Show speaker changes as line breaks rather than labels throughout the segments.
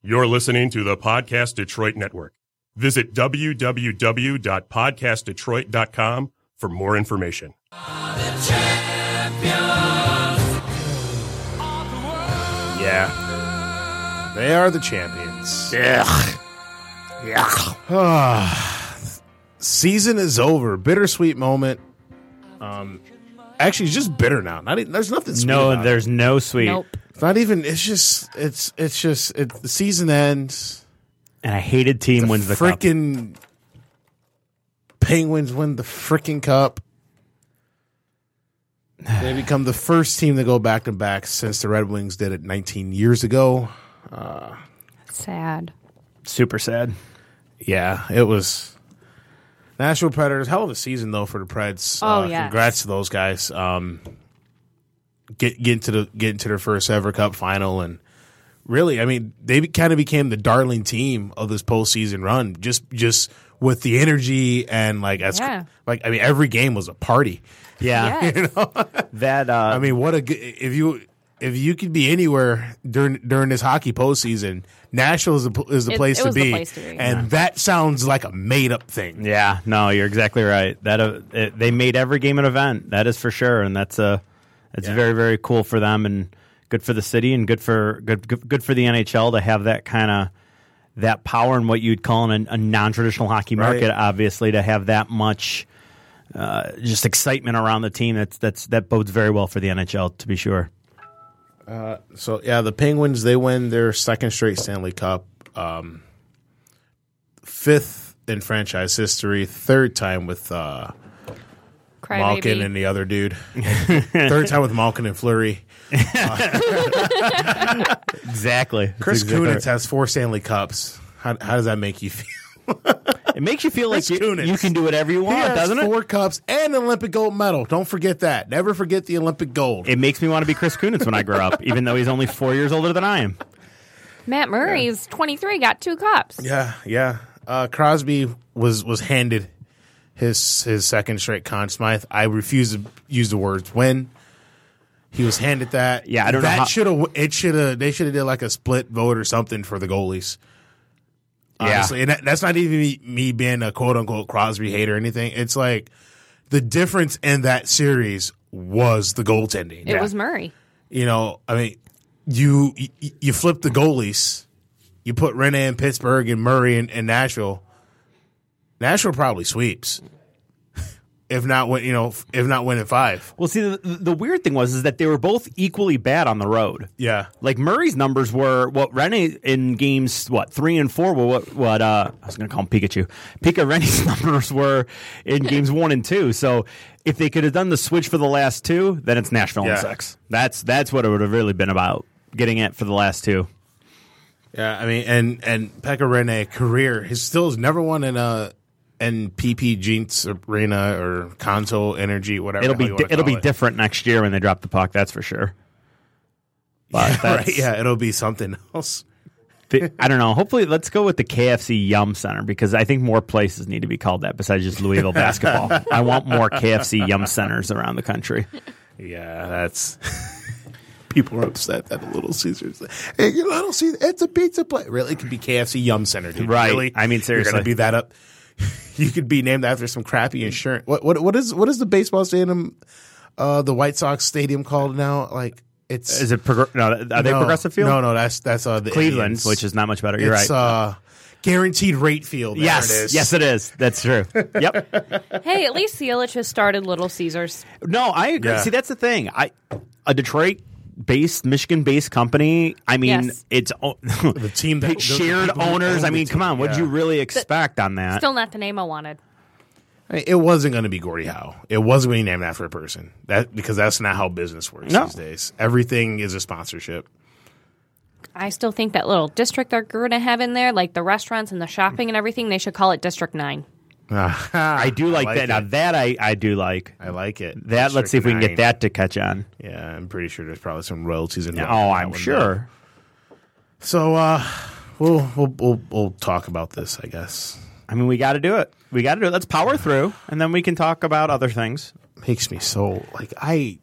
You're listening to the Podcast Detroit Network. Visit www.podcastdetroit.com for more information.
Yeah. They are the champions.
Ugh. Ugh.
Season is over. Bittersweet moment. Um, actually, it's just bitter now. Not even, there's nothing. Sweet
No,
about it.
there's no sweet.
Nope.
It's not even. It's just. It's. It's just. It, the season ends.
And a hated team wins the cup.
freaking Penguins win the freaking cup. They become the first team to go back to back since the Red Wings did it 19 years ago.
Sad.
Super sad.
Yeah, it was Nashville Predators. Hell of a season though for the Preds. Uh,
Oh, yes.
congrats to those guys. Um, get get into the get into their first ever Cup final and really, I mean, they kind of became the darling team of this postseason run. Just just with the energy and like as
Yeah.
like I mean, every game was a party.
Yeah.
Yes.
That uh
I mean, what a good if you. If you could be anywhere during during this hockey postseason, Nashville is the, pl- is the,
It-
place,
it
to
was the
be,
place to be.
and that sounds like a made up thing.
Yeah, no, you're exactly right. That uh, it, they made every game an event. That is for sure, and that's uh, it's very very cool for them and good for the city and good for good good, good for the NHL to have that kind of that power in what you'd call in a, a non-traditional hockey market.
Right.
Obviously, to have that much uh, just excitement around the team that's that's that bodes very well for the NHL to be sure.
So yeah, the Penguins they win their second straight Stanley Cup, um, fifth in franchise history, third time with uh,
Cry
Malkin
baby.
and the other dude, third time with Malkin and Flurry.
Exactly,
Chris Kunitz has four Stanley Cups. How, how does that make you feel?
It makes you feel like
Chris
you,
Kunitz.
you can do whatever you
He
want,
has
doesn't it?
four cups and an Olympic gold medal. Don't forget that. Never forget the Olympic gold.
It makes me want to be Chris Kunitz when I grow up, even though he's only four years older than I am.
Matt Murray's 23, got two cups.
Yeah, yeah. Uh, Crosby was was handed his his second straight Conn Smythe. I refuse to use the words when he was handed that.
Yeah, I don't know
that
how-
should have it should have they should have did like a split vote or something for the goalies.
Yeah.
Honestly, and that, that's not even me, me being a quote unquote Crosby hater or anything. It's like the difference in that series was the goaltending.
It was Murray.
You know, I mean, you you, you flip the goalies. You put Rene in Pittsburgh and Murray in, in Nashville. Nashville probably sweeps, if not win. You know, if not win in five.
Well, see, the, the weird thing was is that they were both equally bad on the road.
Yeah,
Like Murray's numbers were what Rene in games what three and four were what what uh, I was going to call him Pikachu. Pika Rene's numbers were in games one and two. So if they could have done the switch for the last two, then it's Nashville and
Yeah.
six. That's that's what it would have really been about getting it for the last two.
yeah. I mean, and and Pekka Rene career his still has never won in a in PP Jeans Arena or Console Energy whatever.
It'll
the hell
be
you
di-
wanna
it'll
call
be
it.
different next year when they drop the puck. That's for sure. But that's,
right? Yeah, it'll be something else.
the, I don't know. Hopefully, let's go with the KFC Yum Center because I think more places need to be called that besides just Louisville basketball. I want more KFC Yum Centers around the country.
Yeah, that's. People are upset that Little Caesars. Hey, you Little Caesars, it's a pizza place. Really, it could be KFC Yum Center, dude.
Right.
Really?
I mean,
you're
seriously.
gonna be that up. You could be named after some crappy insurance. What what what is what is the baseball stadium, uh, the White Sox stadium called now? Like it's
Is it progr- no? Are they
no,
Progressive Field?
No, no, that's that's uh, the
Cleveland,
Indians.
which is not much better. You're
it's
right.
uh, guaranteed rate field. There
yes,
it is.
yes, it is. That's true. yep.
Hey, at least Cielich has started Little Caesars.
No, I agree.
Yeah.
See, that's the thing. I a Detroit. Based Michigan based company. I mean,
Yes.
it's o-
The team that- the- the
shared
people who own
owners. I
the
mean, come
team.
on, what'd
Yeah.
you really expect on that?
Still not the name I wanted.
I mean, It wasn't going to be Gordie Howe. It wasn't going to be named after a person. That because that's not how business works
No.
these days. Everything is a sponsorship.
I still think that little district they're going to have in there, like the restaurants and the shopping and everything, they should call it District 9.
I do like,
like
that. Now
it.
that I, I do like.
I like it.
That let's see if we can get
District
that to catch on.
nine. Yeah, I'm pretty sure there's probably some royalties involved. in
Oh,
that
I'm
one,
sure.
though. So uh, we'll, we'll we'll we'll talk about this, I guess.
I mean, we got to do it. We got to do it. Let's power through, and then we can talk about other things.
Makes me so like I.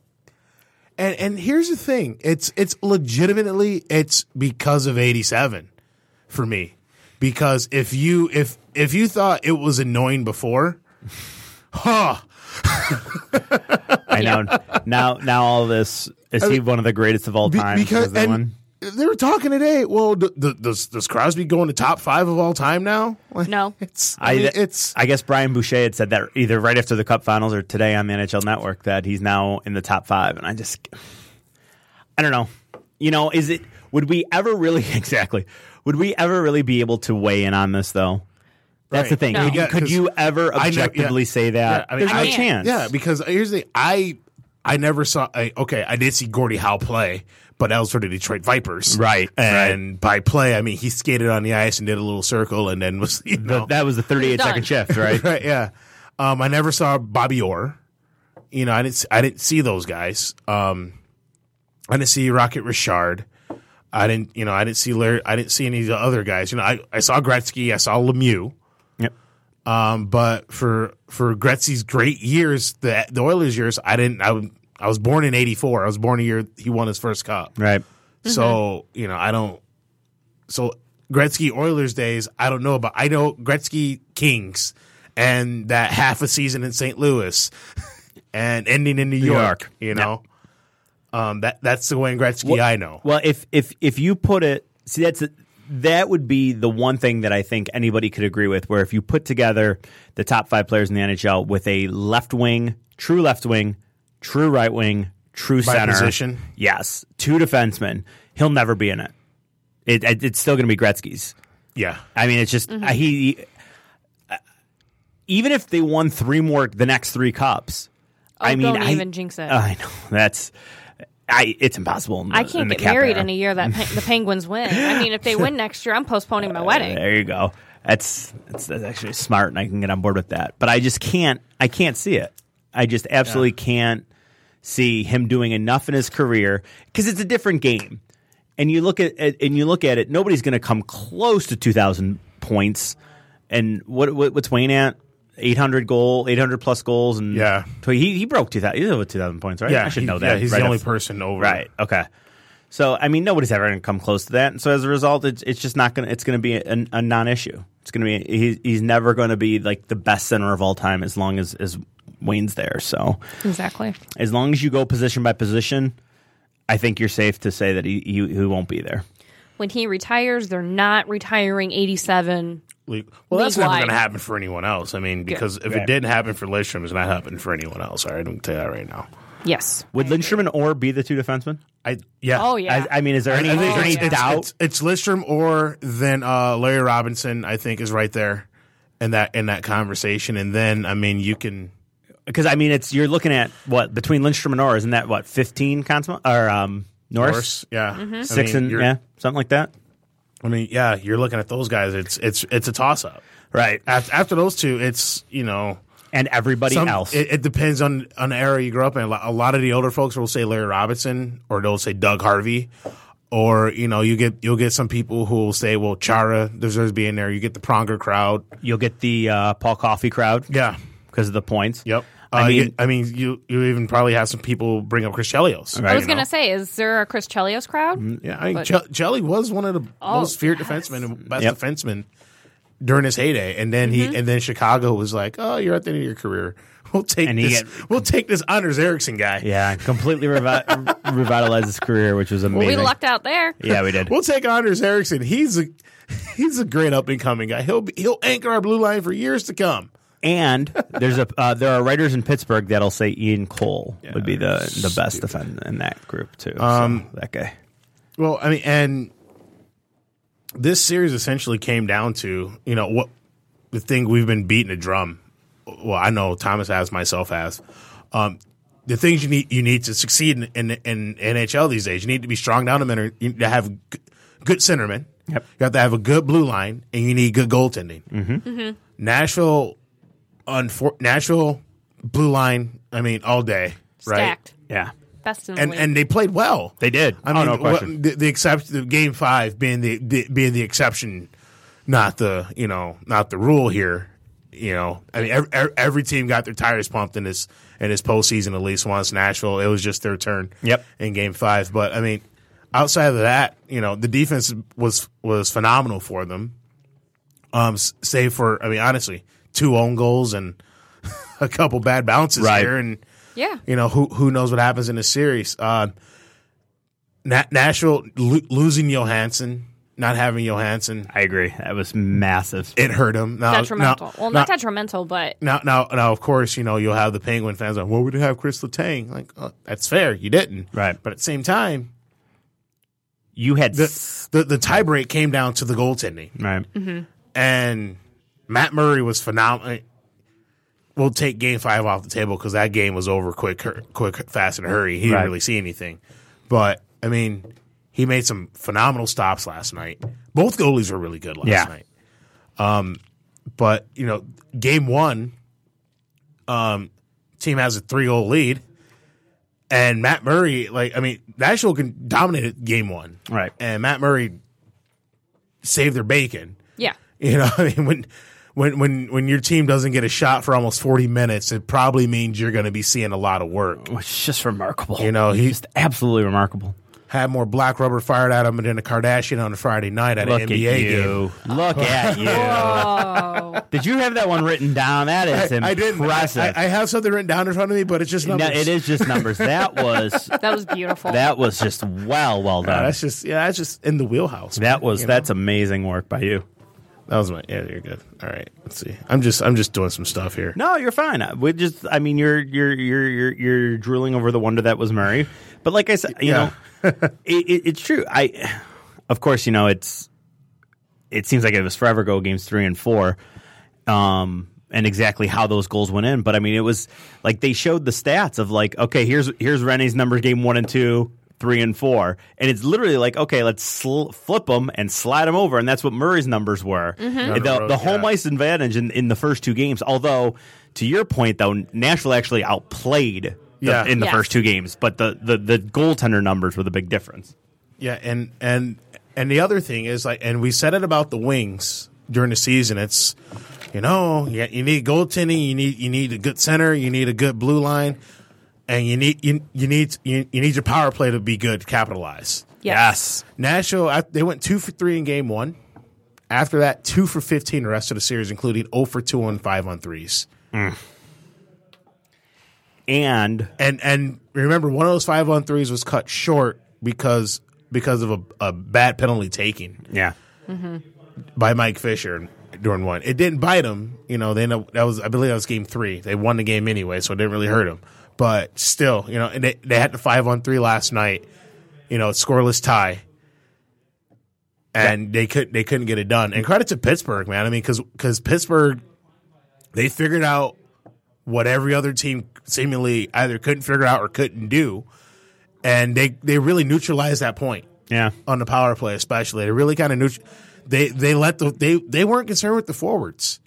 And and here's the thing. It's it's legitimately it's because of 87. for me because if you if if you thought it was annoying before, huh?
I know. Now, now all this is he one of the greatest of all
Be-
time?
because
of that
and
one?
they were talking today. Well, d- d- does does Crosby go in the top five of all time now? Like,
No.
it's I,
I,
mean,
it's
it's
I guess Brian Boucher had said that either right after the Cup Finals or today on the NHL Network that he's now in the top five, and I just I don't know. You know, is it would we ever really exactly would we ever really be able to weigh in on this though? That's the
Right.
thing.
No.
Could, you,
Yeah,
could
'cause
you ever
I know- yeah.
objectively say that?
Yeah, I mean,
There's
I
no
can't.
chance.
yeah. Because here's the I I never saw. I, okay, I did see Gordie Howe play, but that was for the Detroit Vipers,
Right,
And by play, I mean he skated on the ice and did a little circle, and then was you
The-
know,
that was the 38 second
done.
shift, right?
right, yeah. Um, I never saw Bobby Orr. You know, I didn't. I didn't see those guys. Um, I didn't see Rocket Richard. I didn't. You know, I didn't see Larry. I didn't see any of the other guys. You know, I, I saw Gretzky. I saw Lemieux.
Yep.
Um, but for for Gretzky's great years, the the Oilers years, I didn't. I, w- I was born in '84. I was born a year he won his first cup.
Right.
So
Mm-hmm.
you know, I don't. So Gretzky Oilers days, I don't know, but I know Gretzky Kings, and that half a season in St. Louis, and ending in New, York,
York.
You know, um, that that's the Wayne Gretzky I know.
Well, if if if you put it, see that's that would be the one thing that I think anybody could agree with. Where if you put together the top five players in the NHL with a left wing, true left wing, true right wing, true
By
center
position?
yes, two defensemen, he'll never be in it. It, it it's still going to be Gretzky's.
Yeah,
I mean, it's
Mm-hmm.
just uh, he. uh, even if they won three more, the next three cups.
Oh,
I mean,
don't
I- uh,
even jinx it.
I know that's. I, it's impossible. in the-
I
in
can't
the
get
cap
married
era.
in a year that pe- the Penguins win. I mean, if they win next year, I'm postponing my wedding.
There you go. That's, that's that's actually smart, and I can get on board with that. But I just can't. I can't see it. I just absolutely can't see him doing enough in his career because it's a different game. And you look at at- and you look at it. Nobody's going to come close to two thousand points. And what, what what's Wayne at? Eight hundred goal, eight hundred plus goals, and
Yeah.
so he he broke two thousand. He's over two thousand points, right?
yeah,
I should
he-
know that.
Yeah, he's
right
the only
off-
person over.
Right. Okay. So I mean, nobody's ever going to come close to that, and so as a result, it's it's just not going. to It's going to be a, a non-issue. It's going to be he's he's never going to be like the best center of all time as long as as Wayne's there. So
Exactly.
as long as you go position by position, I think you're safe to say that he he, he won't be there.
When he retires, they're not retiring 87.
Well, that's never
League-wide.
going to happen for anyone else. I mean, because if
Right.
it didn't happen for Lidstrom, it's not happening for anyone else. All right, I'm going to tell you that right now.
Yes.
Would Lindstrom and Orr be the two defensemen?
I yeah.
Oh, yeah.
I, I mean, is there any,
I think
is there any
it's, it's-
doubt?
It's, it's Lidstrom or then uh, Larry Robinson. I think is right there in that in that conversation. And then I mean, you can
Because I mean, it's you're looking at what between Lindstrom and Orr, isn't that what 15 consummate or um, Norris?
Norse, yeah, I
Six
mean,
and
you're-
yeah, something like that.
I mean, yeah, you're looking at those guys. It's it's it's a toss up.
Right.
After, after those two, it's you know.
and everybody
Some,
else.
It, it depends on, on the area you grew up in. A lot, a lot of the older folks will say Larry Robinson, or they'll say Doug Harvey, or you know you get you'll get some people who will say, well, Chara deserves being there. You get the Pronger crowd,
You'll get the uh, Paul Coffey crowd
yeah,
because of the points.
Yep. Uh,
I
I mean,
mean-
you, I mean, you you even probably have some people bring up Chris Chelios.
Right.
I was
you
going
know?
to say, is there a Chris Chelios crowd?
yeah, I mean,
but-
Ch- Chelly was one of the
Oh,
most feared defensemen and best
Yep.
defensemen during his heyday, and then
Mm-hmm.
he and then Chicago was like, oh, you're at the end of your career. We'll take
And he
this.
get-
we'll take this Anders Ericsson guy.
Yeah, completely revi- revitalized his career, which was amazing.
We lucked out there.
Yeah, we did.
We'll take Anders Ericsson. He's a he's a great up and coming guy. He'll be, he'll anchor our blue line for years to come.
and there's a uh, there are writers in Pittsburgh that'll say Ian Cole would be the the best defender in that group too. Um, that guy.
Well, I mean, and this series essentially came down to you know what the thing we've been beating a drum. Well, I know Thomas has, myself has. Um, the things you need you need to succeed in, in in NHL these days. You need to be strong down the middle. You need to have g- good centermen.
Yep.
You have to have a good blue line, and you need good goaltending. Mm-hmm. Nashville, unfor- Nashville blue line. I mean, all day, right?
Stacked.
Yeah,
Best in the
and
league.
and they played well.
They did.
I
Oh,
mean,
no
what-
question.
the, the exception, the game five being the, the being the exception, not the you know not the rule here. You know, I mean, every, every team got their tires pumped in this in this postseason at least once. Nashville, it was just their turn.
Yep.
in game five, but I mean, outside of that, you know, the defense was was phenomenal for them. Um, s- save for, I mean, honestly, two own goals and a couple bad bounces
Right.
here, and
Yeah.
you know who who knows what happens in this series. Uh, Na- Nashville lo- losing Johansson, not having Johansson,
I agree. That was massive.
it hurt him. Now,
Detrimental.
now-
well, not,
now-
detrimental, but
now, now, now, of course, you know you'll have the Penguin fans like, "Well, we didn't have Chris Letang." Like, oh, that's fair, you didn't,
Right.
But at the same time,
you had
the
s-
the, the tie break came down to the goaltending,
right.
Mm-hmm.
and Matt Murray was phenomenal. We'll take Game Five off the table because that game was over quick, hur- quick, fast, and hurry. He didn't
Right.
really see anything, but I mean, he made some phenomenal stops last night. Both goalies were really good last
Yeah.
night. Um, but you know, Game One, um, team has a three goal lead. And Matt Murray, like I mean, Nashville can dominated game one,
Right.
And Matt Murray saved their bacon.
yeah.
You know, I mean, when when when when your team doesn't get a shot for almost forty minutes, it probably means you're going to be seeing a lot of work.
Which is just remarkable.
You know, he
just absolutely remarkable.
had more black rubber fired at him than a Kardashian on a Friday night at
Look
an
at
NBA game.
you. Look at you.
Oh.
Did you have that one written down? That is
I didn't. I,
impressive.
I- I have something written down in front of me, but it's just
no,
numbers.
it is just numbers. That was
that was beautiful.
that was just well well
Yeah,
done.
that's just yeah, that's just in the wheelhouse.
that was
you know?
that's amazing work by you.
that was my yeah. You're good. All right, let's see. I'm just I'm just doing some stuff here.
No, you're fine. I- We just, I mean, you're you're you're you're you're drooling over the wonder that was Murray, but like I said, you
Yeah.
know, it, it, it's true. I, of course, you know, it's it seems like it was forever ago, games three and four, um, and exactly how those goals went in. But I mean, it was like they showed the stats of like, okay, here's here's Rennie's numbers, game one and two. Three and four, and it's literally like, okay, let's sl- flip them and slide them over, and that's what Murray's numbers were.
Mm-hmm.
The, the home
Yeah.
ice advantage in, in the first two games. Although, to your point, though, Nashville actually outplayed the-
Yeah.
in the
Yes.
first two games, but the, the, the goaltender numbers were the big difference.
Yeah, and and and the other thing is like, and we said it about the wings during the season. It's you know, yeah, you need goaltending, you need you need a good center, you need a good blue line, and you need you you need you, you need your power play to be good, to capitalize.
Yes.
Nashville, I- they went two for three in game one. After that, two for fifteen the rest of the series, including zero for two on five on threes.
And
And and remember, one of those five on threes was cut short because because of a, a bad penalty taking.
yeah,
by Mike Fisher during one. It didn't bite him, you know. They know that was I believe that was game three. They won the game anyway, so it didn't really hurt him. But still, you know, and they, they had the five on three last night. You know, scoreless tie, and they could they couldn't get it done. And credit to Pittsburgh, man. I mean, because Pittsburgh they figured out what every other team seemingly either couldn't figure out or couldn't do, and they they really neutralized that point
yeah,
on the power play, especially. They really kind of neutral. They they let the they they weren't concerned with the forwards.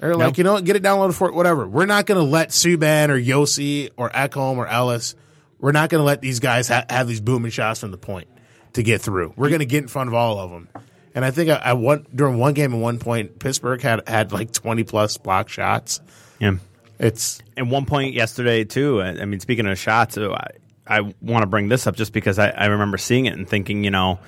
They're like, you know, what, get it down low to for whatever. We're not going to let Subban or Yossi or Ekholm or Ellis. We're not going to let these guys ha- have these booming shots from the point to get through. We're going to get in front of all of them. And I think I, I won, during one game at one point, Pittsburgh had had like twenty plus block shots.
yeah.
It's
And one point yesterday too. I, I mean, speaking of shots, uh, I I want to bring this up just because I, I remember seeing it and thinking, you know,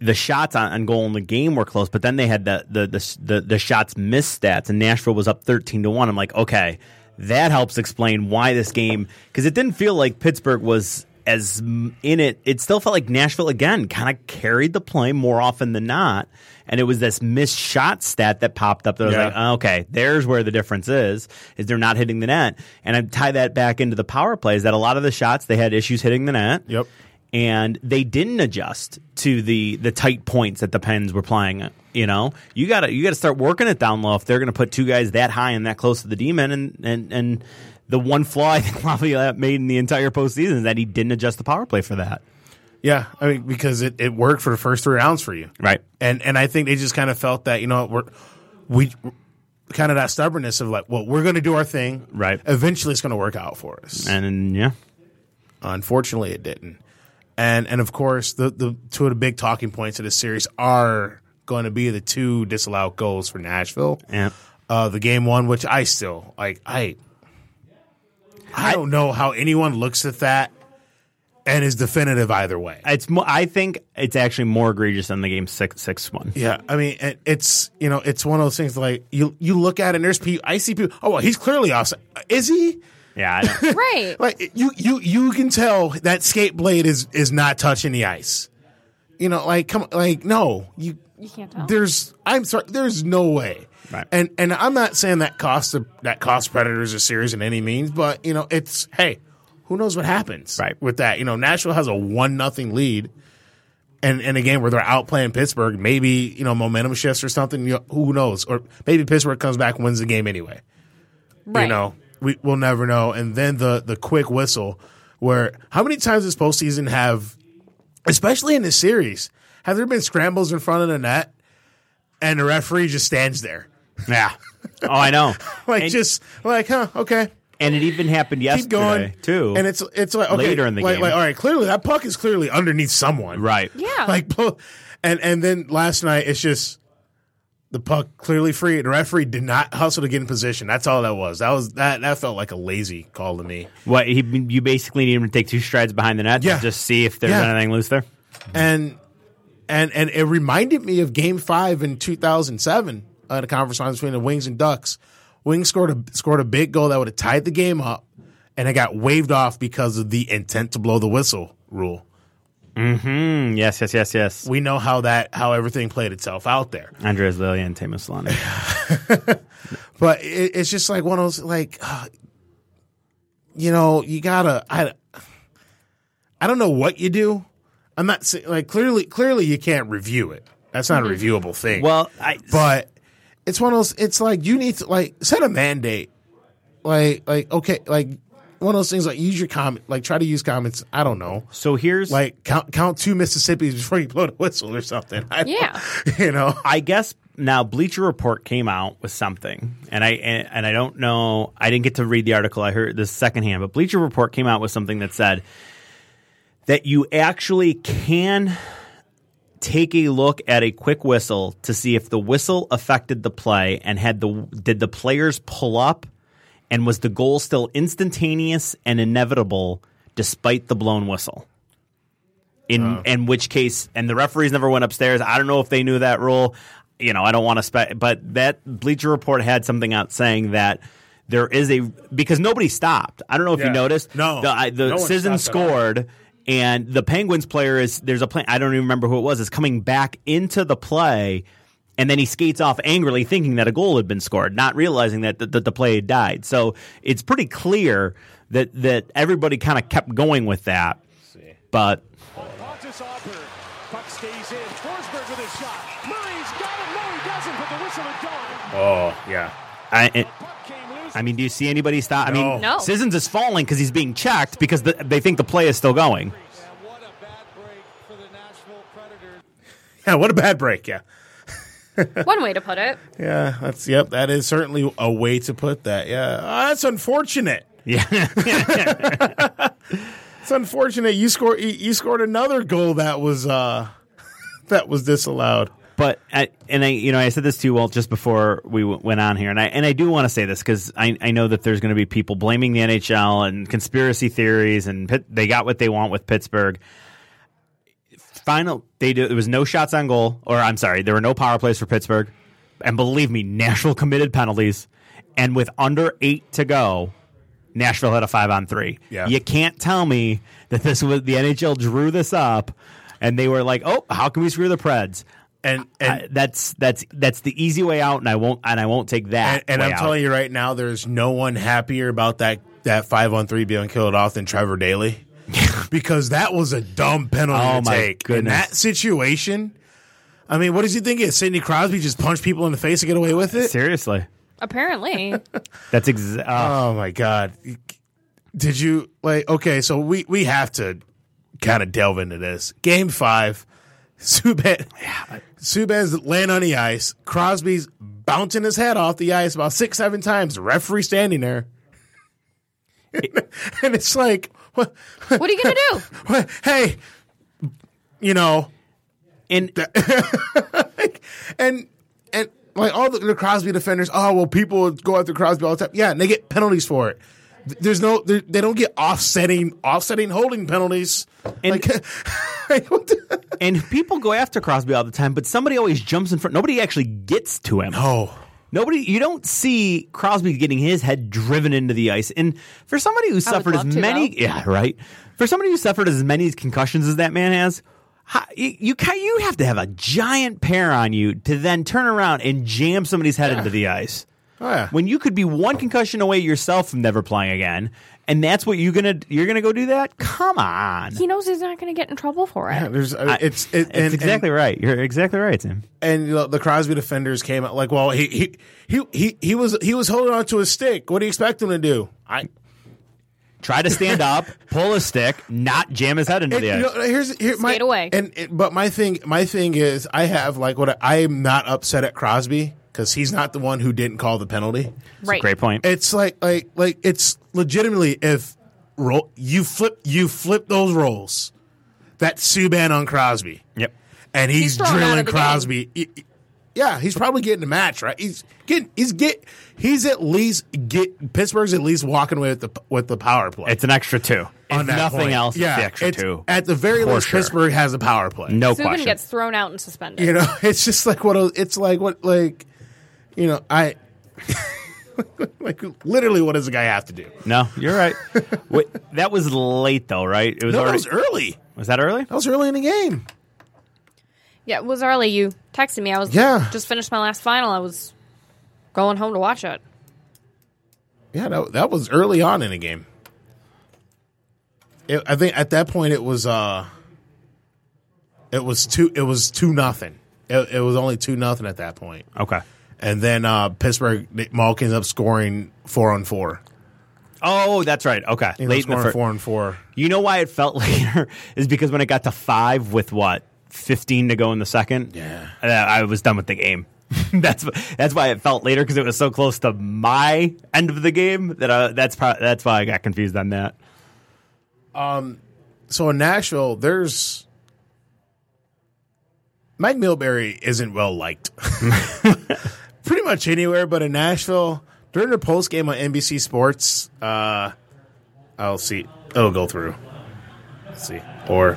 the shots on, on goal in the game were close, but then they had the the the, the, the shots missed stats, and Nashville was up thirteen to one. I'm like, okay, that helps explain why this game because it didn't feel like Pittsburgh was as m- in it. It still felt like Nashville again kind of carried the play more often than not, and it was this missed shot stat that popped up. That I was
Yeah.
like, "Oh, okay, there's where the difference is. Is they're not hitting the net, and I tie that back into the power plays that a lot of the shots they had issues hitting the net
Yep.
and they didn't adjust to the the tight points that the Pens were playing. You know, you gotta you gotta start working it down low if they're gonna put two guys that high and that close to the demon. And and and the one flaw I think Laviolette made in the entire postseason is that he didn't adjust the power play for that.
yeah, I mean because it, it worked for the first three rounds for you,
Right.
and and I think they just kind of felt that you know we're we kind of that stubbornness of like well we're going to do our thing
Right. Eh.
eventually it's going to work out for us
And yeah,
unfortunately it didn't and and of course the the two of the big talking points of this series are going to be the two disallowed goals for Nashville
yeah.
uh the game one which I still like I I don't know how anyone looks at that and is definitive either way.
It's mo- I think it's actually more egregious than the game six six one.
Yeah, I mean, it, it's you know, it's one of those things like you you look at it and there's people, I see people. Oh, well, he's clearly offside. Is he?
Yeah, I don't,
Right.
Like you you you can tell that skate blade is is not touching the ice. You know, like come like no, you
You can't tell.
there's I'm sorry, there's no way.
Right.
And and I'm not saying that cost of, that cost predators are serious in any means, but you know, it's hey, who knows what happens
Right.
with that. You know, Nashville has a one nothing lead and in a game where they're outplaying Pittsburgh, maybe, you know, momentum shifts or something, you know, who knows? Or maybe Pittsburgh comes back and wins the game anyway
right.
you know we, we'll never know and then the the quick whistle where how many times this postseason have especially in this series have there been scrambles in front of the net and the referee just stands there
yeah. Oh, I know.
like
and,
just like huh okay
and it even happened yesterday
keep going
too.
and it's it's like okay,
Later in the
like,
game.
like, all right clearly that puck is clearly underneath someone
right.
Yeah.
like bo- and and then last night it's just the puck clearly free the referee did not hustle to get in position that's all that was that was that that felt like a lazy call to me
What he you basically need him to take two strides behind the net
Yeah.
to just see if there's
Yeah.
anything loose there.
and and and it reminded me of Game Five in 2007 at a conference line between the Wings and Ducks. Wings scored a scored a big goal that would have tied the game up, and it got waved off because of the intent to blow the whistle rule.
Mm, yes, yes, yes, yes.
We know how that how everything played itself out there,
Andres Lilly and Timo Solana.
but it, it's just like one of those like, uh, you know, you gotta. I, I don't know what you do. I'm not say- like clearly. Clearly, you can't review it. That's not a reviewable thing.
well, I,
but it's one of those it's like you need to like set a mandate like like okay like one of those things like use your comment like try to use comments i don't know
so here's
like count count two mississippi's before you blow the whistle or something I don't-
Yeah.
you know
I guess now Bleacher Report came out with something, and I and, and I don't know. I didn't get to read the article. I heard this secondhand, but Bleacher Report came out with something that said that you actually can take a look at a quick whistle to see if the whistle affected the play and had the did the players pull up and was the goal still instantaneous and inevitable despite the blown whistle in
Oh.
in which case and the referees never went upstairs i don't know if they knew that rule you know i don't want to spe- but that bleacher report had something out saying that there is a because nobody stopped i don't know if
Yeah.
you noticed
No.
the, I, the
No one
Sisson
stopped at all.
scored and the penguins player is there's a play i don't even remember who it was is coming back into the play and then he skates off angrily thinking that a goal had been scored not realizing that the, that the play had died so it's pretty clear that that everybody kind of kept going with that but
Pontus Auberg. Puck stays in. Forsberg with a shot. Murray's got it. No, he doesn't, but the whistle had gone.
oh yeah
I, it-
Puck came loose.
I mean, do you see anybody stop? I mean,
No. No.
Sissons is falling because he's being checked because the, they think the play is still going.
And what a bad break for the Nashville Predators.
yeah what a bad break yeah
One way to put it.
yeah that's yep that is certainly a way to put that yeah Ah, that's unfortunate
Yeah,
it's unfortunate you scored you- you scored another goal that was uh that was disallowed
but I, and I, you know, I said this to you, Walt, just before we w- went on here, and I and I do want to say this because I I know that there's going to be people blaming the NHL and conspiracy theories, and Pitt, they got what they want with Pittsburgh. Final, they do, there was no shots on goal, or I'm sorry, there were no power plays for Pittsburgh, and believe me, Nashville committed penalties, and with under eight to go, Nashville had a five on three.
Yeah.
You can't tell me that this was the NHL drew this up and they were like, oh, how can we screw the Preds?
and and
I- that's that's that's the easy way out, and I won't and I won't take that.
And, and I'm telling you right now, there's no one happier about that that five on three being killed off than Trevor Daly, because that was a dumb penalty
Oh,
to
my
take in
goodness.
that situation. I mean, what does he think? Is Sidney Crosby just punch people in the face and get away with it?
seriously,
Apparently.
that's ex- uh,
Oh my god! Did you like? Okay, so we we have to kind of delve into this game five. Subban, Subban's laying on the ice. Crosby's bouncing his head off the ice about six, seven times. The referee standing there, and it's like, what,
what are you going to do?
what, hey, you know,
and
and and like all the, the Crosby defenders, oh well, people go after Crosby all the time. Yeah, and they get penalties for it. th- there's no there- they don't get offsetting offsetting holding penalties.
And-
like, what the-
And people go after Crosby all the time, but somebody always jumps in front. Nobody actually gets to him.
oh,
Nobody, you don't see Crosby getting his head driven into the ice. And for somebody who suffered as
love to,
many,
though.
yeah, right. For somebody who suffered as many concussions as that man has, how, you you ca- you have to have a giant pair on you to then turn around and jam somebody's head into the ice.
Oh, yeah.
When you could be one concussion away yourself from never playing again, and that's what you're gonna you're gonna go do that? Come on,
He knows he's not going to get in trouble for it.
there's uh, it's it,
that's exactly right. You're exactly right, Tim.
and you know, the Crosby defenders came out like, well, he he he he, he was he was holding on to his stick. What do you expect him to do? I
Try to stand up, pull a stick, not jam his head into
And,
the ice.
you know, here's here, my
Skate away.
And it- but my thing, my thing is, I have like what I, I am not upset at Crosby because he's not the one who didn't call the penalty.
right.
Great point.
It's like like like it's legitimately if roll you flip you flip those roles, that's Subban on Crosby,
Yep.
and he's,
He's thrown out of
drilling
the game.
Crosby. Y- y- Yeah, he's probably getting a match, right? He's getting he's get he's at least get Pittsburgh's at least walking away with the with the power play.
It's an extra two.
on
If
that
nothing
point.
else,
yeah,
it's the extra
it's-
two.
At the very
For
least,
sure.
Pittsburgh has a power play.
no
Subban
question.
gets thrown out and suspended.
You know, it's just like what it's like. What like, you know, I like literally. What does a guy have to do?
no, you're right. Wait, that was late though, right? It was
No, that
already.
was early.
was that early?
That was early in the game.
Yeah, it was early. You texted me. I was
Yeah.
just finished my last final. I was going home to watch it.
Yeah, that, that was early on in the game. It, I think at that point it was uh, it was two. It was two nothing. It, it was only two nothing at that point.
Okay.
And then uh, Pittsburgh Malkins up scoring four on four.
Oh, that's right. Okay.
You know,
Late in the
scoring
fir-
four on four.
You know why it felt later is because when it got to five with what fifteen to go in the second,
Yeah.
uh, I was done with the game. that's wh- that's why it felt later because it was so close to my end of the game that uh, that's pro- that's why I got confused on that.
so in Nashville, there's Mike Milbury isn't well liked pretty much anywhere, but in Nashville during the post game on NBC Sports, uh, I'll see. It'll go through. Let's see or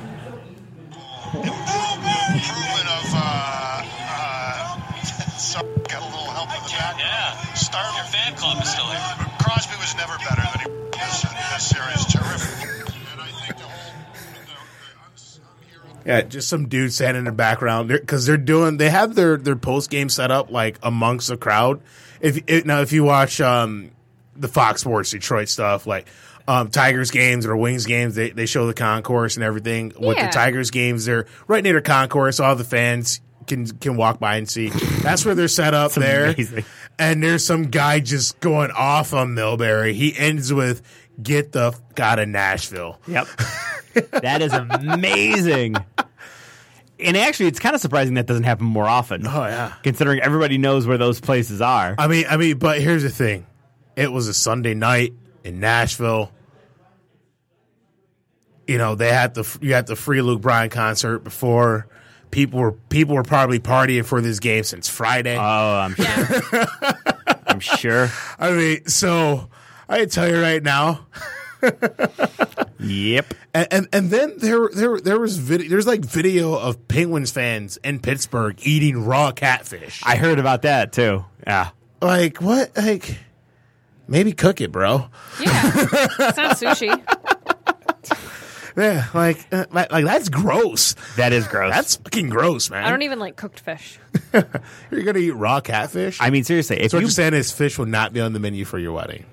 improvement of uh, uh, sorry, got a little help in the back.
Yeah.
Startled.
Your fan club is still here.
Crosby was never better than he was in this series. Terrific. And I think the whole the, the unsung hero.
yeah, just some dude standing in the background because they're doing they have their their post game set up like amongst the crowd. If it, now if you watch um, the Fox Sports Detroit stuff like. Um, Tigers games or Wings games, they, they show the concourse and everything. With the
Yeah.
Tigers games, they're right near the concourse. All the fans can can walk by and see. That's where they're set up there.
amazing.
And there's some guy just going off on Milbury. He ends with "Get the f- out of Nashville."
Yep. that is amazing. And actually, it's kind of surprising that doesn't happen more often.
Oh yeah.
Considering everybody knows where those places are.
I mean, I mean, but here's the thing: it was a Sunday night in Nashville. You know, they had the you had the free Luke Bryan concert before. People were people were probably partying for this game since Friday.
Uh,
Yeah.
Oh, I'm sure.
I mean, so I tell you right now,
yep.
and and, and then there there there was video, there's like video of Penguins fans in Pittsburgh eating raw catfish.
I heard about that too. Yeah.
like what? Like maybe cook it, bro.
yeah. It's not sushi.
Yeah, like uh, like, like that's gross.
That is gross.
That's fucking gross, man.
I don't even like cooked fish.
You're gonna eat raw catfish.
I mean, seriously, if
so what
you
you're saying is fish will not be on the menu for your wedding.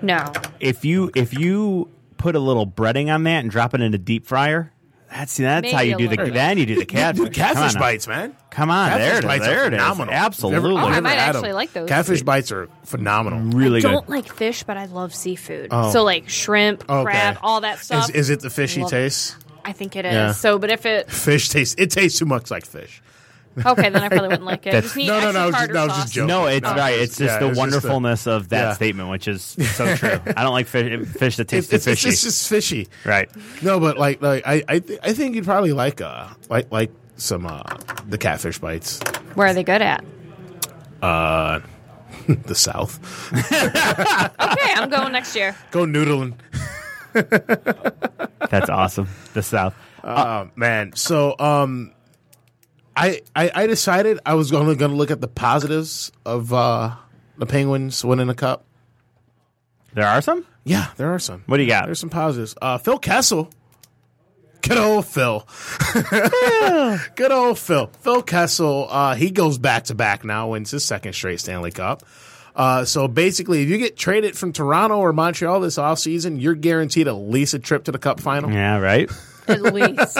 No.
if
Oh
you if you put a little breading on that and drop it in a deep fryer, that's that's how
Maybe
you
a
do the
little.
then you do the catfish.
Dude, catfish
Come on now.
bites, man.
Come on,
Catfish
there it is,
bites are
there it is.
phenomenal.
Absolutely.
If you ever-
Oh, I
if you ever
might
had
actually like those.
Catfish bites are phenomenal.
Really
I
good.
don't like fish, but I love seafood. So like shrimp,
Oh. Okay.
crab, all that
Is,
stuff.
is it the fishy
Love-
taste?
I think it is.
Yeah.
So, but if it
Fish tastes. It tastes too much like fish.
okay, then I probably wouldn't like it.
That's-
Just need
No, no, no, I
extra
was just-
tartar
no, I was
sauce.
just joking.
No, it's
No,
right.
it's-
It's just
yeah, it's
the
just the-
wonderfulness of that
yeah.
statement, which is so true. I don't like fish, fish that
It's
taste
it's,
fishy.
it's just fishy.
right.
No, but like like I I, th- I think you'd probably like uh like like some uh the catfish bites.
Where are they good at?
Uh, the South.
Okay, I'm going next year.
Go noodling.
That's awesome. The South.
Um, man, so um, I, I I decided I was only going to look at the positives of uh, the Penguins winning the cup.
There are some.
Yeah, there are some.
What do you got?
There's some positives. Uh, Phil Kessel. Good old Phil. Good old Phil. Phil Kessel, uh, he goes back to back now, wins his second straight Stanley Cup. Uh, so basically, if you get traded from Toronto or Montreal this offseason, you're guaranteed at least a trip to the Cup final.
Yeah, right.
At least.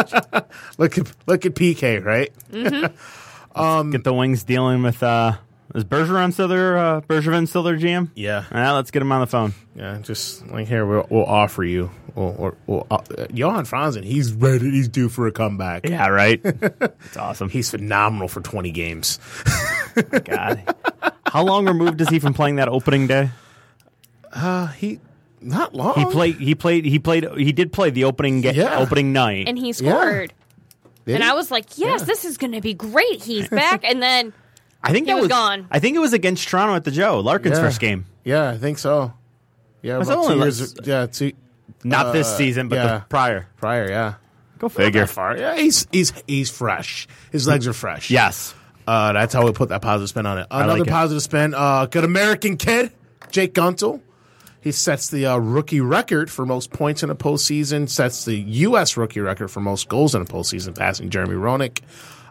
Look at look at PK, right? Mm.
get the Wings dealing with. uh Is Bergeron still their uh, Bergevin still their GM?
Yeah.
All right, let's get him on the phone.
Yeah, just like here, we'll, we'll offer you. We'll, we'll, we'll, uh, Johan Franzen, he's ready. He's due for a comeback.
Yeah, right. It's awesome.
He's phenomenal for 20 games.
God. How long removed is he from playing that opening day?
He not long.
He played. He played. He played. He did play the opening game.
Oh. Yeah.
Opening night.
and he
Yeah.
scored.
Did
And
he?
I was like, yes, this is going to be great. He's back. And then
I think
he
that
was gone.
I think it was against Toronto at the Joe Larkin's
Yeah.
first game.
Yeah, I think so. Yeah,
That's
about two
only
years.
less-
Yeah, two
Not this
Uh,
season, but
yeah.
the prior.
prior. Yeah,
Go figure.
far. Yeah, he's he's he's fresh. His legs are fresh.
Yes.
uh, that's how we put that positive spin on it. Another
like it.
positive spin. Uh, good American kid, Jake Guntel. He sets the uh, rookie record for most points in a postseason. Sets the U.S. rookie record for most goals in a postseason, passing Jeremy Roenick.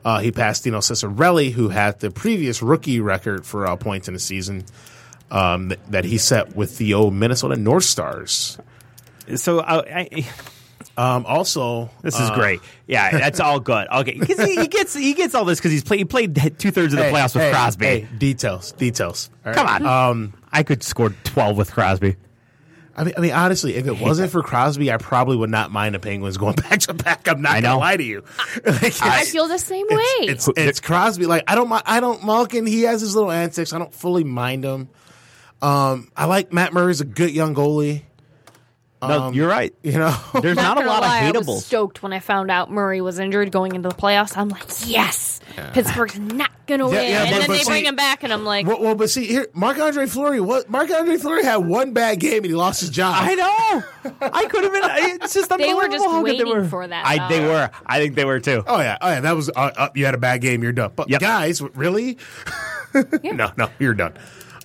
Uh, he passed Dino Cicerelli, who had the previous rookie record for uh, points in a season um, th- that he set with the old Minnesota North Stars.
So I, I,
Um, also,
this is great. Yeah, that's all good. Okay, because he, he gets he gets all this because he's played he played two thirds of the playoffs with Crosby.
hey, details, details. All right?
Come on. Um, I could score twelve with Crosby.
I mean, I mean, honestly, if it wasn't for Crosby, I probably would not mind the Penguins going back to back. I'm not
I
gonna
know.
lie to you. Like,
I
it's-
feel the same way.
it's, it's it's Crosby. Like I don't mi- I don't Malkin. He has his little antics. I don't fully mind him. Um, I like Matt Murray's a good young goalie. um,
no, you're right.
You know,
There's not, a
gonna
lot
lie, I
of
was
hateables.
stoked when I found out Murray was injured going into the playoffs. I'm like, yes, Pittsburgh's not going to
Yeah,
win.
yeah,
and
but-
then
but
they
see-
bring him back, and I'm like,
well, well, but see here, Marc Andre Fleury. What Marc Andre Fleury had one bad game and he lost his job.
I know. I could have been. It's just
They were
unbelievable
just
how good they
waiting
were.
for that,
I, they
though.
were. I think they were too.
Oh yeah, oh yeah. That was uh, uh, you had a bad game. You're done. But
Yep.
guys, really? no, no, you're done.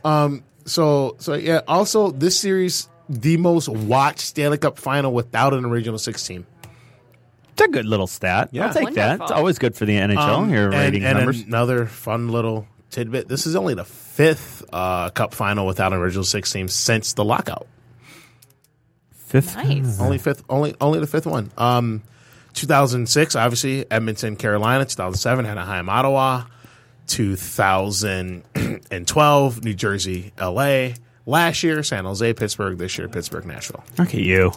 Um. So so yeah. Also, this series the most watched Stanley Cup final without an original six team.
It's a good little stat.
Yeah.
I'll take that.
Wonderful.
It's always good for the NHL. Your
Um, and,
rating
and
numbers.
another fun little tidbit. This is only the fifth uh, Cup final without an original six team since the lockout.
Fifth.
nice.
Only fifth. Only only the fifth one. Um, 2006, obviously Edmonton, Carolina. 2007, Anaheim, Ottawa. 2012, New Jersey, L.A. Last year, San Jose, Pittsburgh. This year, Pittsburgh, Nashville.
Look at you.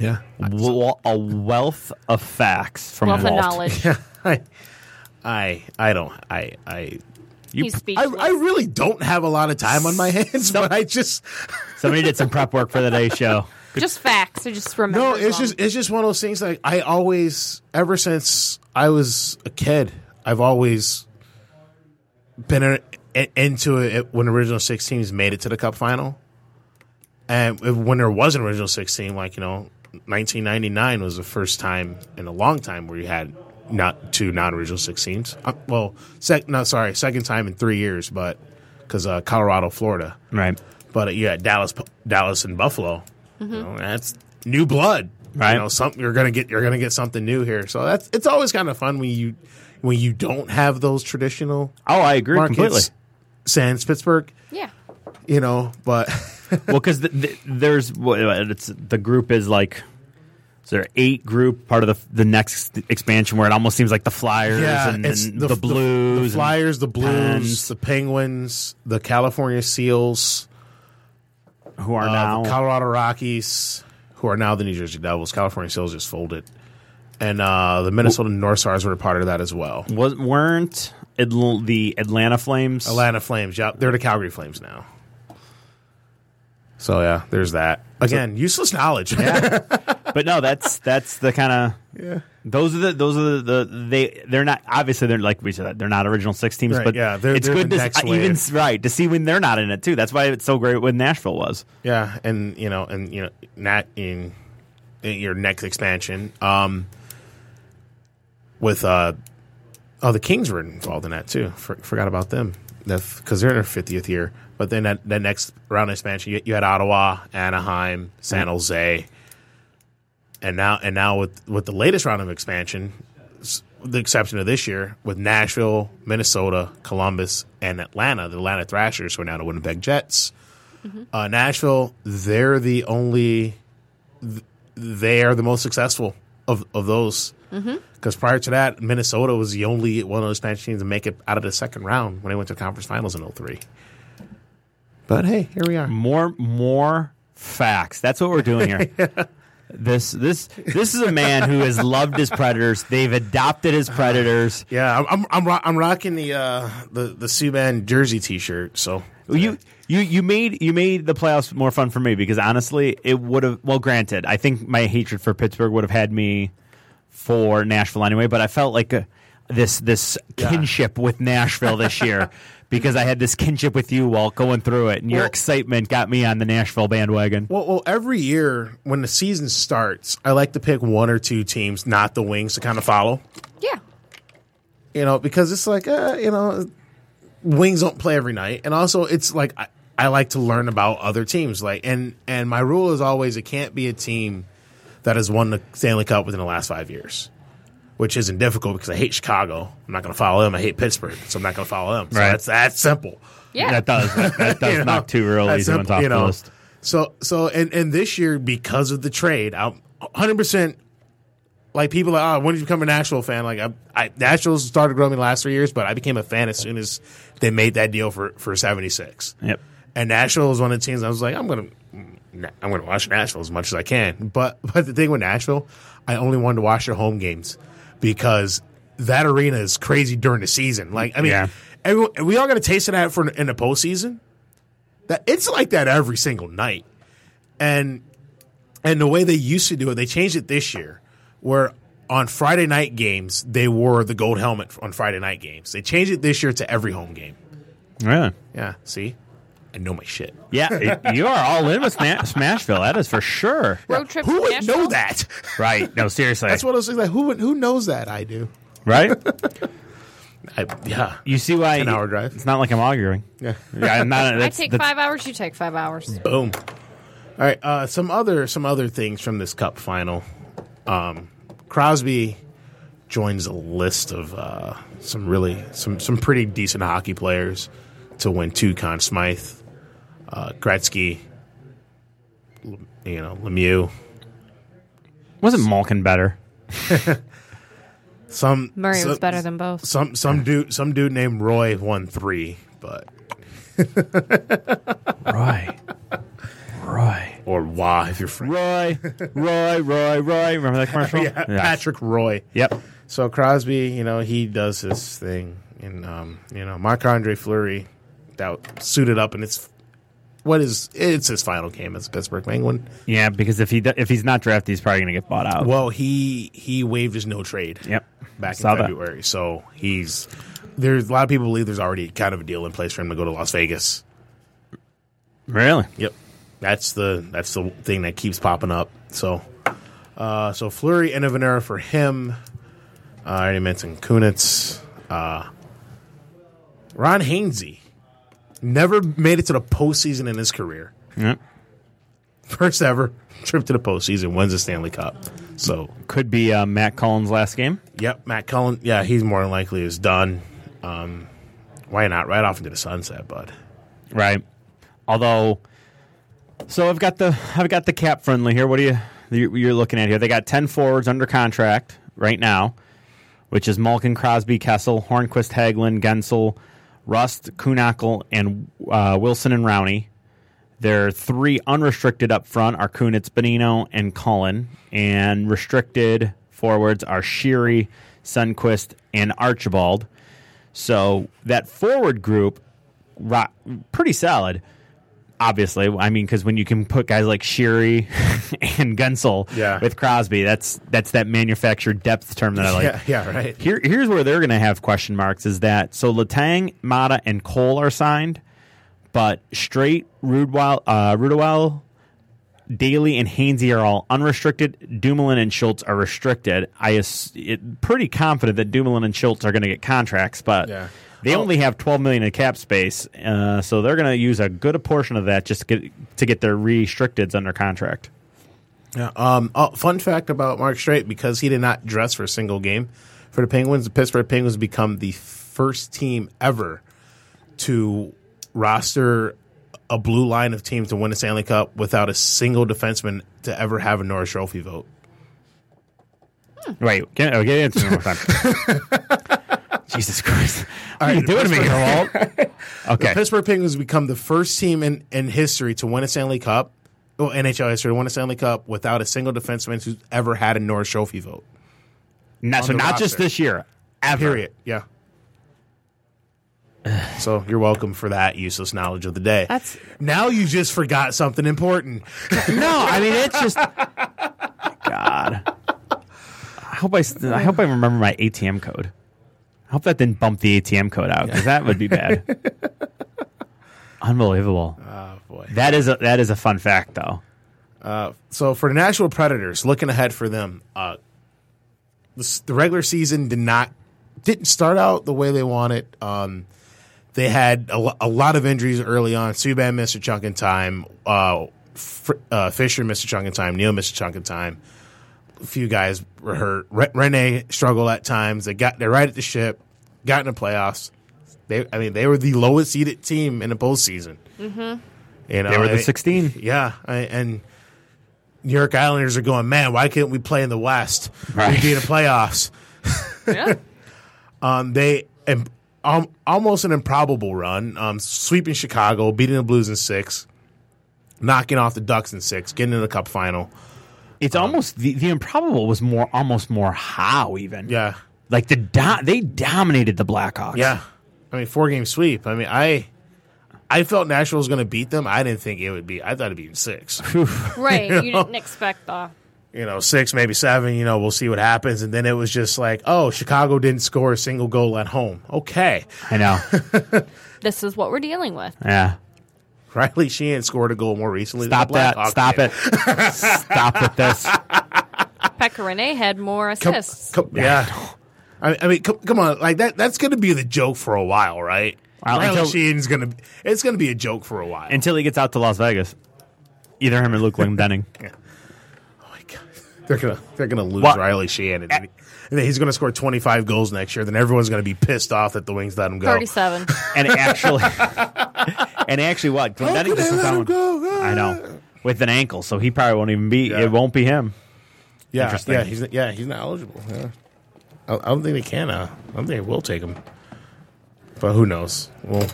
Yeah,
Wel- a wealth of facts from
Wealth of
Walt.
knowledge.
I, I, I don't. I, I,
You-
He's
I,
speechless.
I really don't have a lot of time on my hands, but I just
Somebody did some prep work for the day show.
just facts. I just remember.
No, it's just it's just one of those things. Like I always, ever since I was a kid, I've always been in, in- into it when original six teams made it to the cup final, and if- when there was an original sixteen, like you know, nineteen ninety nine was the first time in a long time where you had not two non original six teams. Uh, well, sec, no, sorry, second time in three years, but because uh, Colorado, Florida
Right.
but uh, you had Dallas, Dallas and Buffalo. You know, that's new blood,
Right.
You know, some, you're gonna get you're gonna get something new here. So that's it's always kind of fun when you when you don't have those traditional
Oh, I agree
markets,
completely.
sans Pittsburgh,
yeah.
you know. But
well, because the, the, there's what it's the group is like. Is there eight group part of the the next expansion where it almost seems like the Flyers and, and the, Blues,
the,
and-
Flyers, the Blues,
Pens.
the Penguins, the California Seals,
who are
uh,
now
the Colorado Rockies, who are now the New Jersey Devils. California Seals just folded. And uh, the Minnesota North Stars were a part of that as well.
was, weren't Atl- the Atlanta Flames.
Atlanta Flames. Yep, they're the Calgary Flames now. So yeah, there's that. Again, useless knowledge. Yeah.
but no, that's that's the kind of
yeah.
those are the those are the, the they they're not obviously they're like we said they're not original six teams,
Right,
but
yeah, they're-
it's
they're
good
the
to
next
s- even
wave.
s- right to see when they're not in it too. That's why it's so great when Nashville was.
Yeah, and you know, and you know, not in, in your next expansion. Um, with uh, oh, the Kings were involved in that too. For, forgot about them because they're in their fiftieth year. But then that, that next round of expansion, you, you had Ottawa, Anaheim, San Jose, and now and now with with the latest round of expansion, s- with the exception of this year, with Nashville, Minnesota, Columbus, and Atlanta, the Atlanta Thrashers, who are now the Winnipeg Jets. Uh, Nashville, they're the only, th- they are the most successful of, of those. Because prior to that, Minnesota was the only one of those Spanish teams to make it out of the second round when they went to the conference finals in 03. But hey, here we are.
More more facts. That's what we're doing here. This this this is a man who has loved his predators. They've adopted his predators.
Yeah, I'm I'm I'm, ro- I'm rocking the uh, the the Subban jersey T-shirt. So
You you you made you made the playoffs more fun for me because honestly, it would have. Well, granted, I think my hatred for Pittsburgh would have had me for Nashville anyway, but I felt like uh this this kinship with Nashville this year because I had this kinship with you while going through it, and your
Well-
excitement got me on the Nashville bandwagon.
Well, well, every year when the season starts, I like to pick one or two teams, not the Wings, to kind of follow.
Yeah.
you know, because it's like, uh, you know, wings don't play every night, and also it's like I, I like to learn about other teams, like, and and my rule is always it can't be a team that has won the Stanley Cup within the last five years, which isn't difficult because I hate Chicago. I'm not going to follow them. I hate Pittsburgh, so I'm not going to follow them. So
Right.
That's that's simple.
Yeah.
That does that, that does
You know,
knock two real
that's
easy ones
simple,
off
you
the
know.
list.
So so and and this year because of the trade, I'm 100 percent like people are. Oh, when did you become a Nashville fan? Like I, I Nashville started growing me the last three years, but I became a fan as soon as they made that deal for for 76.
Yep.
And Nashville was one of the teams I was like, I'm gonna mm, I'm gonna watch Nashville as much as I can. But but the thing with Nashville, I only wanted to watch their home games because that arena is crazy during the season. Like I mean,
Yeah.
everyone, we all got a taste of that for in the postseason. That it's like that every single night, and and the way they used to do it, they changed it this year, where on Friday night games they wore the gold helmet on Friday night games. They changed it this year to every home game.
Really?
Yeah, see, I know my shit.
Yeah, you are all in with Sma- Smashville. That is for sure.
Road trip.
Who
to
would
Nashville?
know that?
Right? No, seriously.
That's one of those things. Like who would, who knows that? I do.
right.
I, yeah,
You see why?
10 hour drive.
It's not like I'm arguing.
yeah.
Yeah, I'm not.
I
that's-
take
that's-
five hours. You take five hours.
Boom. All right. Uh, some other some other things from this Cup final. Um, Crosby joins a list of uh, some really some some pretty decent hockey players to win two. Conn Smythe, uh, Gretzky, L- you know Lemieux.
Wasn't Malkin better?
Some
Murray
some,
was better than both.
some some dude some dude named Roy won three, but
Roy. Roy.
or why if you're French.
Roy. Roy. Roy. Roy. Remember that commercial?
Yeah, Patrick Roy.
Yep.
So Crosby, you know, he does his thing, and um, you know, Marc Andre Fleury, that suited up, and it's what is it's his final game as a Pittsburgh Penguin.
Yeah, because if he do- if he's not drafted, he's probably going to get bought out.
Well, he he waived his no trade.
Yep.
back
Saw
in
that.
February. So he's there's a lot of people believe there's already kind of a deal in place for him to go to Las Vegas.
Really?
Yep. That's the that's the thing that keeps popping up. So uh so Flurry and Avenera for him. Uh, I already mentioned Kunitz. Uh Ron Hainsey never made it to the postseason in his career.
Yep.
First ever trip to the postseason, wins the Stanley Cup. So
Could be uh, Matt Collins' last game.
yep, Matt Cullen, yeah, he's more than likely is done. Um why not? Right off into the sunset, bud.
Right. Although, so I've got the I've got the cap friendly here. What are you you- you're looking at here? They got ten forwards under contract right now, which is Malkin, Crosby, Kessel, Hornquist, Haglin, Gensel, Rust, Kunackle, and uh, Wilson and Rowney. Their three unrestricted up front are Kunitz, Benino, and Cullen, and restricted forwards are Sheary, Sunquist, and Archibald. So that forward group ro- pretty solid. obviously. I mean, because when you can put guys like Shiri and Gensel
Yeah.
with Crosby, that's that's that manufactured depth term that I like.
yeah, yeah, right.
Here, here's where they're going to have question marks is that so Latang, Mata, and Cole are signed, but straight Rudwell, uh, Rudwell, Daly, and Hainsey are all unrestricted. Dumoulin and Schultz are restricted. I ass- it, pretty confident that Dumoulin and Schultz are going to get contracts, but
Yeah.
they
Oh.
only have 12 million in cap space, uh, so they're going to use a good portion of that just to get, to get their restricteds under contract.
Yeah. Um. oh, fun fact about Mark Strait because he did not dress for a single game for the Penguins. The Pittsburgh Penguins become the first team ever to roster a blue line of teams to win a Stanley Cup without a single defenseman to ever have a Norris Trophy vote.
Wait, get, oh, get into it one more time. Jesus Christ. What are
right,
you doing to me, Gerwald? Okay.
Pittsburgh Penguins become the first team in, in history to win a Stanley Cup, well, NHL history to win a Stanley Cup without a single defenseman who's ever had a Norris Trophy vote.
Not, so
the
not just
roster.
this year. Ever.
Period. Yeah. So you're welcome for that useless knowledge of the day.
That's-
now you just forgot something important.
No, I mean, it's just. God. I hope I, st- I hope I remember my ATM code. I hope that didn't bump the ATM code out because that would be bad. Unbelievable.
Oh boy.
That is a that is a fun fact though.
So for the Nashville Predators, looking ahead for them, uh, the, s- the regular season did not didn't start out the way they wanted. Um, they had a, lo- a lot of injuries early on. Subban missed a chunk of time. Uh, Fr- uh, Fisher missed a chunk of time. Neil missed a chunk of time. A few guys were hurt. Re- Rene struggled at times. They got they're right at the ship. Got in the playoffs. They, I mean, they were the lowest seeded team in the postseason. Mm-hmm. You know,
They were
I-
the 16.
yeah, I, and New York Islanders are going, man, why couldn't we play in the West?
Right.
We'd be in the playoffs.
Yeah.
Um, they um, um, almost an improbable run, um, sweeping Chicago, beating the Blues in six, knocking off the Ducks in six, getting in the Cup final.
It's
Uh-huh.
almost the, the improbable was more almost more how even.
Yeah,
Like the do- they dominated the Blackhawks.
yeah. I mean, four game sweep. I mean, I. I felt Nashville was going to beat them. I didn't think it would be. I thought it'd be in six.
Right. You didn't expect the.
you know, six, maybe seven, you know, we'll see what happens. And then it was just like, oh, Chicago didn't score a single goal at home. Okay.
I know.
This is what we're dealing with.
Yeah.
Riley Sheehan scored a goal more recently. than
Stop
the
that.
Blackhawks
Stop
did.
it. Stop with this.
Pekka Renee had more
Come-
assists.
come- yeah. I, I mean, come, come on. Like, that. that's going to be the joke for a while, right?
Well,
Riley
until-
Sheehan's going to it's going to be a joke for a while.
Until he gets out to Las Vegas. Either him or Luke Denning.
oh my God. They're going to they're gonna lose
What?
Riley Sheehan. And, then- and then he's going to score 25 goals next year. Then everyone's going to be pissed off that the Wings let him go.
37.
And actually, and actually, what Glenn Denning
could
just
they
was
let
on-
him go?
I know with an ankle, so he probably won't even be.
Yeah.
It won't be him.
Yeah,
Interesting.
yeah, he's yeah, he's not eligible. Yeah. I, I don't think they can. Uh, I don't think they will take him. But who knows? Well,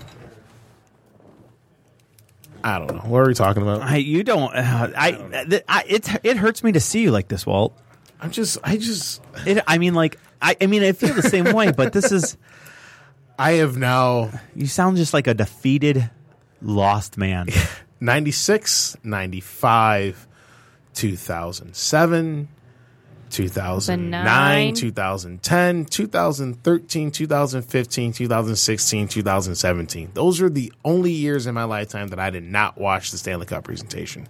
I don't know. What are we talking about?
I, you don't. Uh, I, th- I it it hurts me to see you like this, Walt.
I'm just, I just,
It, I mean, like I, I mean, I feel the same way, but this is
I have now
you sound just like a defeated, lost man.
96, 95, 2007, 2009, 2010, 2013, 2015, 2016, 2017. Those are the only years in my lifetime that I did not watch the Stanley Cup presentation.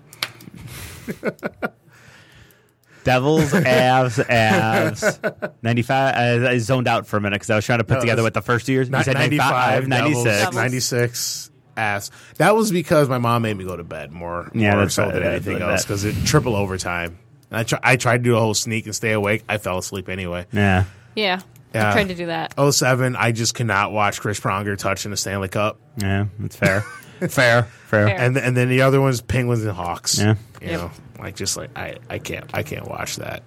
Devils, abs, abs. 95. uh, I, I zoned out for a minute because I was trying to put
that's-
together what the first two years. You
Not
said 95, 96.
Devils.
96 ass. That was because my mom made me go to bed more,
Yeah,
more
that's
so
right.
than
I
anything
believe
else
that.
because it triple overtime. And I, try, I tried to do a whole sneak and stay awake. I fell asleep anyway.
Yeah.
Yeah.
Yeah. Oh,
I tried to do that.
07, I just cannot watch Chris Pronger touching the Stanley Cup.
Yeah, that's fair. fair, fair.
Fair.
And and then the other one's Penguins and Hawks.
Yeah.
You
Yep.
know, like just like I, I can't I can't watch that.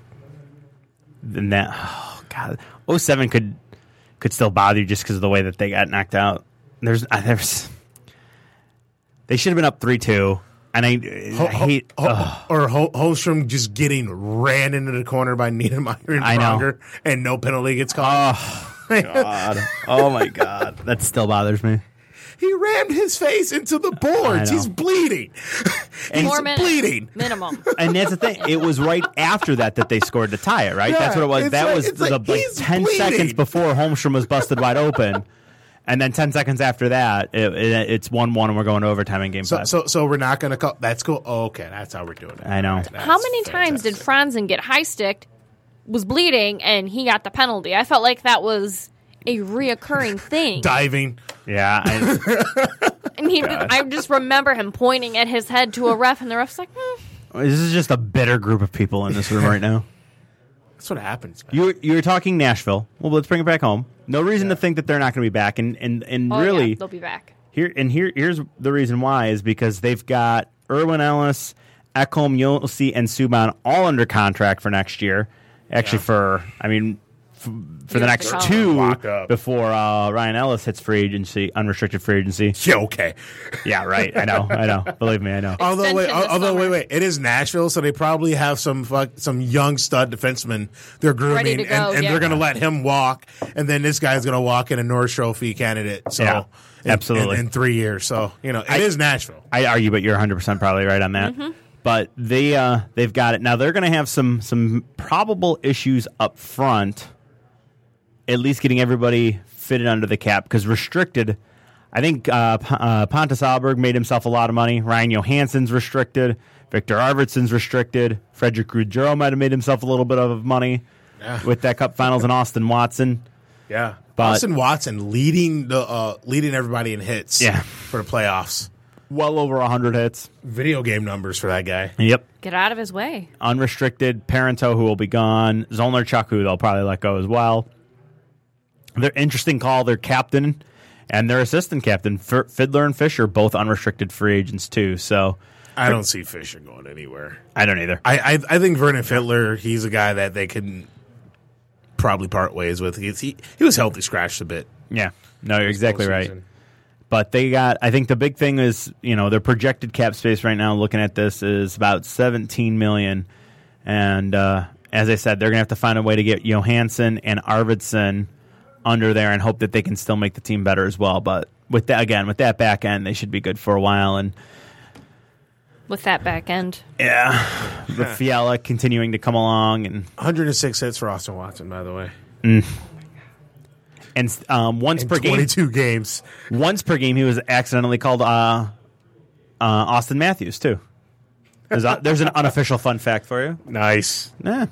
And that, oh god, 07 could could still bother you just because of the way that they got knocked out. There's, uh, there's, they should have been up three two, and I, I hate. oh,
Ho-
ugh.
or Ho- Holmstrom just getting ran into the corner by Niedermeyer and
I know.
Pronger and no penalty gets called.
God. Oh my god, that still bothers me.
He rammed his face into the boards.
I know.
He's bleeding. He's
Four minutes
bleeding.
minimum.
and that's the thing. It was right after that that they scored to tie it, right?
Yeah,
that's what it was.
it's
That
like-
was
it's
the,
like,
like
he's
10
bleeding.
seconds before Holmstrom was busted wide open. And then 10 seconds after that, it, it, it's 1 1 and we're going to overtime in game
So,
five.
so, so we're not going to call. That's cool. okay, that's how we're doing it.
I know.
Alright,
How
that's
many times did
fantastic.
Franzen get high sticked, was bleeding, and he got the penalty? I felt like that was a reoccurring thing.
diving?
yeah. I,
and he, I just remember him pointing at his head to a ref, and the ref's like, hmm.
this is just a bitter group of people in this room right now.
That's what happens. man.
You were, you were talking Nashville. Well, let's bring it back home. No reason to think that they're not going to be back. And, and, and
oh,
really,
yeah, they'll be back.
Here and here here's the reason why is because they've got Irwin Ellis, Ekholm, Yossi, and Subban all under contract for next year. Actually, for I mean, f- for the
Yeah,
next
they're all
locked
two
up.
before uh, Ryan Ellis hits free agency, unrestricted free agency.
Yeah, okay.
Yeah, right. I know. I know. Believe me, I know.
Although, wait,
Extension this
although, wait,
summer.
wait. It is Nashville, so they probably have some fuck, some young stud defenseman they're
Ready
grooming,
to
and,
go,
and
yeah.
they're going to let him walk, and then this guy's going to walk in a North Trophy candidate. So,
Yeah,
in-
absolutely.
in, in three years. So, you know, it is Nashville.
I argue, but you're 100 percent probably right on that. But they uh, they've got it now. They're going to have some some probable issues up front. At least getting everybody fitted under the cap because restricted. I think uh, P- uh, Pontus Alberg made himself a lot of money. Ryan Johansson's restricted. Victor Arvidsson's restricted. Frederick Ruggiero might have made himself a little bit of money with that Cup Finals and Austin Watson.
Yeah,
But-
Austin Watson leading the uh, leading everybody in hits.
Yeah.
for the playoffs.
Well over hundred hits.
Video game numbers for that guy.
Yep.
Get out of his way.
unrestricted Parento, who will be gone, Zollner Chuck, who they'll probably let go as well. Their interesting call, their captain and their assistant captain, F- Fiddler and Fisher, both unrestricted free agents too. So
I don't see Fisher going anywhere.
I don't either.
I I, I think Vernon Fittler, he's a guy that they can probably part ways with. He's, he he was healthy scratched a bit.
Yeah, no, you're exactly right.
Postseason.
But they got. I think the big thing is you know their projected cap space right now. Looking at this is about 17 million, and uh, as I said, they're gonna have to find a way to get Johansson and Arvidsson under there and hope that they can still make the team better as well. But with that again, with that back end, they should be good for a while. And
With that back end,
with Fiala continuing to come along and
106 hits for Austin Watson, by the way,
and um, once
in
per game,
22 games.
once per game he was accidentally called uh, uh, Austin Matthews too. There's, a, there's an unofficial fun fact for you.
Nice.
Nah.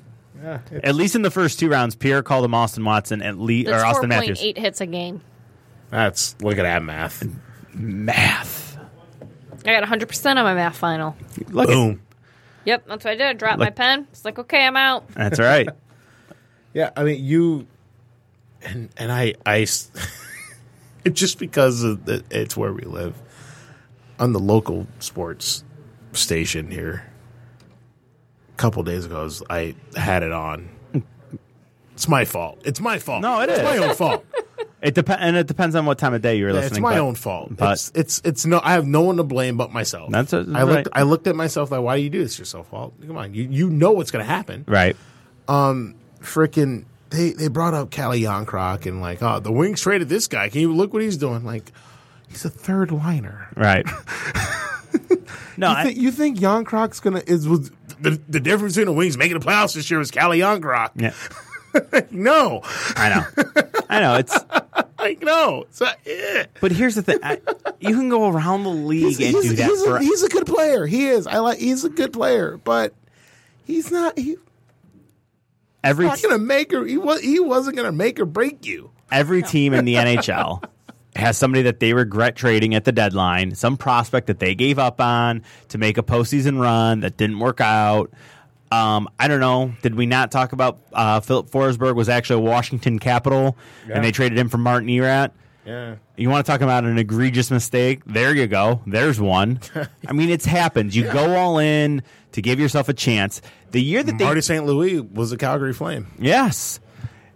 at least in the first two rounds, Pierre called him Austin Watson at least or
that's
Austin
four point
Matthews.
eight hits a game.
That's look at that math.
Math.
I got 100 percent on my math final.
Look, at-
Boom.
Yep, that's what I did. I dropped my
Like-
pen. It's like, okay, I'm out.
that's all right.
Yeah, I mean you, and and I I, s- just because of the, it's where we live, on the local sports station here. A couple days ago, I was- I had it on. It's my fault. It's my fault.
No, it
it is
is.
it's my own fault.
It depends, and it depends on what time of day you were
Yeah,
listening.
it's my
but-
own fault.
but-
it's, it's it's no. I have no one to blame but myself.
That's a-
I looked.
right.
I looked at myself like, why do you do this? It's your fault. Come on, you you know what's going to happen
Right.
freaking they they brought up Cali Yonkrock and like, oh, the Wings traded this guy. Can you look what he's doing? Like, he's a third liner.
Right. no,
You, thi-
I,
you think Yonkrock's gonna is was the, the difference between the Wings making the playoffs this year was Cali Yonkrock?
yeah,
No,
I know. I know. It's
like no. So, eh.
but here's the thing. I, you can go around the league
he's,
and
he's-
do that
he's
for
a, he's a good player. He is. I like. He's a good player, but he's not. He,
every
not gonna make or he was. He wasn't gonna make or break you.
Every team in the NHL has somebody that they regret trading at the deadline, some prospect that they gave up on to make a postseason run that didn't work out. Um, I don't know. Did we not talk about uh, Philip Forsberg was actually a Washington Capital and they traded him for Martin Erat?
Yeah.
You want to talk about an egregious mistake? There you go. There's one. I mean, it's happened. You go all in to give yourself a chance. The year that they
Marty St. Louis was a Calgary Flame.
yes,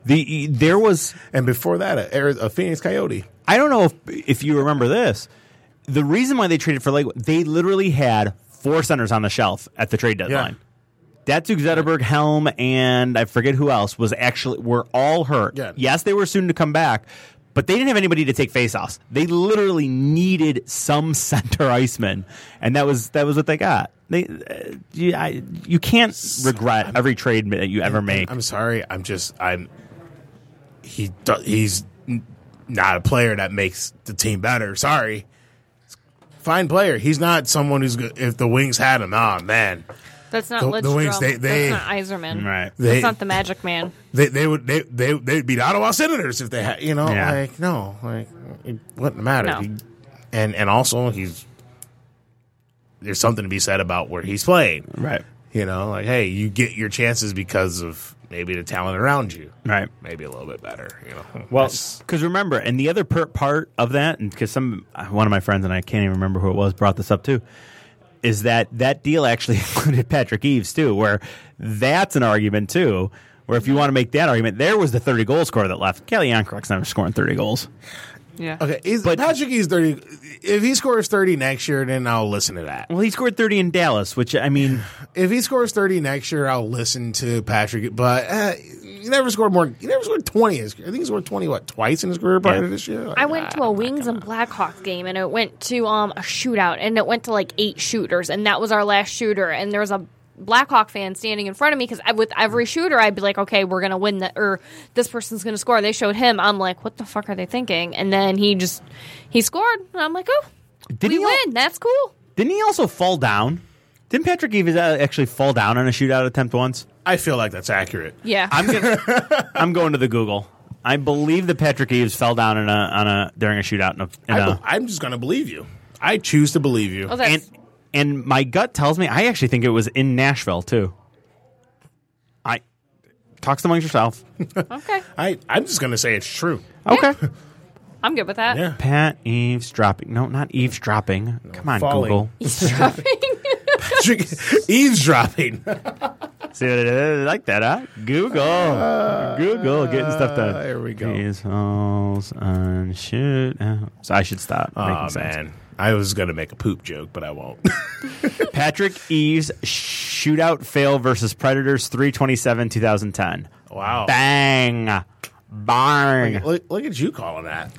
the there was
And before that, a, Ari- a Phoenix Coyote.
I don't know if if you remember this. The reason why they traded for Lake, they literally had four centers on the shelf at the trade deadline. Datsuk Zetterberg, Helm, and I forget who else was actually were all hurt.
Yeah.
Yes, they were soon to come back, But they didn't have anybody to take faceoffs. They literally needed some center iceman, and that was that was what they got. They uh, you, I, you can't regret every trade that you ever make.
I'm sorry. I'm just I'm. He do- he's n- not a player that makes the team better. Sorry, fine player. He's not someone who's good. If the Wings had him, ah man,
That's not
The-
Lidstrom.
the Wings, they- they-
That's not Iserman.
Right.
They-
That's not the Magic Man.
they they would they they they'd beat Ottawa Senators if they had you know
Yeah.
like no like it wouldn't matter.
No.
He- and and also he's there's something to be said about where he's playing.
Right.
You know, like hey, you get your chances because of maybe the talent around you.
Right.
Maybe a little bit better. You know.
Well, because remember, and the other per- part of that, and because some one of my friends and I can't even remember who it was brought this up too, is that that deal actually included Patrick Eves too, where that's an argument too. Where if you want to make that argument, there was the thirty goal scorer that left. Kelly Ankrok's never scoring thirty goals.
Yeah.
Okay, he's, Patrick is thirty. If he scores thirty next year, then I'll listen to that.
Well, he scored thirty in Dallas, which I mean,
If he scores thirty next year, I'll listen to Patrick. But uh, he never scored more. He never scored twenty. in His, I think he scored twenty what twice in his career prior
Yeah.
to this year. Like,
I went to a Wings and Blackhawks game, and it went to um, a shootout, and it went to like eight shooters, and that was our last shooter. And there was a Blackhawk fan standing in front of me because with every shooter, I'd be like, "Okay, we're gonna win that," or "This person's gonna score." They showed him. I'm like, "What the fuck are they thinking?" And then he just he scored, and I'm like, "Oh,
Did
we
he al-
win? That's cool."
didn't he also fall down? Didn't Patrick Eves uh, actually fall down on a shootout attempt once?
I feel like that's accurate.
Yeah,
I'm gonna, I'm going to the Google. I believe that Patrick Eves fell down in a on a during a shootout. In a, in
I,
a-
be- I'm just gonna believe you. I choose to believe you.
oh,
and
that's,
and my gut tells me I actually think it was in Nashville too. I talks amongst yourself.
okay.
I I'm just gonna say it's true.
Okay.
I'm good with that.
Yeah.
Pat eavesdropping. No, not eavesdropping. Come on,
falling.
Google.
Patrick eavesdropping.
See what I did? I like that, huh? Google. Google getting stuff done.
there Uh, we go.
These holes on shootout. So I should stop.
oh
making sense.
man, I was gonna make a poop joke, but I won't.
Patrick Eves shootout fail versus Predators 327 2010.
wow.
Bang. Bang.
Look, look at you calling that.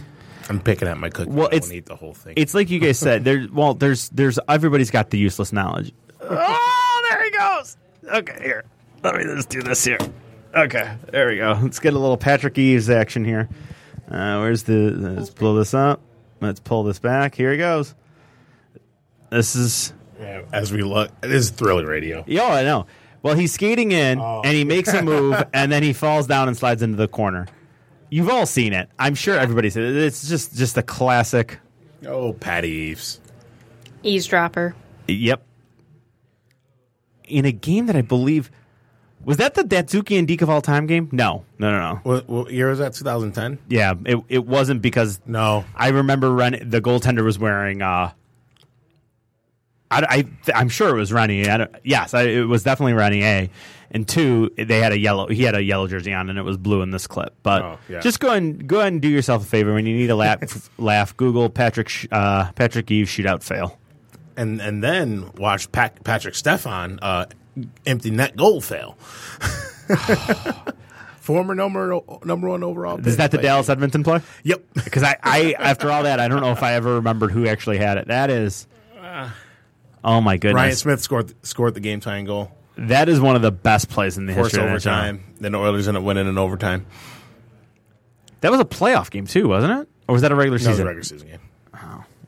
I'm picking up my cookie.
Well,
Well, I
it's-
won't eat the whole thing.
It's like you guys said there well there's there's everybody's got the useless knowledge. oh, there he goes. Okay, here. Let me just do this here. Okay, there we go. Let's get a little Patrick Eves action here. Uh, where's the let's blow this up. Let's pull this back. Here he goes. This is
Yeah, as we look, it is Thriller Radio.
Yo, I know. Well, he's skating in and he makes a move and then he falls down and slides into the corner. You've all seen it. I'm sure everybody's seen it. It's just just a classic.
Oh, Patty Eves.
Eavesdropper.
Yep. In a game that I believe was that the Datsuki and Deke of all time game? No, no, no, no.
What, what year was that? 2010?
Yeah, it it wasn't because
No.
I remember Ren, the goaltender was wearing. Uh, I, I am sure it was Rennie. I don't, yes, I, it was definitely Rennie. A and two, they had a yellow. He had a yellow jersey on, and it was blue in this clip. But
Oh, yeah.
just go and go and do yourself a favor when you need a laugh. laugh. Google Patrick Sh- uh, Patrick Eve shootout fail.
And and then watch Pat, Patrick Stefan uh, empty net goal fail. Former number number one overall.
Is
pick.
that the
Like,
Dallas Edmonton play?
Yep.
Because I, I after all that, I don't know if I ever remembered who actually had it. That is.
Uh,
Oh my goodness!
Ryan Smith scored scored the game tying goal.
That is one of the best plays in the
Forced
history of the NHL.
overtime. Then the Oilers ended up winning in overtime.
That was a playoff game too, wasn't it? Or was that a regular
That was a
season?
regular season game.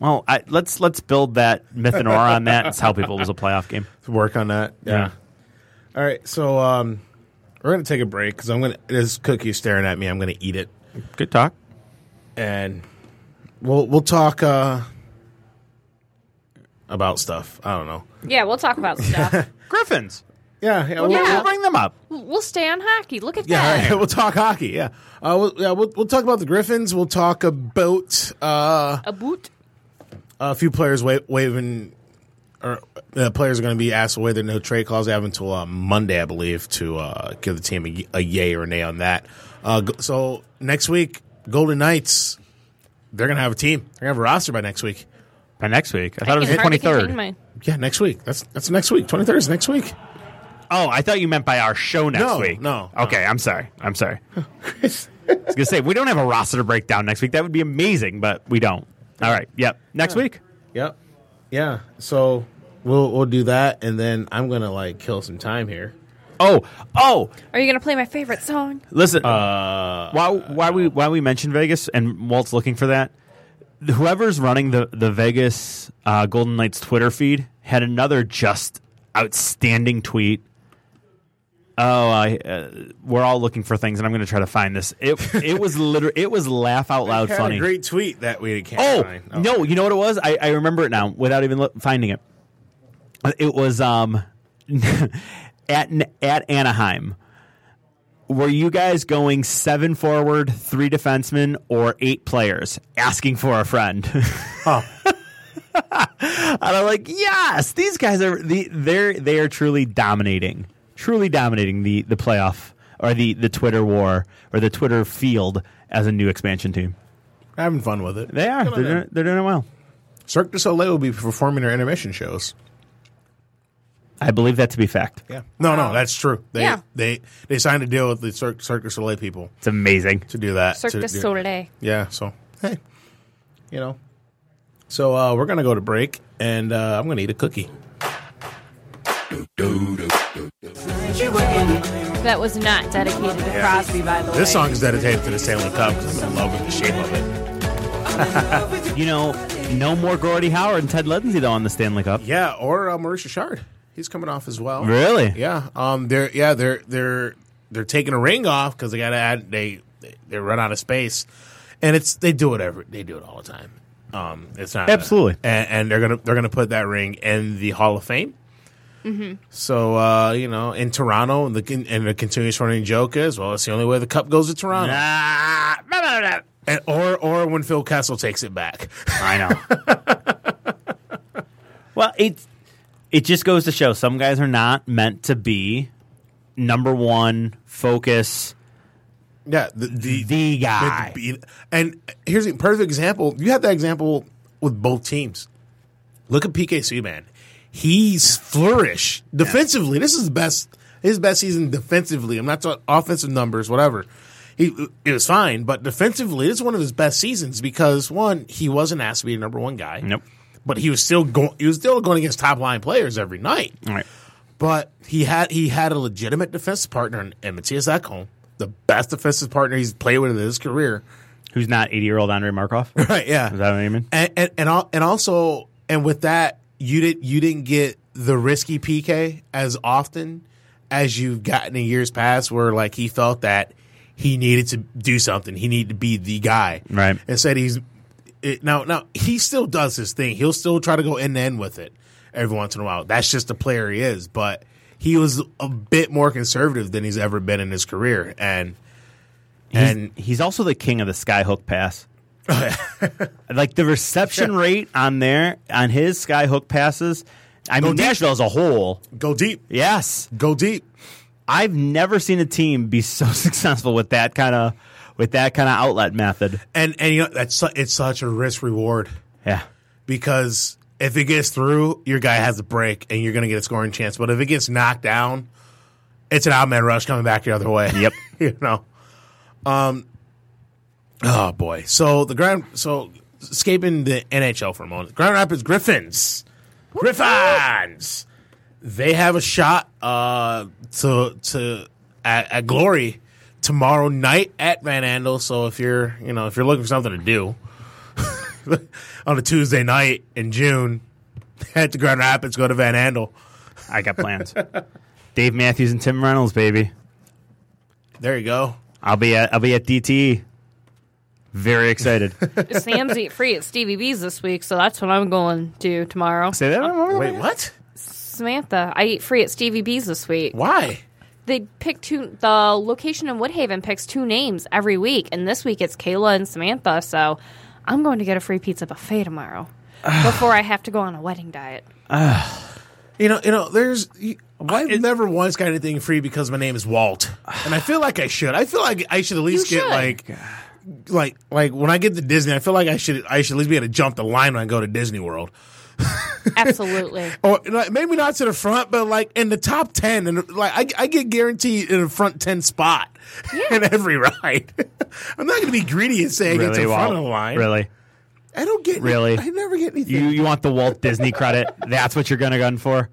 Well, I, let's let's build that myth and aura on that and tell people it was a playoff game.
Work on that. All right, so um, we're gonna take a break because I'm gonna. This cookie's staring at me. I'm gonna eat it,
good talk.
and we'll we'll talk uh, about stuff. I don't know.
Yeah, we'll talk about stuff.
Griffins,
Yeah, yeah,
We'll-
we'll,
Yeah.
we'll bring them up.
we'll we'll stay on hockey. Look at
yeah, all
that.
right, we'll talk hockey. Yeah, uh, we'll, yeah, we'll we'll talk about the Griffins. We'll talk about uh,
A boot.
a few players wa- waving. Or uh, players are going to be asked whether no trade clause they have until uh, Monday, I believe, to uh, give the team a, y- a yay or nay on that. Uh, go- so next week, Golden Knights, they're going to have a team. They're going to have a roster by next week.
By next week, I thought it was the
It's hard
twenty
to contain
third.
my-
Yeah, next week. That's that's next week. Twenty third is next week.
Oh, I thought you meant by our show next
No,
week.
no, no.
okay, I'm sorry. I'm sorry.
Chris,
I was gonna say we don't have a roster breakdown next week. That would be amazing, but we don't. All right. Yep. Next week.
Yep. Yeah. So we'll we'll do that, and then I'm gonna like kill some time here.
Oh. Oh.
Are you going to play my favorite song?
Listen. why why we why we mentioned Vegas and Walt's looking for that? Whoever's running the the Vegas uh, Golden Knights Twitter feed had another just outstanding tweet. Oh, I uh, we're all looking for things, and I'm going to try to find this. It it was literally it was laugh out loud
Had
funny.
A great tweet that we can't
Oh,
find.
no, you know what it was? I, I remember it now without even look, finding it. It was um at at Anaheim. Were you guys going seven forward, three defensemen, or eight players? Asking for a friend. and I'm like, yes, these guys are the they're they are truly dominating, truly dominating the the playoff or the the Twitter war or the Twitter field as a new expansion team.
Having fun with it.
They are.
Come
They're
on
doing,
in.
it- they're doing it well.
Cirque du Soleil will be performing their intermission shows.
I believe that to be fact.
Yeah. No, no, that's true. They
Yeah.
they they signed a deal with the Cirque, Cirque du Soleil people
It's amazing.
to do that.
Cirque
to
du
do-
Soleil.
Yeah. So hey, you know. So uh, we're gonna go to break, and uh, I'm gonna eat a cookie.
That was not dedicated to Crosby, by the way.
This song is dedicated to the Stanley Cup because I'm in love with the shape of it.
You know, no more Gordy Howard and Ted Lindsay though on the Stanley Cup.
Yeah, or uh, Maurice Shard. He's coming off as well.
Really?
Yeah. Um. They're yeah they're they're they're taking a ring off because they gotta add they they run out of space, and it's they do it every they do it all the time. Um. It's not
Absolutely.
and, and they're gonna they're gonna put that ring in the Hall of Fame. So uh, you know, in Toronto, and the and the continuous running joke is well, it's the only way the cup goes to Toronto,
Ah, blah, blah, blah.
and, or or when Phil Kessel takes it back.
I know. well, it it just goes to show some guys are not meant to be number one focus.
yeah, the, the
The guy.
Meant to be- And here's a perfect example. You have that example with both teams. Look at PK Subban. He's flourished defensively. This is the best his best season defensively. I'm not talking offensive numbers, whatever. He it was fine, but defensively, this is one of his best seasons because one, he wasn't asked to be a number one guy.
Nope.
But he was still going. He was still going against top line players every night
All right.
but he had he had a legitimate defensive partner in, in Matthias Ekholm, the best defensive partner he's played with in his career.
Who's not eighty year old Andre Markov? Is
Right? Yeah.
that what you mean?
And and and, al- and also and with that you didn't you didn't get the risky PK as often as you've gotten in years past, where like he felt that he needed to do something, he needed to be the guy,
Right.
And said he's it, now now he still does his thing. He'll still try to go end to end with it every once in a while. That's just the player he is. But he was a bit more conservative than he's ever been in his career, and and
he's, he's also the king of the skyhook pass.
Oh,
like the reception rate on there on his skyhook passes. I mean,
deep.
Nashville as a whole.
go deep,
Yes,
go deep.
I've never seen a team be so successful with that kind of with that kind of outlet method.
And and you know that's su- it's such a risk reward
Yeah,
because if it gets through, your guy has a break and you're going to get a scoring chance. But if it gets knocked down, it's an out man rush coming back the other way.
Yep.
you know. Um. Oh boy. So the ground. So escaping the NHL for a moment. Grand Rapids Griffins. Griffins. They have a shot uh, to to at, at glory tomorrow night at Van Andel. So if you're you know if you're looking for something to do on a Tuesday night in June, head to Grand Rapids, go to Van Andel.
I got plans. Dave Matthews and Tim Reynolds, baby.
There you go.
I'll be at I'll be at DTE. Very excited.
Sam's Eat Free at Stevie B's this week, so that's what I'm going to tomorrow.
Say that. one more
Wait,
time.
what?
Samantha, I eat free at Stevie B's this week.
Why?
They pick two. The location in Woodhaven picks two names every week, and this week it's Kayla and Samantha. So I'm going to get a free pizza buffet tomorrow before I have to go on a wedding diet.
You know, you know, there's. you- I've never once got anything free because my name is Walt, and I feel like I should. I feel like I should at least
You
get
should.
like, like, like when I get to Disney, I feel like I should. I should at least be able to jump the line when I go to Disney World.
Absolutely.
or like, maybe not to the front, but like in the top ten, and like I, I get guaranteed in the front ten spot in every ride. I'm not going to be greedy and say I get to
Really,
the front
Walt?
of the line.
Really,
I don't get any-
Really?
I never get anything.
you you want the Walt Disney credit? That's what you're gonna gun for?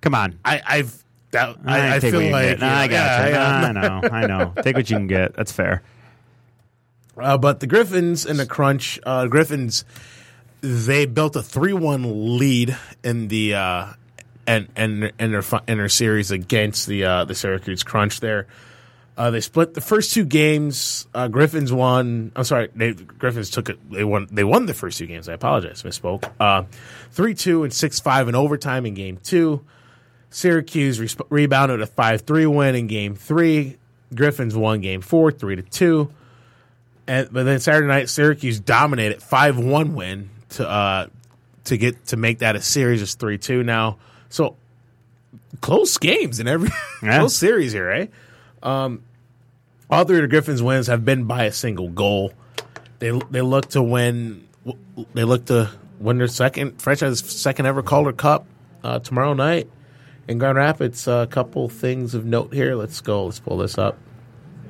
Come on.
I, I've that
I,
I, I
take
feel
what you
like
can get. Nah, I
yeah,
got you.
yeah, yeah.
Nah, I know. I know. Take what you can get. That's fair.
Uh, but the Griffins and the Crunch uh, Griffins, they built a three-one lead in the uh, and and in their fi- in their series against the uh, the Syracuse Crunch. There, uh, they split the first two games. Uh, Griffins won. I'm sorry, they, Griffins took it. They won. They won the first two games. I apologize, misspoke. Uh, Three-two and six-five in overtime in game two. Syracuse resp rebounded a five-three win in game three. Griffins won game four, three to two. And but then Saturday night, Syracuse dominated five one win to uh to get to make that a series is three two now. So close games in every
Yeah.
close series here, right? Um, all three of the Griffins' wins have been by a single goal. They they look to win. They look to win their second franchise's second ever Calder Cup uh, tomorrow night in Grand Rapids. uh, A couple things of note here. Let's go. Let's pull this up.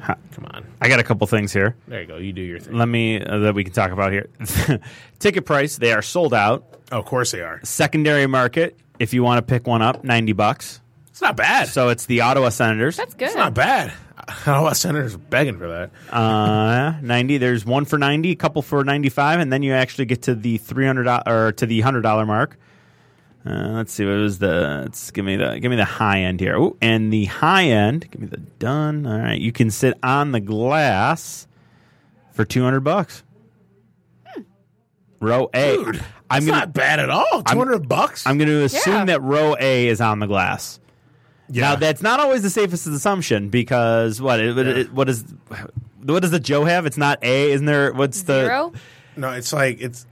Come on.
I got a couple things here.
There you go. You do your thing.
Let me uh, that we can talk about here. Ticket price, they are sold out.
Oh, of course they are.
Secondary market, if you want to pick one up, 90 bucks.
It's not bad.
So it's the Ottawa Senators.
That's good.
It's not bad. I know senators are begging for that.
Uh, 90. There's one for 90, a couple for 95, and then you actually get to the 300 do- or to the $100 mark. Uh, let's see what was the let's give me the give me the high end here. Ooh, and the high end, give me the done. All right, you can sit on the glass for 200 bucks. Row A.
Hmm. Dude,
I'm
it's
gonna
not bad at all. Two hundred bucks.
I'm going to assume
Yeah.
that row A is on the glass. Now that's not always the safest assumption because what it, it, what is what does the Joe have? It's not A, isn't there? What's the
Zero?
no, it's like it's.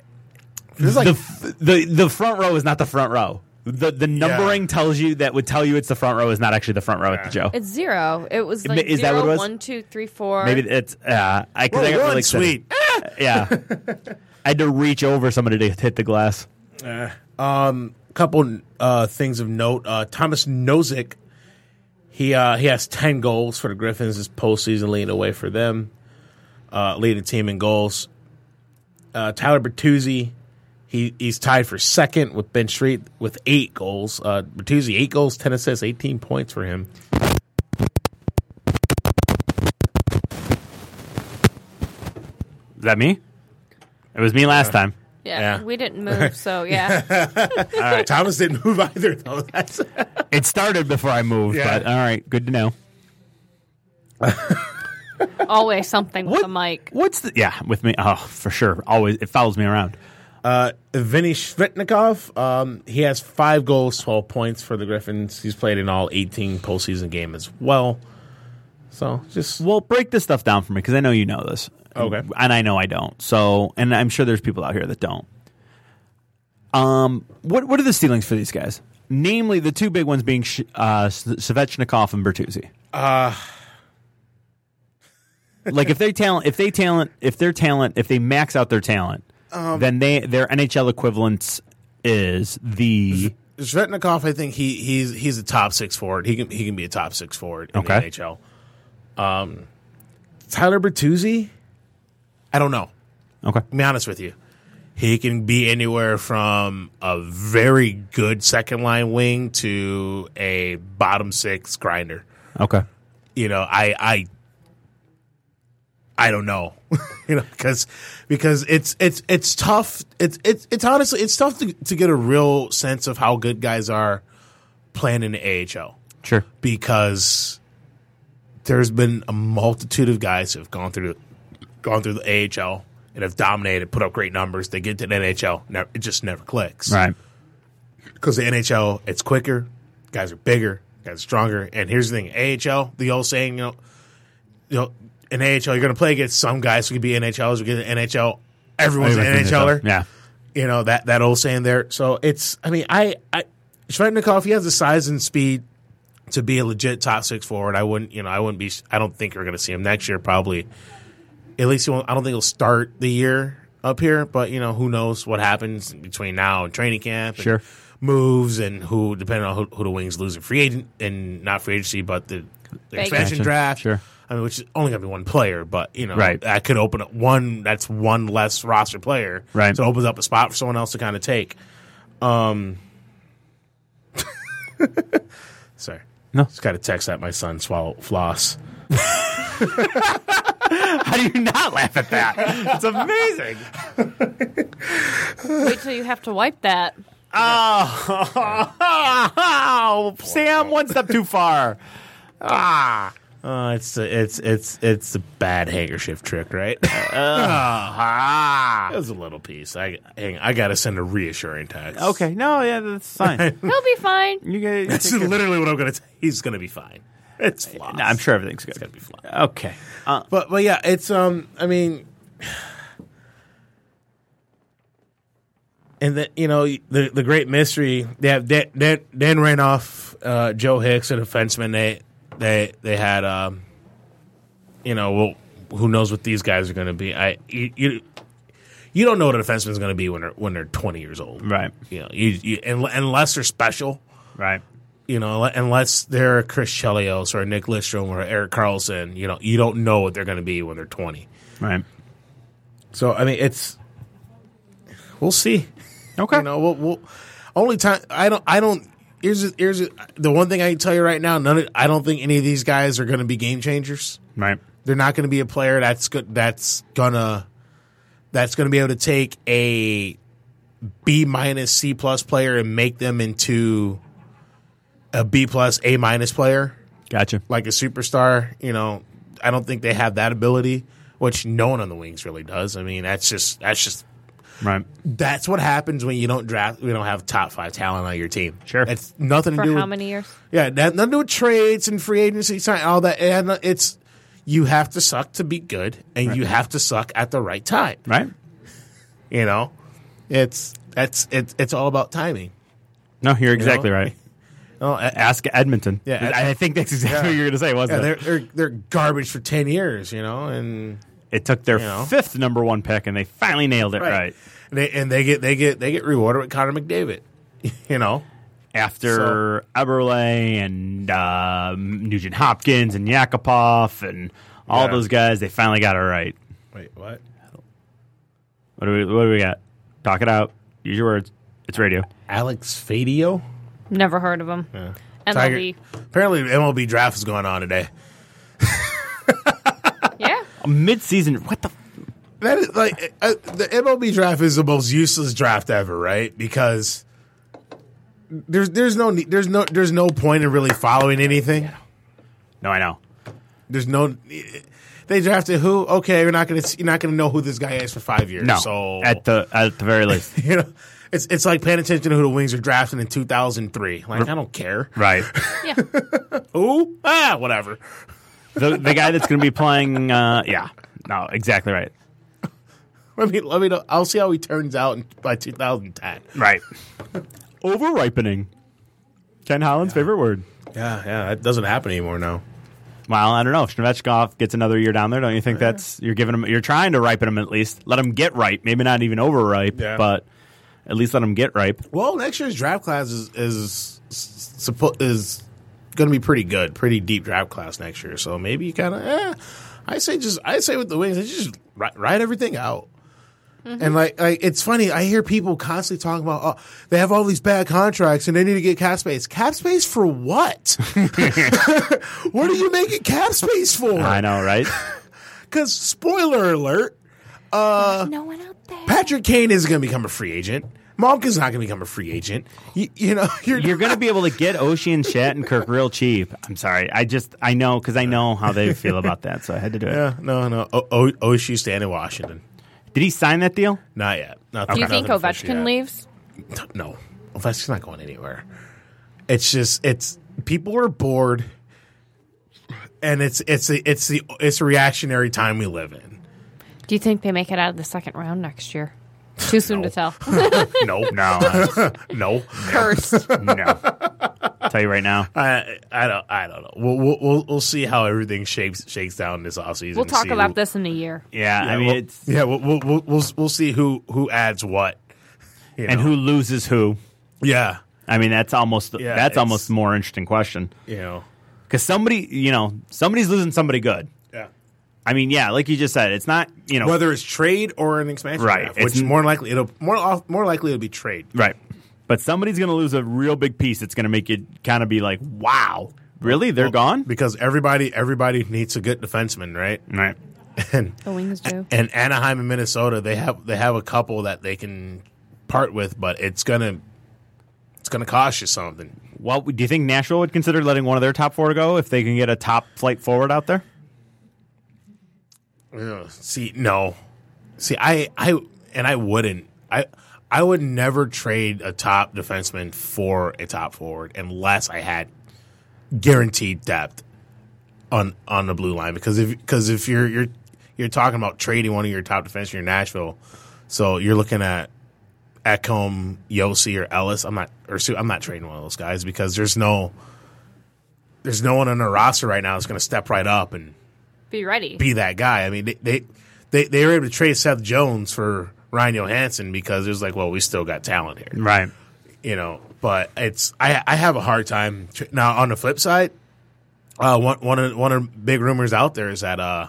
This is like
the f- the the front row is not the front row. The the numbering tells you that would tell you it's the front row is not actually the front row at the Joe.
It's zero. It was like
is that what it
zero,
was?
one, two, three, four.
Maybe it's uh, I because I got
Row
really
one,
excited.
sweet.
Yeah, I had to reach over somebody to hit the glass.
couple uh, things of note. Uh, Thomas Nozick, he uh, he has ten goals for the Griffins this postseason, leading away for them, uh, leading the team in goals. Uh, Tyler Bertuzzi, he he's tied for second with Ben Street with eight goals. Uh, Bertuzzi eight goals, ten assists, eighteen points for him.
Is that me? It was me last time.
yeah,
yeah.
we didn't move, so yeah.
Thomas didn't move either though. That's
It started before I moved,
Yeah.
but all right, good to know.
Always something with the mic.
What's the yeah with me? Oh, for sure. Always it follows me around.
Vinny Svitnikov, um, he has five goals, 12 points for the Griffins. He's played in all 18 postseason game as well. So just
Well, break this stuff down for me because I know you know this.
Okay.
and I know I don't. So, and I'm sure there's people out here that don't. Um, what what are the ceilings for these guys? Namely, the two big ones being Sh- uh, S- Svechnikov and Bertuzzi. Uh. like if they talent, if they talent, if their talent, if they max out their talent, then they their NHL equivalence is the
Zvetnikov, I think he he's he's a top six forward. He can he can be a top six forward in
Okay.
the NHL. Um, Tyler Bertuzzi, I don't know.
okay.
be honest with you. He can be anywhere from a very good second line wing to a bottom six grinder.
Okay.
you know, I I I don't know, you know, because because it's it's it's tough. It's it's it's honestly it's tough to to get a real sense of how good guys are playing in the AHL
Sure.
because there's been a multitude of guys who have gone through the, gone through the AHL and have dominated, put up great numbers. They get to the NHL, never, it just never clicks
Right.
because the NHL it's quicker, guys are bigger, guys are stronger. And here's the thing: AHL, the old saying, you know, you know, in AHL you're going to play against some guys who could be NHLers, who get an NHL, everyone's an NHLer.
Yeah.
You know that that old saying there. So it's, I mean, I, I Svechnikov, he has the size and speed to be a legit top six forward. I wouldn't, you know, I wouldn't be. I don't think we're going to see him next year. Probably, at least he won't, I don't think he'll start the year up here, but you know who knows what happens between now and training camp. and
Sure.
moves and who depending on who, who the Wings lose in free agent and not free agency, but the, the
Big.
expansion
Expansion,
draft.
sure.
I mean, which is only gonna be one player, but you know,
Right.
that could open up one. That's one less roster player,
Right.
So it opens up a spot for someone else to kind of take. Um, sorry,
No.
just got to text that my son swallow floss.
How do you not laugh at that? It's amazing.
Wait till you have to wipe that.
Oh, Sam, one step too far.
Ah. Uh, it's a, it's it's it's a bad handkerchief trick, right? Ah. it was a little piece. I hang, I gotta send a reassuring text.
Okay, no, yeah, that's fine.
He'll be fine.
You guys,
that's literally what I'm gonna. T- he's gonna be fine. It's floss.
Nah, I'm sure everything's good.
it's gonna be fine.
Okay. Uh,
But but yeah, it's um. I mean, and then you know the the great mystery. They have Dan Dan, Dan Ranoff, uh, Joe Hicks, and a defenseman. They they they had um. You know, well, who knows what these guys are going to be? I you, you you don't know what a defenseman's going to be when they're when they're 20 years old,
right,
You know, you, you unle- unless they're special
right.
you know, unless they're a Chris Chelios or a Nick Lidstrom or Eric Carlson, you know, you don't know what they're going to be when they're 20.
Right.
So, I mean, it's we'll see.
Okay.
You know, we'll, we'll only time I don't I don't here's the- here's the- the one thing I can tell you right now, none of, I don't think any of these guys are going to be game changers.
Right.
They're not going to be a player that's good that's going to that's going to be able to take a B minus C plus player and make them into a B plus A minus player
Gotcha.
like a superstar. You know, I don't think they have that ability, which no one on the Wings really does. I mean, that's just that's just
Right.
that's what happens when you don't draft. We don't have top five talent on your team.
Sure.
it's nothing to
For
do
how
with,
many years?
Yeah, that, nothing to do with trades and free agency sign all that. It had no- it's you have to suck to be good, and you have to suck at the right time.
Right.
You know, it's that's it's it's all about timing.
No, you're exactly right.
Oh, a-
Ask Edmonton.
Yeah, Ed-
I I think that's exactly what you were going to say,
yeah,
wasn't
they're
it?
they're they're garbage for ten years, you know, and
It took their
know.
fifth number one pick, and they finally nailed it right,
And they, and they get they get they get rewarded with Connor McDavid. You know,
after Eberle and uh, Nugent Hopkins and Yakupov and all
Yeah.
those guys. They finally got it right.
wait, what?
What do we? What do we got? Talk it out. Use your words. It's radio.
Alex Fadio?
Never heard of him. MLB.
Apparently, the MLB draft is going on today.
Yeah.
A mid-season. What the?
That is like uh, the MLB draft is the most useless draft ever, right? Because there's there's no need- there's no there's no point in really following anything.
No, I know.
There's no they drafted who? Okay, we're not gonna see- you're not gonna know who this guy is for five years.
No.
so
At the at the very least.
you know, it's it's like paying attention to who the Wings are drafting in 2003. Like I don't care.
right.
Yeah.
Who? Ah, whatever.
The the guy that's going to be playing. Uh, yeah. No, exactly right.
Let me let me. Know. I'll see how he turns out in, by 2010.
Right. Overripening. Ken Holland's favorite word.
Yeah, yeah. It doesn't happen anymore now.
Well, I don't know. If Shnovechkov gets another year down there, don't you think that's you're giving him? You're trying to ripen him at least. Let him get ripe. Maybe not even overripe,
Yeah.
but at least let him get ripe.
Well, next year's draft class is is is, is going to be pretty good, pretty deep draft class next year. So maybe you kind of. Eh, I say just I say with the Wings, they just write, write everything out. And like, like, it's funny. I hear people constantly talking about, oh, they have all these bad contracts and they need to get cap space. Cap space for what? what are you making cap space for?
I know, right?
Because spoiler alert, uh,
no one out there.
Patrick Kane is going to become a free agent. Malkin's not going to become a free agent. You, you know, you're,
you're going to be able to get Ocean Shattenkirk real cheap. I'm sorry. I just I know because I know how they feel about that, so I had to do it.
yeah, no, no. O- o- OSU staying in Washington.
Did he sign that deal?
Not yet. Not
Do you
nothing
think
official
Ovechkin
yet.
leaves?
No, Ovechkin's not going anywhere. It's just it's people are bored, and it's it's the it's the it's a reactionary time we live in.
Do you think they make it out of the second round next year? Too soon to tell.
No,
No,
no.
Cursed.
no. It's tell you right now.
I I don't I don't know. We'll we'll we'll, we'll see how everything shapes shakes down this offseason.
We'll
to
talk
see
about
who-
this in a year.
Yeah, I mean,
we'll,
it's
yeah, we'll, we'll we'll we'll we'll see who who adds what, you
and
know?
who loses who.
Yeah,
I mean, that's almost
Yeah,
that's
it's-
almost the more interesting question
you know.
because somebody, you know, somebody's losing somebody good.
Yeah.
I mean, yeah, like you just said, it's not you know
Whether it's trade or an expansion,
Right,
draft,
it's
which
n-
more likely it'll more off, more likely it'll be trade.
right, but somebody's going to lose a real big piece. It's going to make you kind of be like, wow, really, they're gone.
because everybody everybody needs a good defenseman, right?
Right.
And
The Wings do.
and Anaheim and Minnesota they have they have a couple that they can part with, but it's gonna it's gonna cost you something.
Well, do you think Nashville would consider letting one of their top four go if they can get a top flight forward out there?
Ugh, see, no, see, I I and I wouldn't I. I would never trade a top defenseman for a top forward unless I had guaranteed depth on on the blue line because if because if you're you're you're talking about trading one of your top defensemen in Nashville, so you're looking at Ekholm, Yossi, or Ellis. I'm not or Su- I'm not trading one of those guys because there's no there's no one on the roster right now that's going to step right up and
Be ready.
be that guy. I mean, they they they, they were able to trade Seth Jones for Ryan Johansson because it was like, well, we still got talent here,
Right.
you know. But it's I I have a hard time tr- now. On the flip side, uh, one one of one of the big rumors out there is that uh,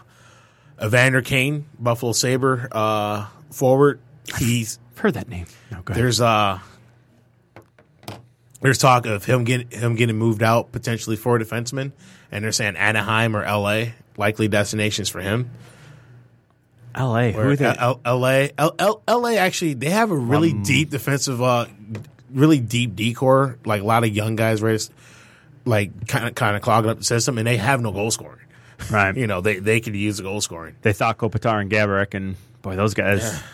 Evander Kane, Buffalo Saber uh, forward, he's
I've heard that name. No, go ahead.
there's uh there's talk of him getting him getting moved out potentially for a defenseman, and they're saying Anaheim or L.A. likely destinations for him.
L.A. Who
Or
are they? Um,
L- L- LA, L- L- LA actually they have a really deep defensive, uh, really deep decor. Like a lot of young guys, ready, to- like kind of kind of clogging up the system, and they have no goal scoring.
right.
You know, they they could use the goal scoring.
they thought Kopitar and Gabarek, and boy, those guys.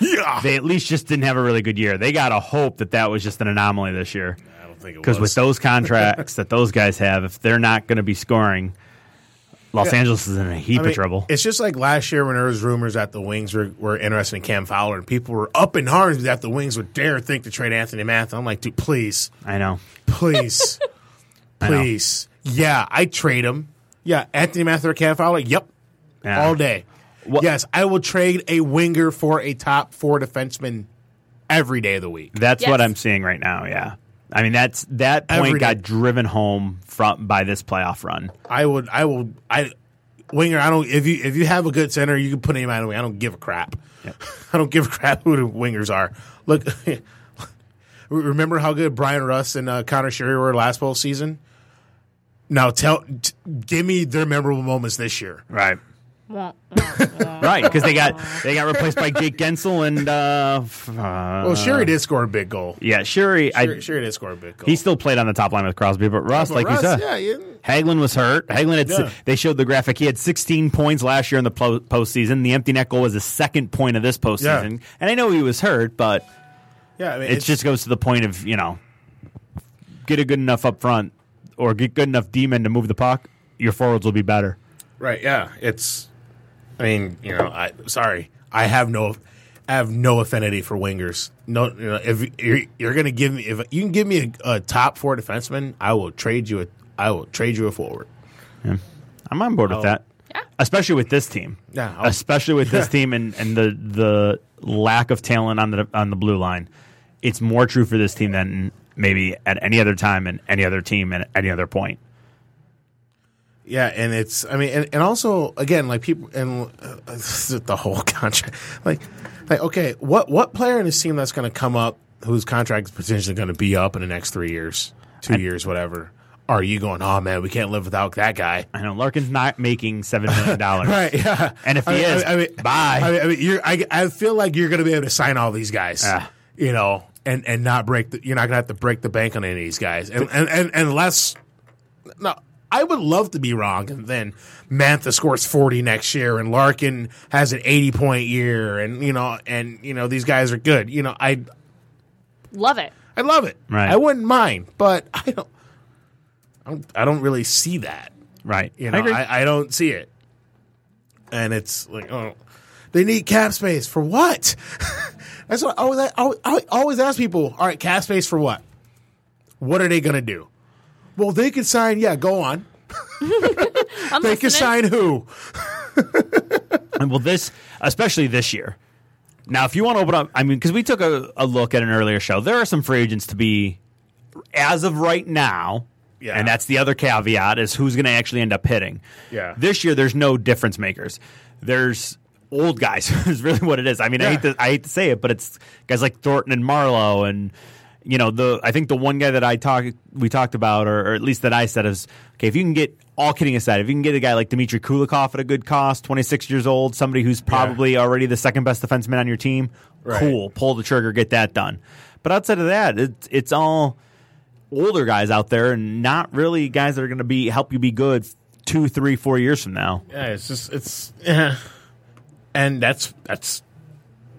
Yeah,
They at least just didn't have a really good year. They got to hope that that was just an anomaly this year.
I don't think it
Because with those contracts that those guys have, if they're not going to be scoring, Los Angeles is in a heap
I mean,
of trouble.
It's just like last year when there was rumors that the Wings were, were interested in Cam Fowler, and people were up in arms that the Wings would dare think to trade Anthony Math. I'm like, dude, please,
I know.
please,
know.
please. Yeah, I trade him. Yeah, Anthony Math or Cam Fowler. Yep,
Yeah.
all day.
What-
Yes, I will trade a winger for a top four defenseman every day of the week.
That's what
Yes.
I'm seeing right now. Yeah. I mean, that's that point
Every
got
day.
driven home from by this playoff run.
I would, I will, I winger. I don't. If you if you have a good center, you can put him out of the way. I don't give a crap. I don't give a crap who the wingers are. Look, remember how good Brian Russ and uh, Connor Sherry were last postseason. Now tell, t- give me their memorable moments this year.
Right.
Wah,
Right, because they got they got replaced by Jake Gensel and uh, f- uh
Well, Sherry did score a big goal.
yeah, Sherry.
Sherry,
I,
Sherry did score a big goal.
he still played on the top line with Crosby, but Russ,
But
like
Russ,
you said,
yeah, yeah.
Hagelin was hurt. Hagelin had
Yeah.
they showed the graphic. He had 16 points last year in the po- postseason. The empty net goal was the second point of this postseason. And I know he was hurt, but
yeah I mean,
it just goes to the point of you know, get a good enough up front or get good enough demon to move the puck. Your forwards will be better.
Right. Yeah. It's. I mean, you know, I sorry, I have no, I have no affinity for wingers. No, you know, if you're, you're gonna give me, if you can give me a, a top four defenseman, I will trade you a, I will trade you a forward.
I'm on board with that.
Yeah.
Especially with this team.
Oh. Yeah, I'll-
Especially with this team and, and the the lack of talent on the on the blue line. It's more true for this team than maybe at any other time and any other team and any other point.
Yeah, and it's I mean, and, and also again, like people and uh, this is the whole contract, like, like okay, what what player in this team that's going to come up whose contract is potentially going to be up in the next three years, two years, whatever? Are you going? Oh man, we can't live without that guy.
I know Larkin's not making seven million dollars.
Right. Yeah.
And if he is, bye.
I mean, I mean, you're, I, I feel like you're going to be able to sign all these guys.
Ah.
You know, and and not break. The, you're not going to have to break the bank on any of these guys, and and, and unless no. I would love to be wrong, and then Mantha scores forty next year, and Larkin has an eighty point year, and you know, and you know these guys are good. You know, I
Love it.
I love it.
Right.
I wouldn't mind, but I don't, I don't, I don't really see that.
Right.
You know, I, I, don't see it. And it's like, oh, they need cap space for what? That's what I always, I always, I always ask people. All right, cap space for what? What are they going to do? Well, they could sign. Yeah, go on.
I'm
They
listening.
could sign who?
And well, this, especially this year. Now, if you want to open up, I mean, because we took a, a look at an earlier show, there are some free agents to be, as of right now,
Yeah.
and that's the other caveat is who's going to actually end up hitting.
Yeah.
This year, there's no difference makers. There's old guys. is really what it is. I mean, I hate
Yeah.
to I hate to say it, but it's guys like Thornton and Marlowe and. You know the. I think the one guy that I talked, we talked about, or, or at least that I said is okay. If you can get all kidding aside, if you can get a guy like Dmitry Kulikov at a good cost, twenty six years old, somebody who's probably already the second best defenseman on your team,
Right.
cool. Pull the trigger, get that done. But outside of that, it's it's all older guys out there and not really guys that are going to be help you be good two, three, four years from now.
Yeah, it's just it's, yeah. and that's that's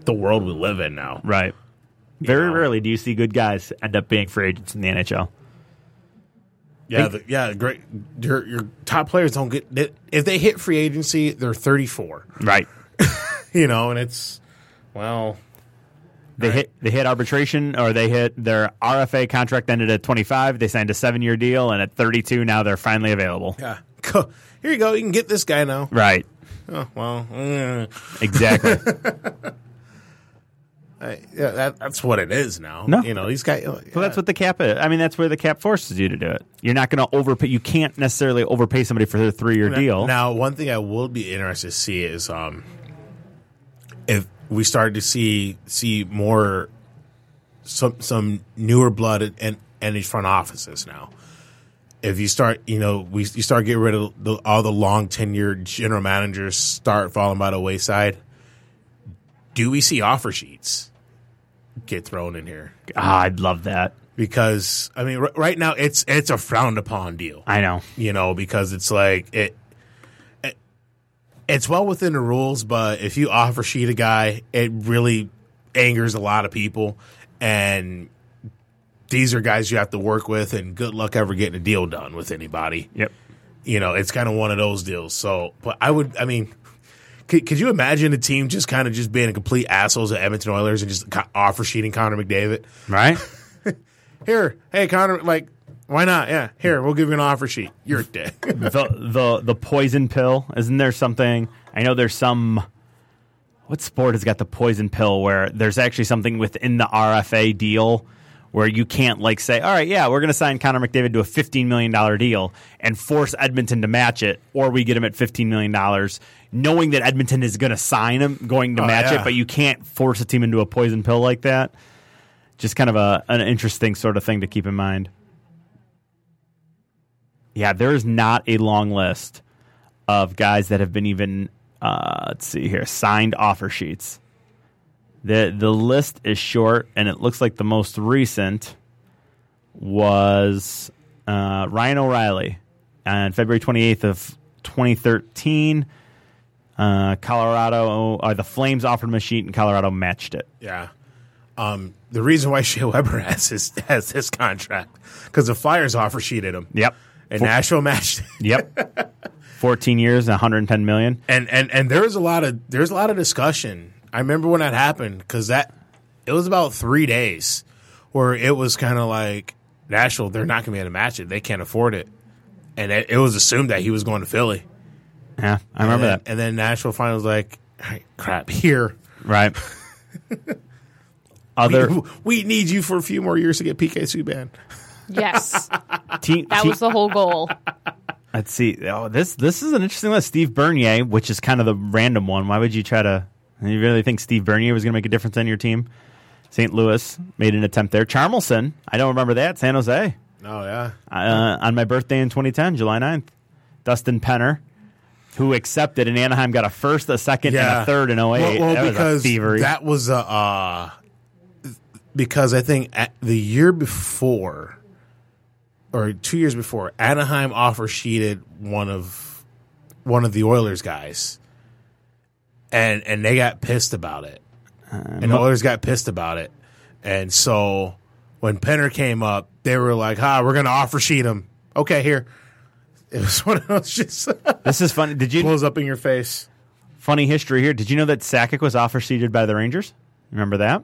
the world we live in now.
Right. Very
know.
rarely do you see good guys end up being free agents in the NHL.
Yeah, the, yeah, great. Your your top players don't get they, if they hit free agency, they're thirty four.
Right.
You know, and it's well,
They hit they hit arbitration or they hit their RFA contract ended at 25. They signed a seven year deal and at 32 now they're finally available.
yeah. Co- Here you go. You can get this guy now.
Right.
Oh, well, mm.
Exactly.
I, yeah, that, that's what it is now.
No.
you know, he's got.
Well, that's what the cap is. I mean, that's where the cap forces you to do it. You're not going to overpay. You can't necessarily overpay somebody for their three year deal.
Now, one thing I will be interested to see is um, if we start to see see more some some newer blood in- in in these front offices now. If you start, you know, we you start getting rid of the, all the long tenured general managers start falling by the wayside. Do we see offer sheets get thrown in here?
Ah, I'd love that.
Because I mean, r- right now it's it's a frowned upon deal
I know.
you know, because it's like it, it- it's well within the rules, but if you offer sheet a guy, it really angers a lot of people, and these are guys you have to work with, and good luck ever getting a deal done with anybody.
Yep.
You know, it's kind of one of those deals. So, but I would, I mean. Could, could you imagine a team just kind of just being a complete assholes at Edmonton Oilers and just co- offer sheeting Connor McDavid?
Right?
Here, hey Connor, like, why not? Yeah, here we'll give you an offer sheet. You're a dick.
the the the poison pill. Isn't there something? I know there's some. What sport has got the poison pill where there's actually something within the RFA deal where you can't like say, all right, yeah, we're going to sign Connor McDavid to a $15 million deal and force Edmonton to match it, or we get him at $15 million, knowing that Edmonton is going to sign him, going to
Oh,
match
yeah.
it, but you can't force a team into a poison pill like that. Just kind of a, an interesting sort of thing to keep in mind. Yeah, there is not a long list of guys that have been even uh, let's see here signed offer sheets. the The list is short, and it looks like the most recent was uh, Ryan O'Reilly on February twenty eighth of twenty thirteen. Uh, Colorado, uh, the Flames offered him a sheet, and Colorado matched it.
Yeah. Um, the reason why Shea Weber has his has his contract because the Flyers offer sheeted him.
Yep.
And Nashville matched. it.
Yep, fourteen years, one hundred and ten million.
And and and there was a lot of there's a lot of discussion. I remember when that happened because that it was about three days where it was kind of like Nashville they're not going to be able to match it. They can't afford it. And it, it was assumed that he was going to Philly.
Yeah, I remember
and,
that.
And then Nashville finally was like, "Hey, crap, here.
Right. Other
We, we need you for a few more years to get PK Subban.
Yes,
team,
that
team-
was the whole goal.
let's see. Oh, this this is an interesting list. Steve Bernier, which is kind of the random one. Why would you try to? You really think Steve Bernier was going to make a difference on your team? St. Louis made an attempt there. Charmelson, I don't remember that. San Jose
Oh, yeah.
uh, on my birthday in 2010, July 9th. Dustin Penner, who accepted, and Anaheim got a first, a second, and a third in 08.
Well, well,
that
because
was a thievery.
that was a uh, because I think at the year before or two years before, Anaheim offer sheeted one of one of the Oilers guys, and and they got pissed about it,
Um,
and the Oilers got pissed about it, and so when Penner came up, they were like, "Ha, we're gonna offer sheet him." Okay, here. It was one of those just
this is funny. Did you
blows up in your face.
Funny history here. Did you know that Sakic was offer seated by the Rangers? Remember that?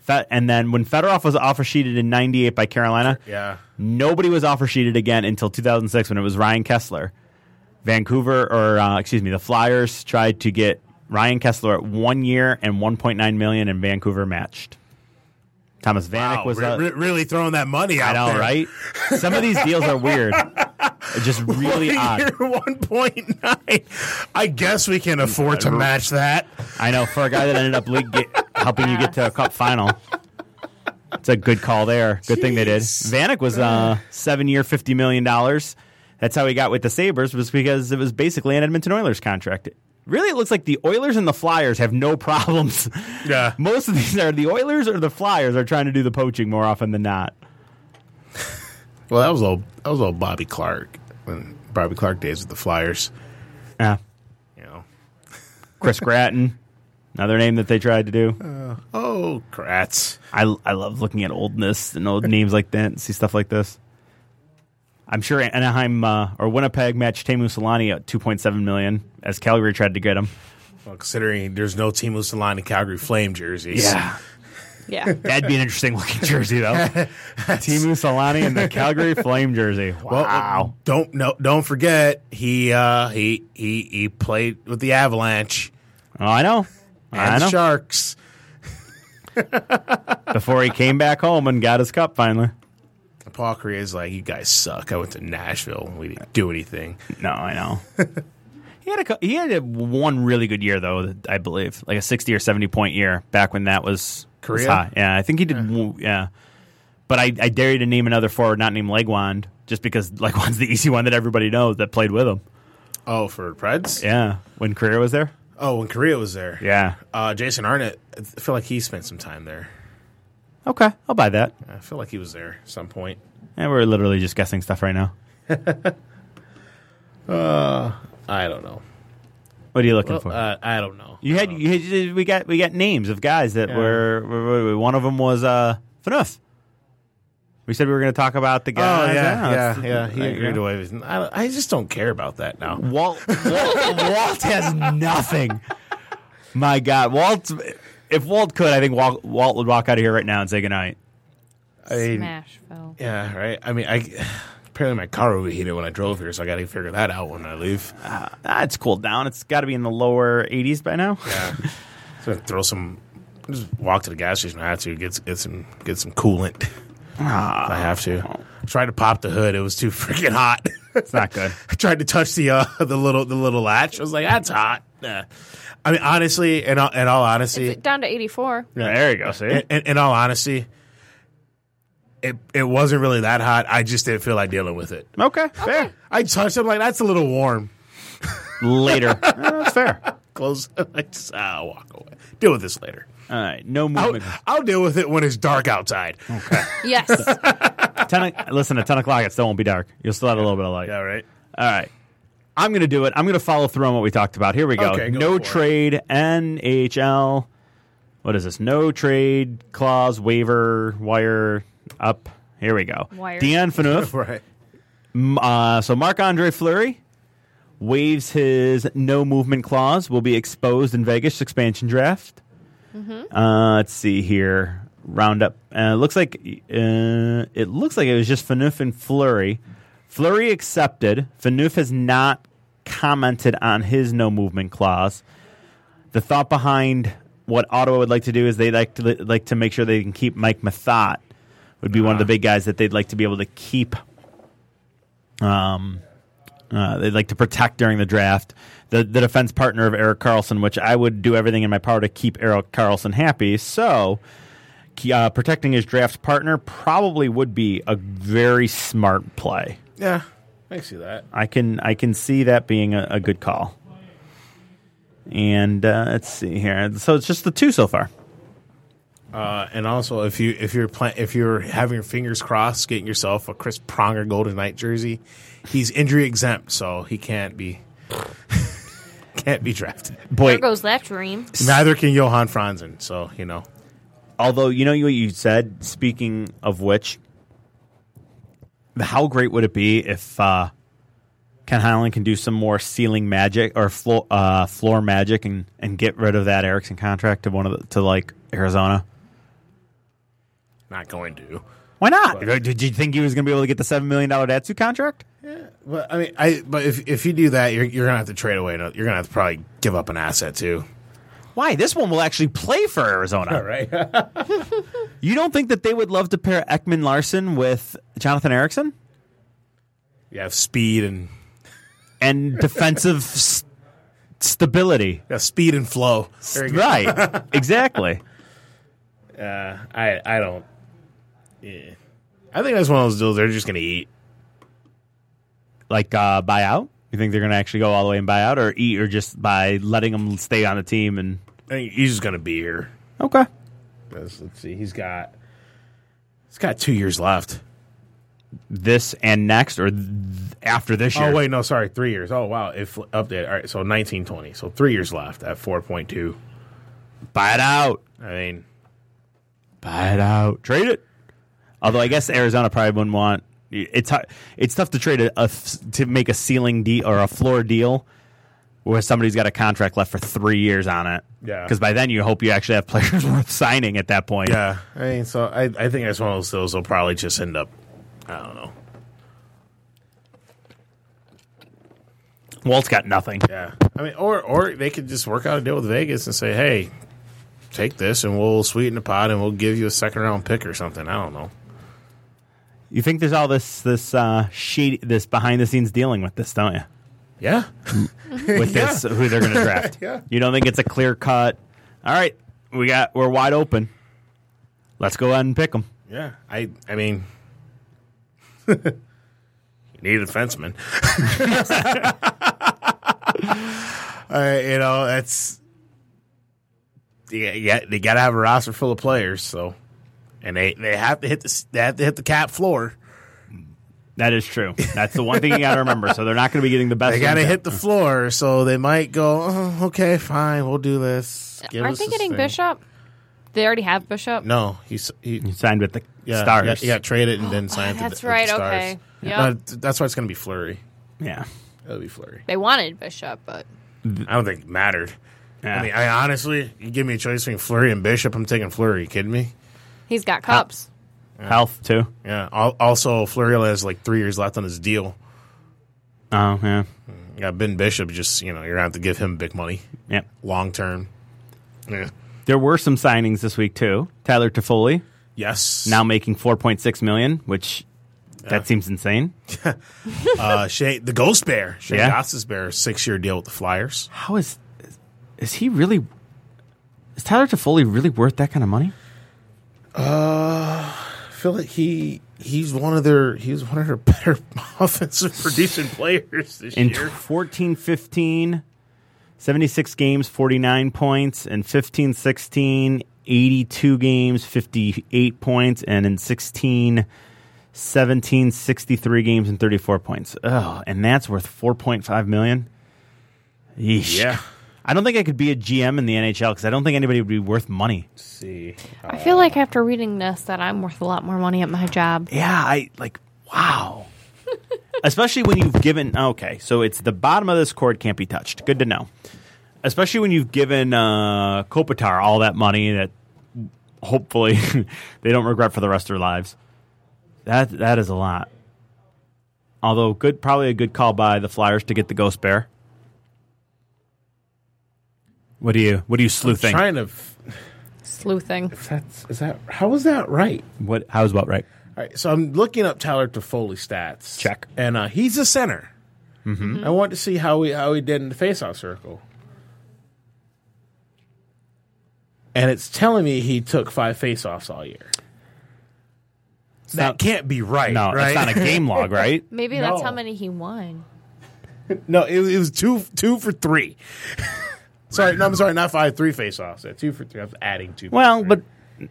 Fe- and then when Fedorov was offer sheeted in 98 by Carolina,
Yeah.
nobody was offer sheeted again until 2006 when it was Ryan Kessler. Vancouver, or uh, excuse me, the Flyers tried to get Ryan Kessler at one year and 1.9 million, and Vancouver matched. Thomas Vanek
Wow,
was
Oh, re-
the-
re- really throwing that money out
I know,
there.
right? Some of these deals are weird. Just really
Year
odd.
1.9. I guess we can afford to match that.
I know for a guy that ended up league get, helping you get to a cup final. It's a good call there. Good thing they did.
Jeez.
Vanek was uh, seven year, fifty million dollars. That's how he got with the Sabers was because it was basically an Edmonton Oilers contract. Really, it looks like the Oilers and the Flyers have no problems.
Yeah.
Most of these are the Oilers or the Flyers are trying to do the poaching more often than not.
Well, that was all. That was all Bobby Clark when Bobby Clark days with the Flyers.
Yeah.
You know.
Chris Gratton, another name that they tried to do.
Oh, Kratz.
I, I love looking at oldness and old names like that and see stuff like this. I'm sure Anaheim uh, or Winnipeg matched Tamu Solani at 2.7 million as Calgary tried to get him.
Well, considering there's no Team Mussolini Calgary Flame jerseys.
Yeah.
that'd be an interesting looking jersey though. Timu Solani and the Calgary Flame jersey.
Well,
Wow.
Don't no, don't forget he uh, he he he played with the Avalanche
Oh, I know. I
and the
know.
Sharks.
Before he came back home and got his cup finally.
Paul Crea's like, you guys suck. I went to Nashville. We didn't do anything.
No, I know. he had a cou- he had a one really good year though, that I believe, like a sixty or seventy point year back when that was was
Korea?
high. Yeah, I think he did. Yeah, yeah. but I, I dare you to name another forward not named Legwand, just because Legwand's the easy one that everybody knows that played with him.
Oh, for Preds?
Yeah, when Korea was there.
Oh, when Korea was there.
Yeah.
Uh, Jason Arnett, I feel like he spent some time there.
Okay, I'll buy that.
I feel like he was there at some point.
And we're literally just guessing stuff right now.
I don't know.
What are you looking
Well,
for?
uh, I don't know.
you had, you had we got we got names of guys that were, were- were- one of them was uh Fanuf. We said we were going to talk about the guys.
Oh, yeah, yeah,
it's-
yeah. He
there you
agreed
go.
away. with- I, I just don't care about that now.
Walt, Walt, Walt has nothing. My God, Walt! If Walt could, I think Walt, Walt would walk out of here right now and say goodnight.
I mean,
Smashville.
yeah, right. I mean, I apparently my car overheated when I drove here, so I got to figure that out when I leave.
Ah, it's cooled down. It's got to be in the lower 80s by now.
So I throw some, just walk to the gas station. if I have to get get some get some coolant. If I have to. I tried to pop the hood. It was too freaking hot.
Ah. It's not good.
I tried to touch the uh, the little the little latch. I was like, that's hot. Nah. I mean, honestly, and all, in all honesty,
Down to 84.
There you go. See,
in, in, in all honesty, it it wasn't really that hot. I just didn't feel like dealing with it.
okay, fair.
I touched. it, I'm like, that's a little warm.
Later, Yeah, that's fair.
Close. I just uh, walk away. Deal with this later.
All right, no
I'll,
movement.
I'll deal with it when it's dark outside.
Yes.
10, o- listen, at 10 o'clock, it still won't be dark. You'll still have a little bit of light.
Yeah, right.
All right. I'm going to do it. I'm going to follow through on what we talked about. Here we go.
Okay, go
no
for it.
trade, NHL. What is this? No trade clause, waiver, wire up. Here we go.
Wire.
Dion Phaneuf.
Right.
m- uh, so Marc Andre Fleury waives his no movement clause, will be exposed in Vegas expansion draft. Uh, let's see here. Roundup. Uh, looks like uh, it looks like it was just Fanuf and Flurry. Flurry accepted. Fanuf has not commented on his no movement clause. The thought behind what Ottawa would like to do is they like to like to make sure they can keep Mike Mathot. Would be one of the big guys that they'd like to be able to keep. Um, uh, they'd like to protect during the draft. The, the defense partner of Eric Carlson, which I would do everything in my power to keep Eric Carlson happy. So, ke- uh, protecting his draft partner probably would be a very smart play.
Yeah, I see that.
I can I can see that being a, a good call. And uh, let's see here. So it's just the two so far.
Uh, and also, if you if you're plan- if you're having your fingers crossed, getting yourself a Chris Pronger Golden Knight jersey, he's injury exempt, so he can't be can't be drafted.
there
Boy,
goes that dream.
Neither can Johan Franzen. So you know,
although you know what you said. Speaking of which, how great would it be if uh, Ken Highland can do some more ceiling magic or floor uh, floor magic and, and get rid of that Erickson contract to one of the, to like Arizona?
Not going to.
Why not? Did you think he was going to be able to get the seven million dollar Datsu contract?
But I mean, I but if if you do that, you're you're gonna have to trade away. You're gonna have to probably give up an asset too.
Why? This one will actually play for Arizona.
Right.
You don't think that they would love to pair Ekman Larson with Jonathan Erickson
you have speed and
and defensive s- stability?
yeah, speed and flow. There you go.
Right. exactly.
Uh, I I don't. Yeah. I think that's one of those deals. They're just gonna eat.
Like uh, buy out. You think they're going to actually go all the way and buy out, or eat, or just by letting them stay on the team and
I think he's just gonna be here.
okay.
Let's, let's see. He's got he's got two years left.
This and next, or th- after this year.
Oh wait, no, sorry, three years. Oh wow, if update. All right, so nineteen twenty. So three years left at four point two.
buy it out.
I mean,
Buy it out. Trade it. Although I guess Arizona probably wouldn't want it's hu- it's tough to trade a, a to make a ceiling deal or a floor deal where somebody's got a contract left for three years on it.
Yeah.
Because by then you hope you actually have players worth signing at that point.
yeah. I mean, so I I think that's one of those deals. They'll probably just end up. I don't know.
Walt's got nothing.
Yeah, I mean, or or they could just work out a deal with Vegas and say, hey, take this and we'll sweeten the pot and we'll give you a second round pick or something. I don't know.
You think there's all this this uh, shady this behind the scenes dealing with this, don't you?
Yeah,
with this who they're going to draft.
Yeah.
You don't think it's a clear cut? All right, we got we're wide open. Let's go ahead and pick them.
yeah. I I mean, you need a defenseman. uh, you know that's yeah, yeah. They got to have a roster full of players, so and they they have to hit the s- they have to hit the cap floor.
That is true. That's the one thing you got to remember. So they're not going to be getting the best.
They got to
ones
hit the floor, so they might go. Oh, okay, fine, we'll do this. Give
Uh, Aren't
us
they
this
getting
thing."
Bishop? They already have Bishop.
No, he's he
out. signed with the
yeah,
stars.
Yeah, he got traded and then signed.
Ah, that's
to the,
right,
With the stars.
okay. Yep.
No, th- that's why it's going to be Flurry.
Yeah.
It'll be Flurry.
They wanted Bishop, but
I don't think it mattered.
Yeah.
I mean, I honestly, you give me a choice between Flurry and Bishop. I'm taking Flurry. You kidding me?
he's got cups.
uh,
health too.
Yeah. Al- Also, Flurry only has like three years left on his deal.
Oh yeah,
Yeah, Ben Bishop. Just you know, you're going to have to give him big money,
yeah.
long term. Yeah.
There were some signings this week too. Tyler Toffoli
Yes.
now making four point six million, which that seems insane.
uh, Shay, the Ghost Bear, Shane
Yeah.
Goss's Bear, six year deal with the Flyers.
How is is he really? Is Tyler Toffoli really worth that kind of money?
I feel like he he's one of their he's one of their better offensive producing players this
in
year.
14 15 76 games 49 points and 15 16 82 games 58 points and in 16 17 63 games and 34 points oh and that's worth 4.5 million Yeesh.
Yeah.
i don't think i could be a gm in the nhl because i don't think anybody would be worth money
see,
I feel like after reading this that I'm worth a lot more money at my job.
yeah i like wow especially when you've given okay so it's the bottom of this cord can't be touched good to know especially when you've given uh kopitar all that money that hopefully they don't regret for the rest of their lives that that is a lot although good probably a good call by the flyers to get the ghost bear what do you what do you sleuth think
trying to f-
Sleuthing.
if that's is that how is that right?
what how's what right
All right, so I'm looking up Tyler Toffoli stats.
Check.
and uh, he's a center. I want to see how he how he did in the faceoff circle. And it's telling me he took five faceoffs all year. that
not-
can't be right.
no
right?
that's not a game log right
Maybe that's how
No.
many he won.
No, it, was- it was two two for three. sorry, no, I'm sorry, not five, three face offs. Two for three. I was adding two. for
well
three.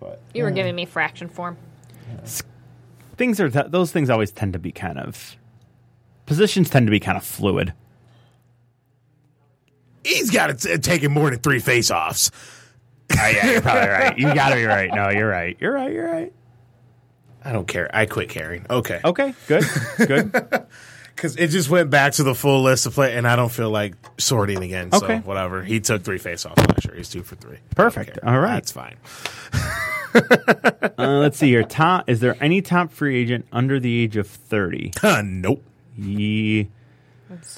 but
You were giving me fraction form.
things are th- those things always tend to be kind of positions tend to be kind of fluid.
he's got to take more than three face offs.
Oh, yeah, you're probably right. You got to be right. No, you're right. You're right. You're right.
I don't care. I quit caring. Okay,
Okay, good, good.
because it just went back to the full list of play, and I don't feel like sorting again. So
Okay.
whatever. He took three face offs last year. He's two for three. I don't
Perfect.
care.
All right.
that's fine.
Uh, let's see here. Top is there any top free agent under the age of thirty?
nope.
Ye,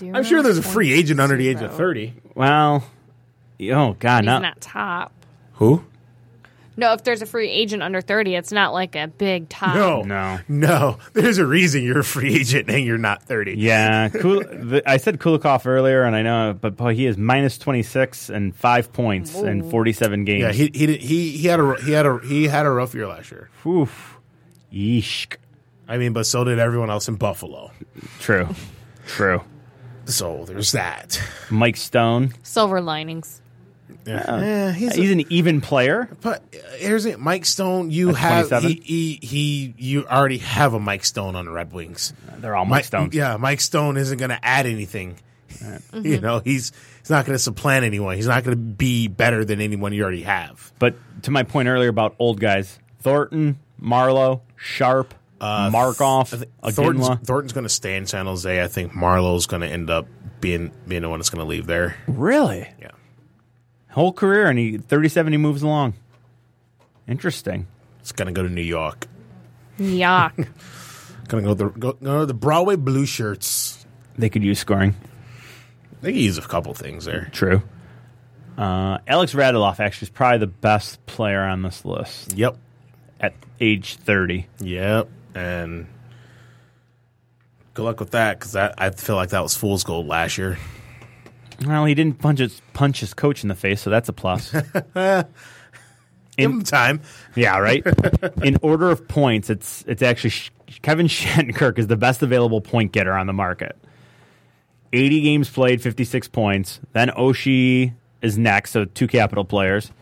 I'm sure there's a free agent under the age of 30.
well, oh god,
He's
not,
not top.
Who?
No, if there's a free agent under 30, it's not like a big top.
No.
no.
No. There's a reason you're a free agent and you're not 30.
Yeah, Kul- the, I said Kulikov earlier, and I know, but boy, he is minus twenty six and five points in forty seven games.
Yeah, he he did- he he had a he had a he had a rough year last year.
Oof. Yeesh.
I mean, but so did everyone else in Buffalo.
True. True.
So there's that.
Mike Stone.
Silver linings.
Yeah, he's,
He's an even player.
but uh, here's it. Mike Stone, you
At
have he,
27?
he he you already have a Mike Stone on the Red Wings.
They're all Mike,
Mike
Stone.
Yeah, Mike Stone isn't going to add anything. You know, he's he's not going to supplant anyone. He's not going to be better than anyone you already have.
But to my point earlier about old guys, Thornton, Marlowe, Sharp, Markoff, Aginla.
Uh, Thornton's, Thornton's going to stay in San Jose. I think Marlowe's going to end up being being the one that's going to leave there.
Really?
Yeah.
Whole career, and he 37, he moves along. Interesting.
It's going to go to New York.
Yuck.
Going to go to the, go, go to the Broadway Blue Shirts.
They could use scoring.
They could use a couple things there.
True. Uh, Alex Radiloff actually is probably the best player on this list
Yep.
at age 30.
Yep. And good luck with that because I feel like that was fool's gold last year.
Well, he didn't punch his, punch his coach in the face, so that's a plus.
Give him time.
yeah, right. In order of points, it's it's actually Sh- Kevin Shattenkirk is the best available point getter on the market. Eighty games played, fifty six points. Then Oshi is next, so two capital players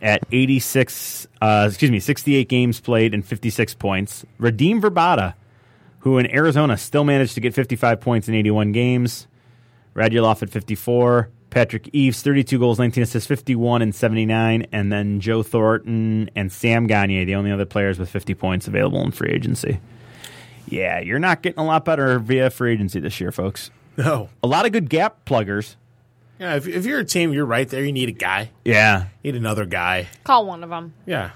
at eighty six. Uh, excuse me, sixty eight games played and fifty six points. Redeem Verbata, who in Arizona still managed to get fifty five points in eighty one games. Radulov at 54, Patrick Eves 32 goals, 19 assists, 51 and 79, and then Joe Thornton and Sam Gagne, the only other players with 50 points available in free agency. Yeah, you're not getting a lot better via free agency this year, folks.
No.
A lot of good gap pluggers.
Yeah, if, if you're a team, you're right there. You need a guy.
Yeah.
You need another guy.
Call one of them.
Yeah.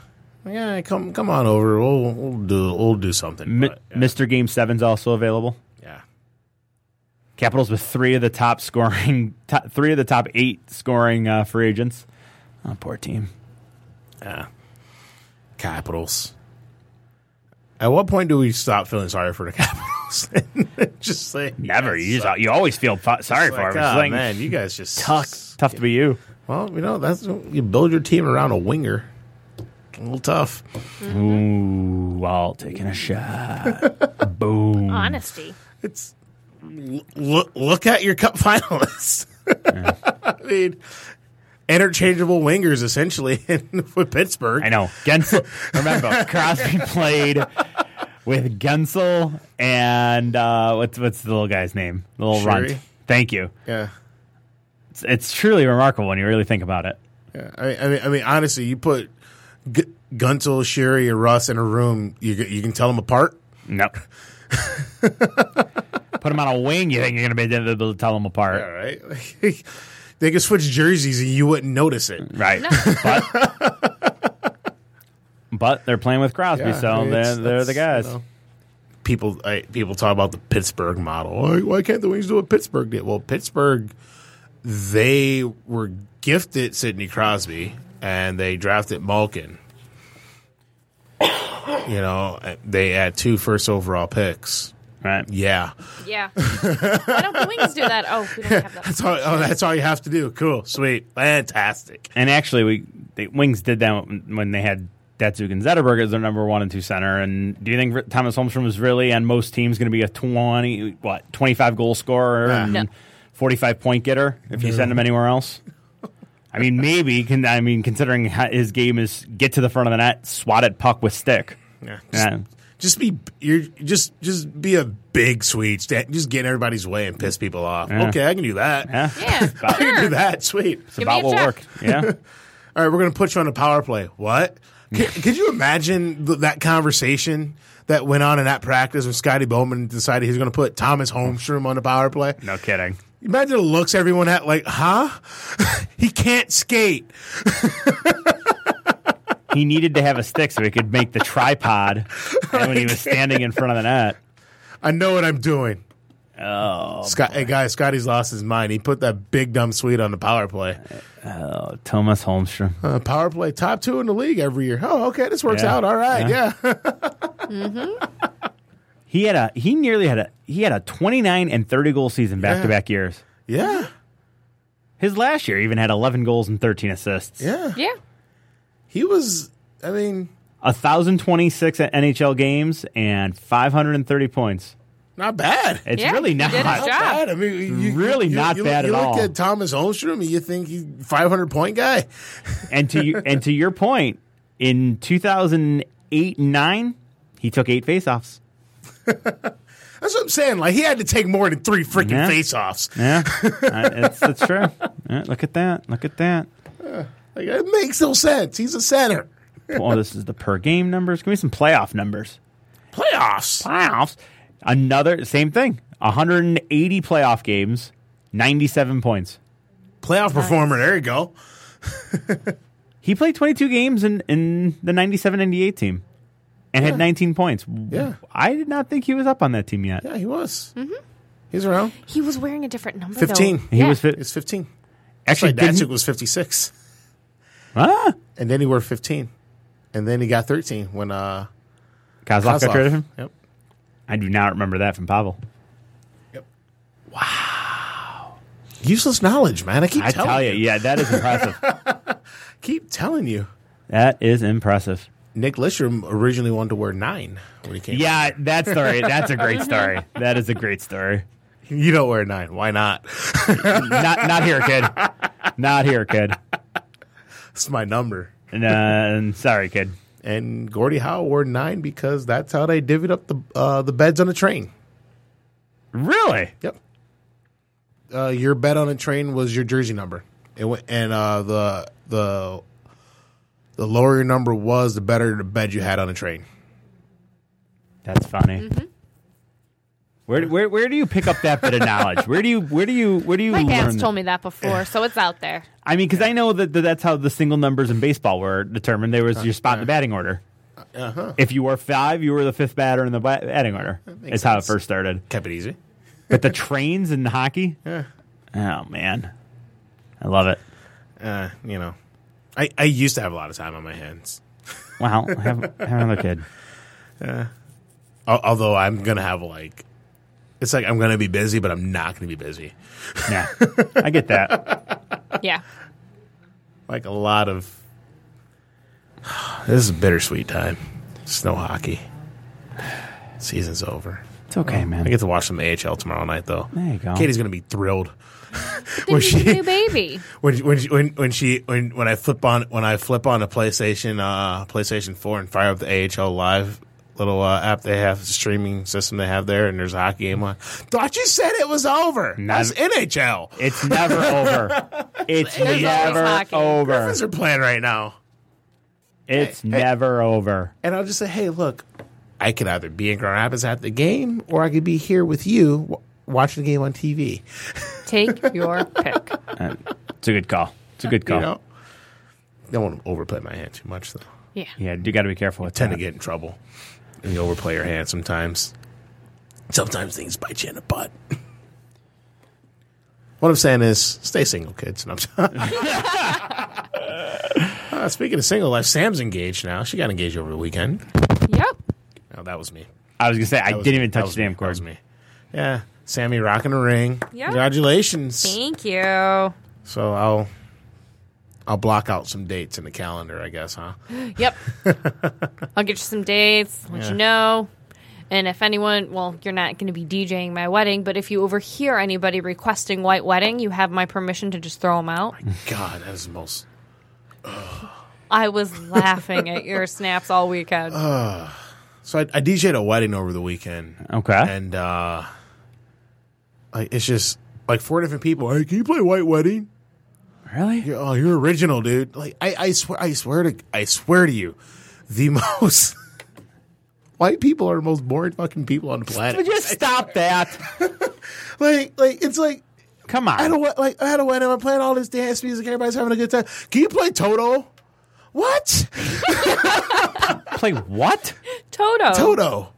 Yeah, come come on over. We'll we'll do we'll do something.
Mi-
but, yeah,
Mr. Game 7's also available.
yeah.
Capitals with three of the top scoring, top, three of the top eight scoring uh, free agents. Oh, poor team.
Yeah. Capitals. At what point do we stop feeling sorry for the Capitals? just say
Never. You just you always feel fo- sorry
It's
for
like,
him. It's
oh,
like,
man, you guys just
tough, tough to be you.
Well, you know that's you build your team around a winger. A little tough.
Ooh, all taking a shot.
Mm.
Boom.
Honesty.
It's look look at your cup finalists. I mean, interchangeable wingers essentially with Pittsburgh.
I know. Gensel. Remember, Crosby played with Gensel and uh, what's what's the little guy's name? The little runt.
Sherry?
Thank you.
Yeah.
It's, it's truly remarkable when you really think about it.
Yeah, I mean, I mean, I mean, honestly, you put G- Guntel, Sherry, or Russ in a room, you c- you can tell them apart.
No. Put him on a wing. You think you're going to be able to tell them apart?
All right, they could switch jerseys and you wouldn't notice it.
Right. But, but they're playing with Crosby,
Yeah,
so
it's-
they're, they're the
that's,
guys.
you know, people I, people talk about the Pittsburgh model. Why, why can't the Wings do what Pittsburgh did? Well, Pittsburgh they were gifted Sidney Crosby and they drafted Malkin. you know, they had two first overall picks.
Right.
Yeah.
Yeah. Why don't the wings do that? Oh, we don't have that.
That's all, oh, that's all you have to do. Cool, sweet, fantastic.
And actually, we the Wings did that when when they had Datsuk and Zetterberg as their number one and two center. And do you think Thomas Holmstrom is really on most teams going to be a twenty what twenty five goal scorer
Yeah.
and
No.
forty five point getter if you send him anywhere else? I mean, maybe. Can I mean, considering how his game is get to the front of the net, swat at puck with stick.
Yeah. Just,
Yeah.
just be you're just just be a big sweet. sta- Just get in everybody's way and piss people off.
Yeah.
Okay, I can do that.
Yeah.
Yeah.
I can do
sure.
that. Sweet.
It's
Give me
about
a
what
check.
work. Yeah.
All right, we're gonna put you on a power play. What? Could, could you imagine th- that conversation that went on in that practice when Scotty Bowman decided he's gonna put Thomas Holmstrom on the power play?
no kidding.
Imagine the looks everyone had, like, huh? he can't skate.
he needed to have a stick so he could make the tripod and when he was standing in front of the net.
I know what I'm doing. Oh, Scott, hey guys, Scotty's lost his mind. He put that big dumb Swede on the power play.
Oh, Thomas Holmstrom.
Uh, power play top two in the league every year. Oh, okay, this works
Yeah.
out. All right, yeah.
He had a he nearly had a he had a 29 and 30 goal season back to back years.
Yeah,
His last year even had 11 goals and 13 assists.
yeah.
Yeah.
He was, I mean,
1026 at NHL games and 530 points.
not bad.
It's
Yeah,
really
he
not.
did his
Not
job.
bad. I mean, you- you,
Really
you-
not
you,
bad
you
at
looked
all.
at Thomas Holmstrom and you think he's 500 point guy.
And to you, and to your point, in 2008 and 9, he took 8 faceoffs.
That's what I'm saying. Like he had to take more than three freaking
Yeah.
face-offs.
Yeah. Uh, it's, it's true. Yeah, look at that. Look at that.
Like, it makes no sense. He's a center.
Oh, this is the per game numbers. Give me some playoff numbers.
Playoffs.
playoffs. Another same thing. 180 playoff games, 97 points.
Playoff performer. There you go.
He played 22 games in, in the 97-98 team and had 19 points.
Yeah.
I did not think he was up on that team yet.
Yeah, he was. Mm-hmm. He's around.
He was wearing a different number.
15.
Though.
He
Yeah.
was fit.
He's 15.
Actually,
Actually,
didn't-
Datsuk was 56,
Ah,
and then he wore 15, and then he got 13 when uh.
Kozlov got
Kozlov-
traded him.
Yep.
I do not remember that from Pavel.
Useless knowledge, man. I keep
I
telling
tell you,
you.
yeah, that is impressive.
Keep telling you.
that is impressive.
Nick Listrom originally wanted to wear nine when he came.
Yeah, that story. That's a great story. That is a great story.
You don't wear nine. Why not?
Not not here, kid. Not here, kid.
It's my number.
And, uh, sorry, kid.
And Gordie Howe wore nine because that's how they divvied up the uh, the beds on the train.
Really?
Yep. Uh, your bet on a train was your jersey number. It went, and uh, the the the lower your number was, the better the bed you had on a train.
That's funny.
Mm-hmm.
Where, where where do you pick up that bit of knowledge? Where do you where do you where do you
My
learn?
dad's told me that before, so it's out there.
I mean, because I know that, that that's how the single numbers in baseball were determined. There was
Uh,
your spot in the batting order.
uh-huh.
If you were five, you were the fifth batter in the ba- batting order.
makes
Is how
sense.
it first started.
Kept it easy.
But the trains in hockey.
Yeah.
Oh man, I love it.
Uh, you know, I, I used to have a lot of time on my hands.
Wow, have, have another kid.
Al- Although I'm gonna have like, it's like I'm gonna be busy, but I'm not gonna be busy.
Yeah, I get that.
Yeah.
Like a lot of. This is a bittersweet time. Snow hockey. Season's over.
It's okay, man.
I get to watch some AHL tomorrow night, though.
There you go.
Katie's gonna be thrilled
Then
Was
he's a
she-
new baby.
when when she, when when she when when I flip on when I flip on a PlayStation uh PlayStation Four and fire up the AHL Live little uh, app they have streaming system they have there, and there's a hockey game on. Thought you said it was over. That's
Not-
NHL.
It's never over. It's
always
never
hockey.
over.
Griffins are playing right now,
It's never over.
and I'll just say, hey, look, I could either be in Grand Rapids at the game, or I could be here with you w- watching the game on TV.
Take your pick.
It's a good call. It's a good call.
You know, don't want to overplay my hand too much though.
Yeah.
Yeah, you got to be careful with
tend
that.
to get in trouble. And you overplay your hand sometimes. Sometimes things bite you in the butt. what I'm saying is, stay single, kids. And I'm Uh, speaking of single life, Sam's engaged now. She got engaged over the weekend.
Yep.
No, that was me.
I was gonna say I
That was
didn't
me.
even
That
touch
was
the
me.
damn
That was
cord.
me. Yeah, Sammy rocking the ring.
Yeah.
Congratulations.
Thank you.
So I'll I'll block out some dates in the calendar, I guess, huh?
Yep. I'll get you some dates, let
Yeah.
you know. And if anyone, well, you're not going to be DJing my wedding, but if you overhear anybody requesting white wedding, you have my permission to just throw them out.
God, that is the most
I was laughing at your snaps all weekend.
So I, I DJ'd a wedding over the weekend.
Okay.
And uh, like it's just like four different people. Hey, can you play White Wedding?
Really?
You're, oh, you're original, dude. Like I, I swear, I swear to, I swear to you, the most white people are the most boring fucking people on the planet.
Just stop that.
Like, like it's like
Come on.
I don't like I had a wedding. I'm playing all this dance music. Everybody's having a good time. Can you play Toto? What?
Play what?
Toto.
Toto.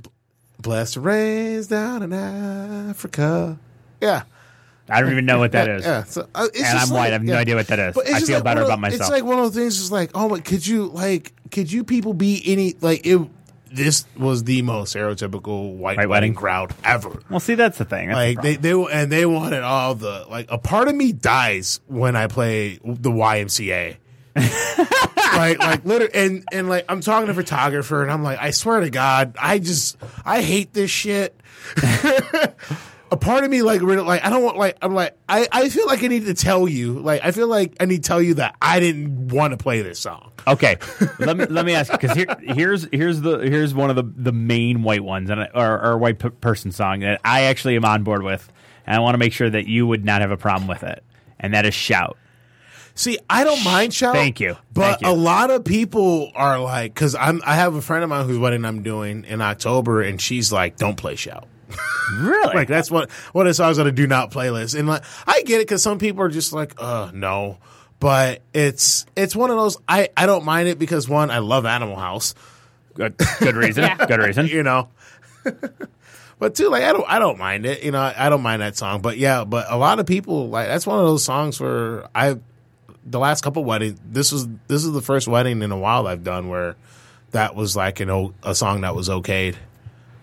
B- Bless the rains down in Africa. Yeah.
I don't even know what that is.
Yeah. So, uh, it's
And
just
I'm white. I have no
yeah.
idea what that is.
But it's
I
just
feel
like
better
one of-
about myself.
It's like one of those things. It's like, oh my, could you like, could you people be any like? It, this was the most stereotypical white,
White
wedding
wedding.
crowd ever.
Well, see, that's the thing. That's the
Like they, they and they wanted all the like a part of me dies when I play the YMCA. like like literally and and like I'm talking to a photographer and I'm like I swear to God I just I hate this shit. a part of me like really like I don't want like I'm like I I feel like I need to tell you like I feel like I need to tell you that I didn't want to play this song.
Okay, let me let me ask you because here here's here's the here's one of the the main white ones and I- or, or white p- person song that I actually am on board with, and I want to make sure that you would not have a problem with it, and that is shout.
See, I don't mind shout.
Thank you.
But
Thank you.
a lot of people are like, because I'm I have a friend of mine whose wedding I'm doing in October, and she's like, "Don't play shout."
Really?
Like that's what what it's always on a do not playlist, and like I get it because some people are just like, "Uh, no." But it's it's one of those I I don't mind it because one I love Animal House,
good, good reason.
Yeah.
Good reason.
you know. but two, like I don't I don't mind it, you know. I, I don't mind that song, but yeah, but a lot of people like that's one of those songs where I the last couple weddings this was this is the first wedding in a while I've done where that was like an o- a song that was okayed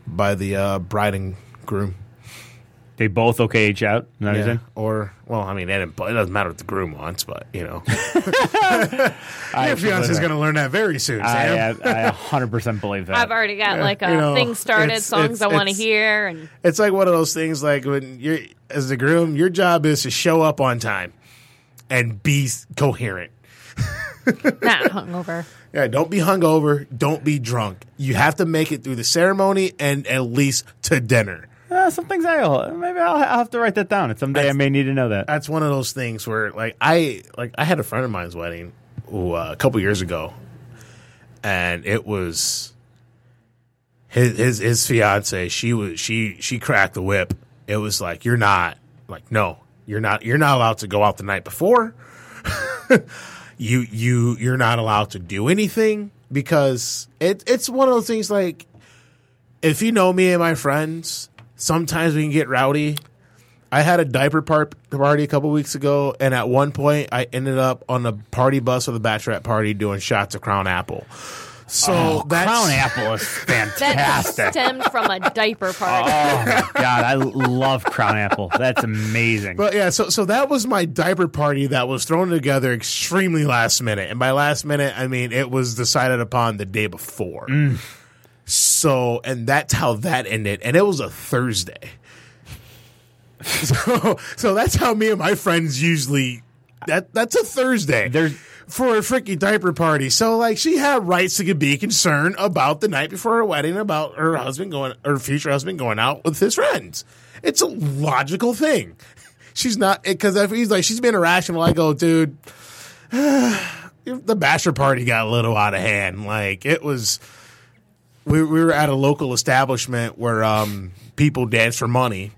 by the uh, bride and groom.
They both okayed shout. Is that what you're saying?
Or well, I mean, they didn't, it doesn't matter what the groom wants, but you know,
I
your fiance's going to learn that very soon. Sam.
I I 100% believe that.
I've already got like a
you know,
thing started,
it's-
songs
it's-
I want to
it's-
hear, and
It's like one of those things, like when you're as the groom, your job is to show up on time and be s- coherent.
not hungover.
Yeah, don't be hungover, don't be drunk. You have to make it through the ceremony and at least to dinner.
Uh, some things I'll maybe I'll, I'll have to write that down. Someday I may need to know that.
that's one of those things where like I like I had a friend of mine's wedding who, uh, a couple years ago, and it was his his his fiance. She was she she cracked the whip. It was like you're not like no you're not you're not allowed to go out the night before. you you you're not allowed to do anything because it it's one of those things like if you know me and my friends, sometimes we can get rowdy. I had a diaper par- party a couple weeks ago, and at one point, I ended up on the party bus of the Bachelorette party doing shots of Crown Apple. So that's
Crown apple is
That
fantastic.
stemmed from a diaper party.
oh my god, I love crown apple. That's amazing.
But yeah, so so that was my diaper party that was thrown together extremely last minute, and by last minute I mean it was decided upon the day before. So and that's how that ended, and it was a Thursday. so so that's how me and my friends usually that that's a Thursday.
There's-
for a freaky diaper party. So like she had rights to be concerned about the night before her wedding about her husband going her future husband going out with his friends. It's a logical thing. She's not because if he's like she's been irrational, I go, dude. the bachelor party got a little out of hand. Like it was, we we were at a local establishment where um people dance for money,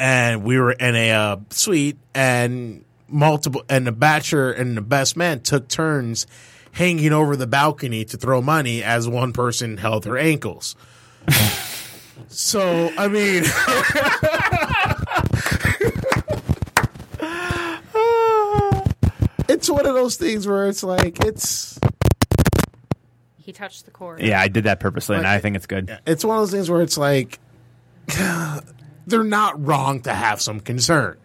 and we were in a uh, suite and multiple and the bachelor and the best man took turns hanging over the balcony to throw money as one person held their ankles. so I mean. It's one of those things where it's like it's
He touched the cord.
yeah, I did that purposely, and
Like-
I think it's good.
it's one of those things where it's like they're not wrong to have some concern.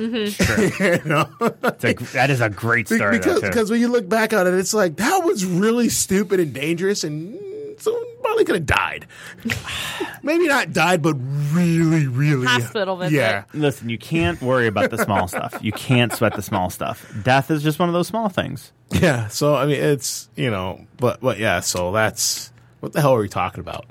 It's a, that is a great
Be-
story.
because
though, too.
because when you look back on it, it's like that was really stupid and dangerous, and someone probably could have died. Maybe not died, but really, really
Hospital visit.
Yeah,
Listen, you can't worry about the small stuff. You can't sweat the small stuff. Death is just one of those small things.
yeah. So I mean, it's you know, but but yeah. So that's what the hell are we talking about?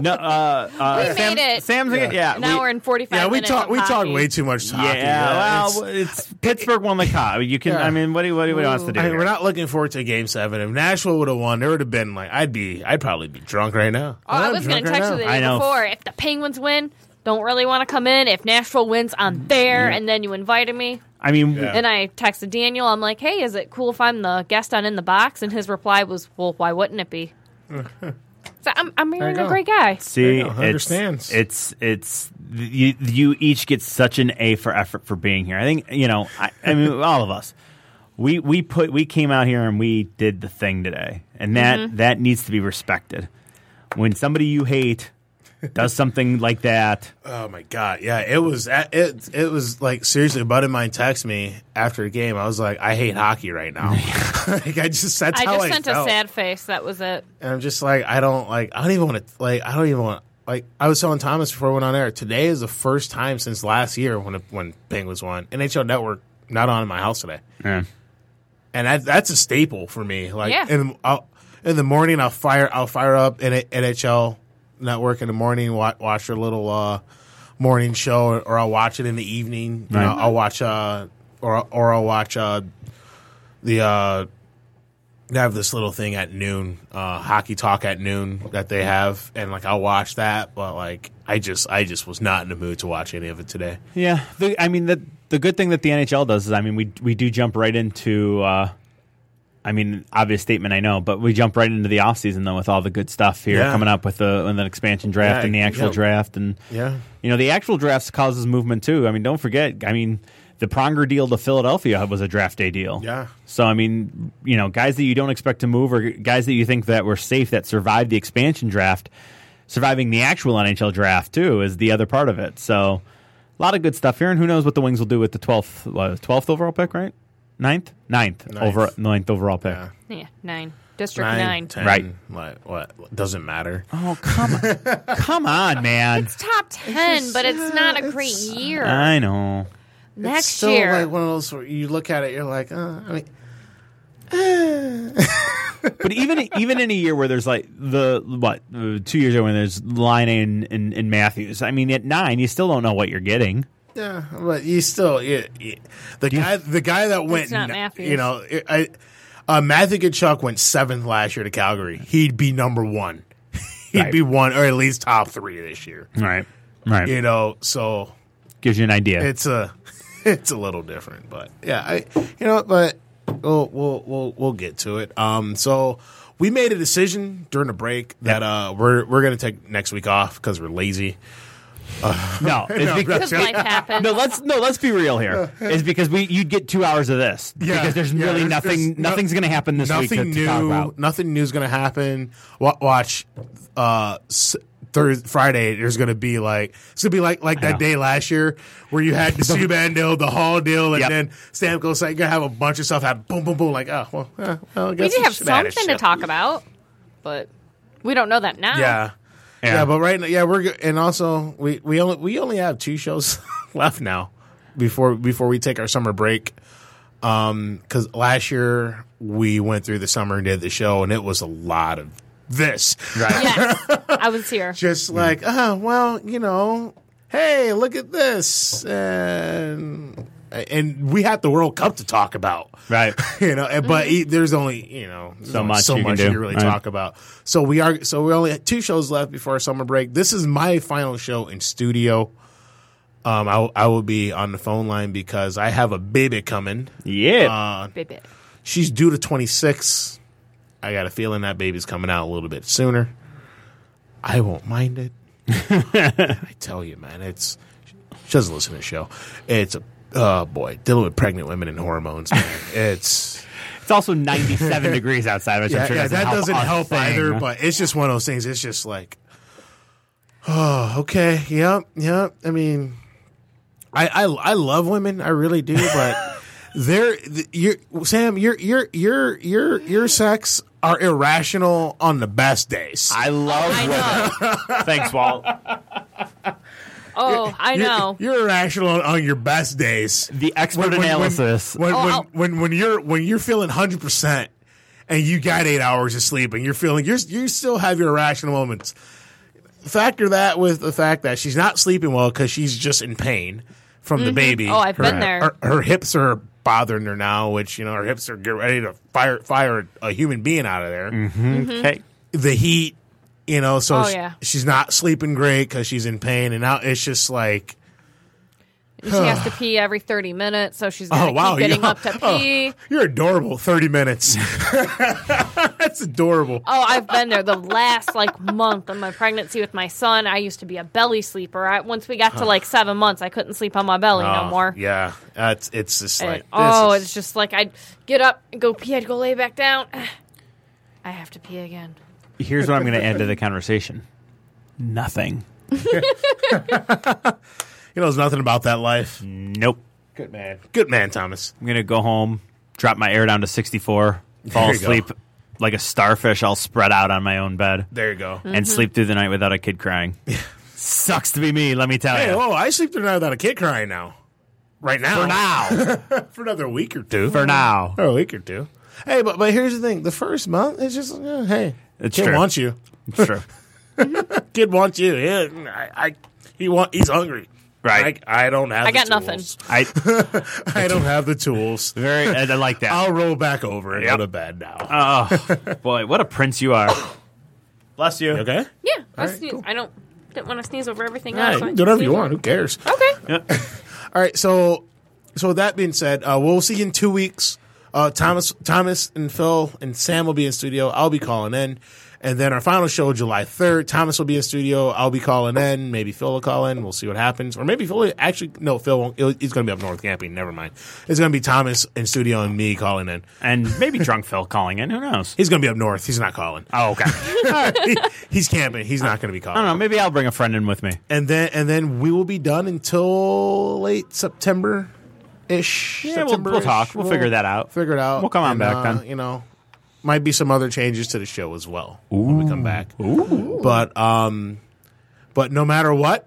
No, uh, uh,
We
Sam-
made it.
Sam's yeah. yeah
An
we-
hour and forty five.
yeah, we
minutes
talk
of
we talk
hockey.
way too much
Yeah,
hockey. yeah.
well,
It's-
it's, Pittsburgh won the cup. You can,
Yeah.
I mean, what do you, what do you want us to do?
I mean,
here?
we're not looking forward to Game Seven. If Nashville would have won, there would have been like I'd be I'd probably be drunk right now.
Oh, I
I'm
was
drunk
going to
right
text you
now.
the
I
day
know.
before. If the Penguins win, don't really want to come in. If Nashville wins, I'm
Mm-hmm.
there. And then you invited me.
I mean,
And I texted Daniel. I'm like, hey, is it cool if I'm the guest on In the Box? And his reply was, well, why wouldn't it be? so I'm, I'm
you
marrying a
go.
great guy.
see,
you go.
it's,
Understands.
It's it's you. You each get such an A for effort for being here. I think you know. I, I mean, all of us. We we put we came out here and we did the thing today, and that that needs to be respected. When somebody you hate does something like that,
Oh my god, yeah, it was it it was like seriously. A buddy of mine texted me after a game. I was like, I hate hockey right now. like I just that's
I
how
just
I
sent
felt.
a sad face. That was it.
and I'm just like, I don't like, I don't even want to like, I don't even want like. I was telling Thomas before I went on air. Today is the first time since last year when when Penguins won NHL Network not on in my house today.
yeah.
and that, that's a staple for me. Like,
Yeah.
in, I'll, in the morning, I'll fire I'll fire up N- NHL Network in the morning, watch, watch their little uh, morning show, or, or I'll watch it in the evening. You know,
Right.
I'll watch uh, or or I'll watch uh, the. Uh, they have this little thing at noon, uh, hockey talk at noon that they have, and like I'll watch that, but like I just I just was not in the mood to watch any of it today.
Yeah, the, I mean the the good thing that the NHL does is I mean we we do jump right into uh, I mean obvious statement I know, but we jump right into the off season though with all the good stuff here
Yeah.
coming up with the with an expansion draft
Yeah,
and the actual
yeah.
draft and
Yeah,
you know the actual draft causes movement too. I mean don't forget I mean the Pronger deal to Philadelphia was a draft day deal.
Yeah.
So I mean you know guys that you don't expect to move or guys that you think that were safe that survived the expansion draft surviving the actual NHL draft too is the other part of it. So a lot of good stuff here, and who knows what the Wings will do with the twelfth twelfth overall pick, right? Ninth, ninth, over ninth overall pick.
Yeah, nine. District nine.
ten,
Right.
Like what? Doesn't matter.
Oh come on, come on, man!
Top ten, but it's not a great year.
I know.
Next
it's still
year.
like one of those where you look at it, you're like, uh, I mean,
But even even in a year where there's like the what uh, two years ago when there's Line and, and and Matthews, I mean at nine you still don't know what you're getting.
yeah, but you still, you, you- the guy, the guy that went,
not
n-
Matthews.
you know, it- I, uh, Matthew Kachuk went seventh last year to Calgary. He'd be number one. He'd
Right.
be one or at least top three this year.
Right, right.
You know, so
Gives you an idea.
it's a, it's a little different, but yeah, I, you know, but we'll we'll we'll, we'll get to it. Um, so. We made a decision during the break that uh, we're we're gonna take next week off because we're lazy.
no, it's because-
because life happens.
No, let's no, let's be real here. It's because we you'd get two hours of this
Yeah,
because there's
yeah,
really
there's-
nothing
there's no-
nothing's going to happen this week to,
nothing
to talk
new.
about.
Nothing new is going to happen. Wa- Watch, uh, Thursday, Friday. There's going to be like it's going to be like like that
know.
day last year where you had the Subban deal, the Hall deal, and
Yep.
then Stamkos. Like you're gonna have a bunch of stuff. Have boom, boom, boom. Like oh well, eh, well I guess
we did have
should add a
something to
shift.
talk about, but we don't know that now.
Yeah.
Yeah.
yeah, But right now, yeah, we're go- and also we we only we only have two shows left now before before we take our summer break. Um, because last year we went through the summer and did the show, and it was a lot of this, right?
Yes, I was here.
Just
Mm-hmm.
like, oh, well, you know, hey, look at this, and and we had the World Cup to talk about,
Right.
you know, and- but e there's only you know
So much
so
you can
much
do,
you really
right.
talk about. So we are so we only had two shows left before our summer break. This is my final show in studio. Um, I I will be on the phone line because I have a baby coming.
Yeah,
Uh,
Bit, bit.
She's due to 26. I got a feeling that baby's coming out a little bit sooner. I won't mind it. I tell you, man, it's she doesn't listen to the show. It's a oh boy, dealing with pregnant women and hormones, man. It's
it's also 97 degrees outside, which I'm sure doesn't
that
help
doesn't
a
help
thing.
either. But it's just one of those things. It's just like, oh, okay, yep, yep. I mean, I I, I love women, I really do, but they're th- you're Sam, your your your your your sex are irrational on the best days.
I love
I
women.
know.
Thanks, Walt.
Oh, I know.
You're, you're irrational on, on your best days.
The expert analysis.
When when,
Oh, I'll-
when, when you're when you're feeling hundred percent and you got eight hours of sleep and you're feeling you're you still have your irrational moments. Factor that with the fact that she's not sleeping well because she's just in pain from the baby.
Oh, I've
her,
been there.
Her, her hips are bothering her now, which you know her hips are get ready to fire fire a human being out of there.
Mm-hmm. Okay.
The heat, You know, so
Mm-hmm. Oh,
sh-
yeah.
she's not sleeping great because she's in pain, and now it's just like,
She has to pee every 30 minutes, so she's gonna
oh wow,
keep getting
yo-
up to
oh,
pee.
you're adorable. Thirty minutes, that's adorable.
Oh, I've been there the last like month of my pregnancy with my son. I used to be a belly sleeper. I, once we got to like seven months, I couldn't sleep on my belly no
Ah,
more.
Oh, Yeah, that's it's just
And-
like this
oh,
is-
it's just like I'd get up and go pee. I'd go lay back down. I have to pee again.
Here's what I'm going to add to the conversation. Nothing.
you know, there's nothing about that life.
Nope.
Mm, Good man, good man, Thomas.
I'm gonna go home, drop my air down to 64, fall
There you go.
asleep like a starfish. I'll spread out on my own bed
There you go.
Mm.
and
Mm-hmm.
sleep through the night without a kid crying. Sucks to be me. Let me tell
Hey,
you.
oh, I sleep through the night without a kid crying now. Right now,
For now,
for another week or two.
for now.
or a week or two. Hey, but but here's the thing: the first month it's just uh, hey,
It's
kid
true.
wants you,
It's true.
kid wants you. Yeah, I, I he want he's hungry.
Right.
I, I don't have.
I
the
got nothing.
tools.
I
I don't have the tools.
very. I, I like that.
I'll roll back over and go
Yep.
to bed now.
Oh boy, what a prince you are. Bless you.
You okay.
Yeah, I,
right,
sneeze.
cool.
I don't didn't want to sneeze over everything
All right,
else.
you
so I
can do whatever
sneezed
you want.
over-
Who cares?
Okay.
All right. So so with that being said, uh, we'll see you in two weeks. Uh, Thomas Thomas and Phil and Sam will be in studio. I'll be calling in. And then our final show, July 3rd, Thomas will be in studio. I'll be calling in. Maybe Phil will call in. We'll see what happens. Or maybe Phil actually, no, Phil won't. He'll- He's going to be up north camping. Never mind. It's going to be Thomas in studio and me calling in.
And maybe drunk Phil calling in. Who knows?
He's going to be up north. He's not calling.
Oh okay. I
He- he's camping. He's not going to be calling.
don't know. Maybe I'll bring a friend in with me.
And then and then we will be done until late September ish.
Yeah, we'll- we'll talk. We'll figure that out.
Figure it out.
We'll come on
And,
back
uh,
then.
You know, might be some other changes to the show as well when we come back. But um, but no matter what,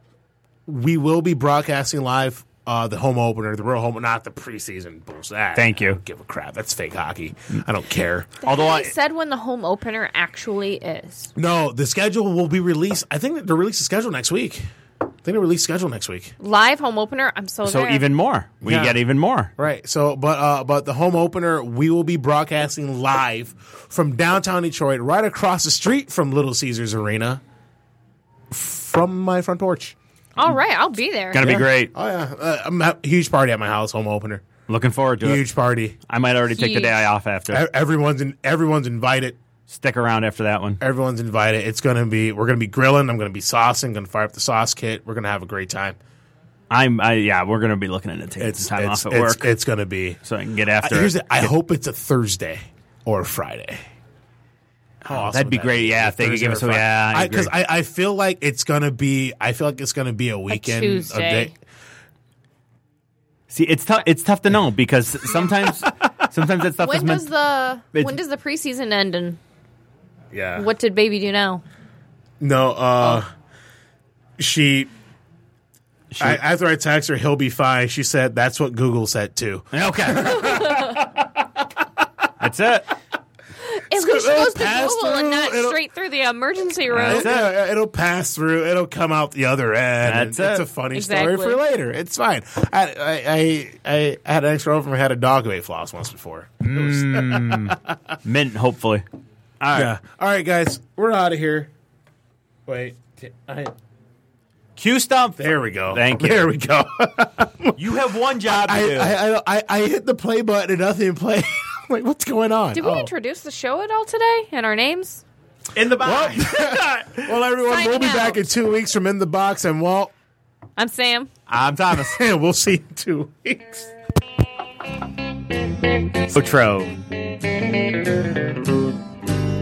we will be broadcasting live. Uh, the home opener, the real home, not the preseason. Bulls. That,
Thank
I
you.
don't give a crap. That's fake hockey. I don't care.
Although
I
I,
said when the home opener actually is.
No, the schedule will be released. I think that they release the schedule next week. I think they release schedule next week.
Live home opener. I'm so
so
there.
even more. We
Yeah.
get even more.
Right. So, but uh, but the home opener, we will be broadcasting live from downtown Detroit, right across the street from Little Caesars Arena, from my front porch.
all right, I'll be there.
Gonna be great.
Oh yeah, uh, I'm at, huge party at my house. Home opener,
Looking forward to it.
huge party.
I might already take the
Huge.
day off after.
E- Everyone's in, everyone's invited.
Stick around after that one.
Everyone's invited. It's gonna be we're gonna be grilling. I'm gonna be saucing. Gonna fire up the sauce kit. We're gonna have a great time.
I'm, I, yeah, we're gonna be looking into taking
It's
some time
it's
off at
it's,
work
it's gonna be.
so I can get after.
Here's
it.
the, I hope it's a Thursday or a Friday. How Oh, awesome
that'd be
would
great, yeah,
be?
if they could
Thursday
give us
or
a-
Friday.
yeah, I
I because
agree.
I, I, feel like it's gonna be. I feel like it's gonna be a weekend.
Tuesday.
day-
See, it's tough. It's tough to know because sometimes, sometimes that stuff is
when
meant.
does the
It's-
when does the preseason end and
yeah.
what Oh. did baby do now?
No. Uh, she. I, after I text her, he'll be fine. She said that's what Google said too.
okay. That's it.
At least it
it'll
goes to
pass
Google and
through,
not
it'll-
straight through the emergency
That's
room.
it.
Yeah, it'll pass through. It'll come out the other end.
That's
and It's
it.
a funny story
Exactly.
for later. It's fine. I I I, I, I had an ex girlfriend who had a dog who ate floss once before. It was-
Mm. Mint, hopefully.
Yeah. All right, guys, we're out of here. Wait. I,
Q stump.
there we go.
Thank you.
There we go.
You have one job to
I,
do.
I, I, I hit the play button and nothing played. I'm like, what's going on?
Did we
Oh.
introduce the show at all today and our names?
In the box.
well, everyone, we'll be
Signing
back
out.
in two weeks from In the Box, and Walt,
I'm Sam.
I'm Thomas.
and we'll see you in two weeks.
Outro.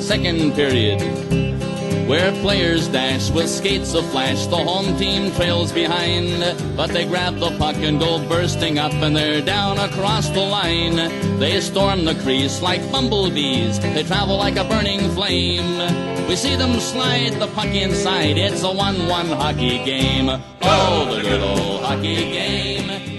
second period. where players dash with skates of flash. The home team trails behind, but they grab the puck and go bursting up, and they're down across the line. They storm the crease like bumblebees, they travel like a burning flame. We see them slide the puck inside, it's a 1 1 hockey game. Oh, the good old hockey game.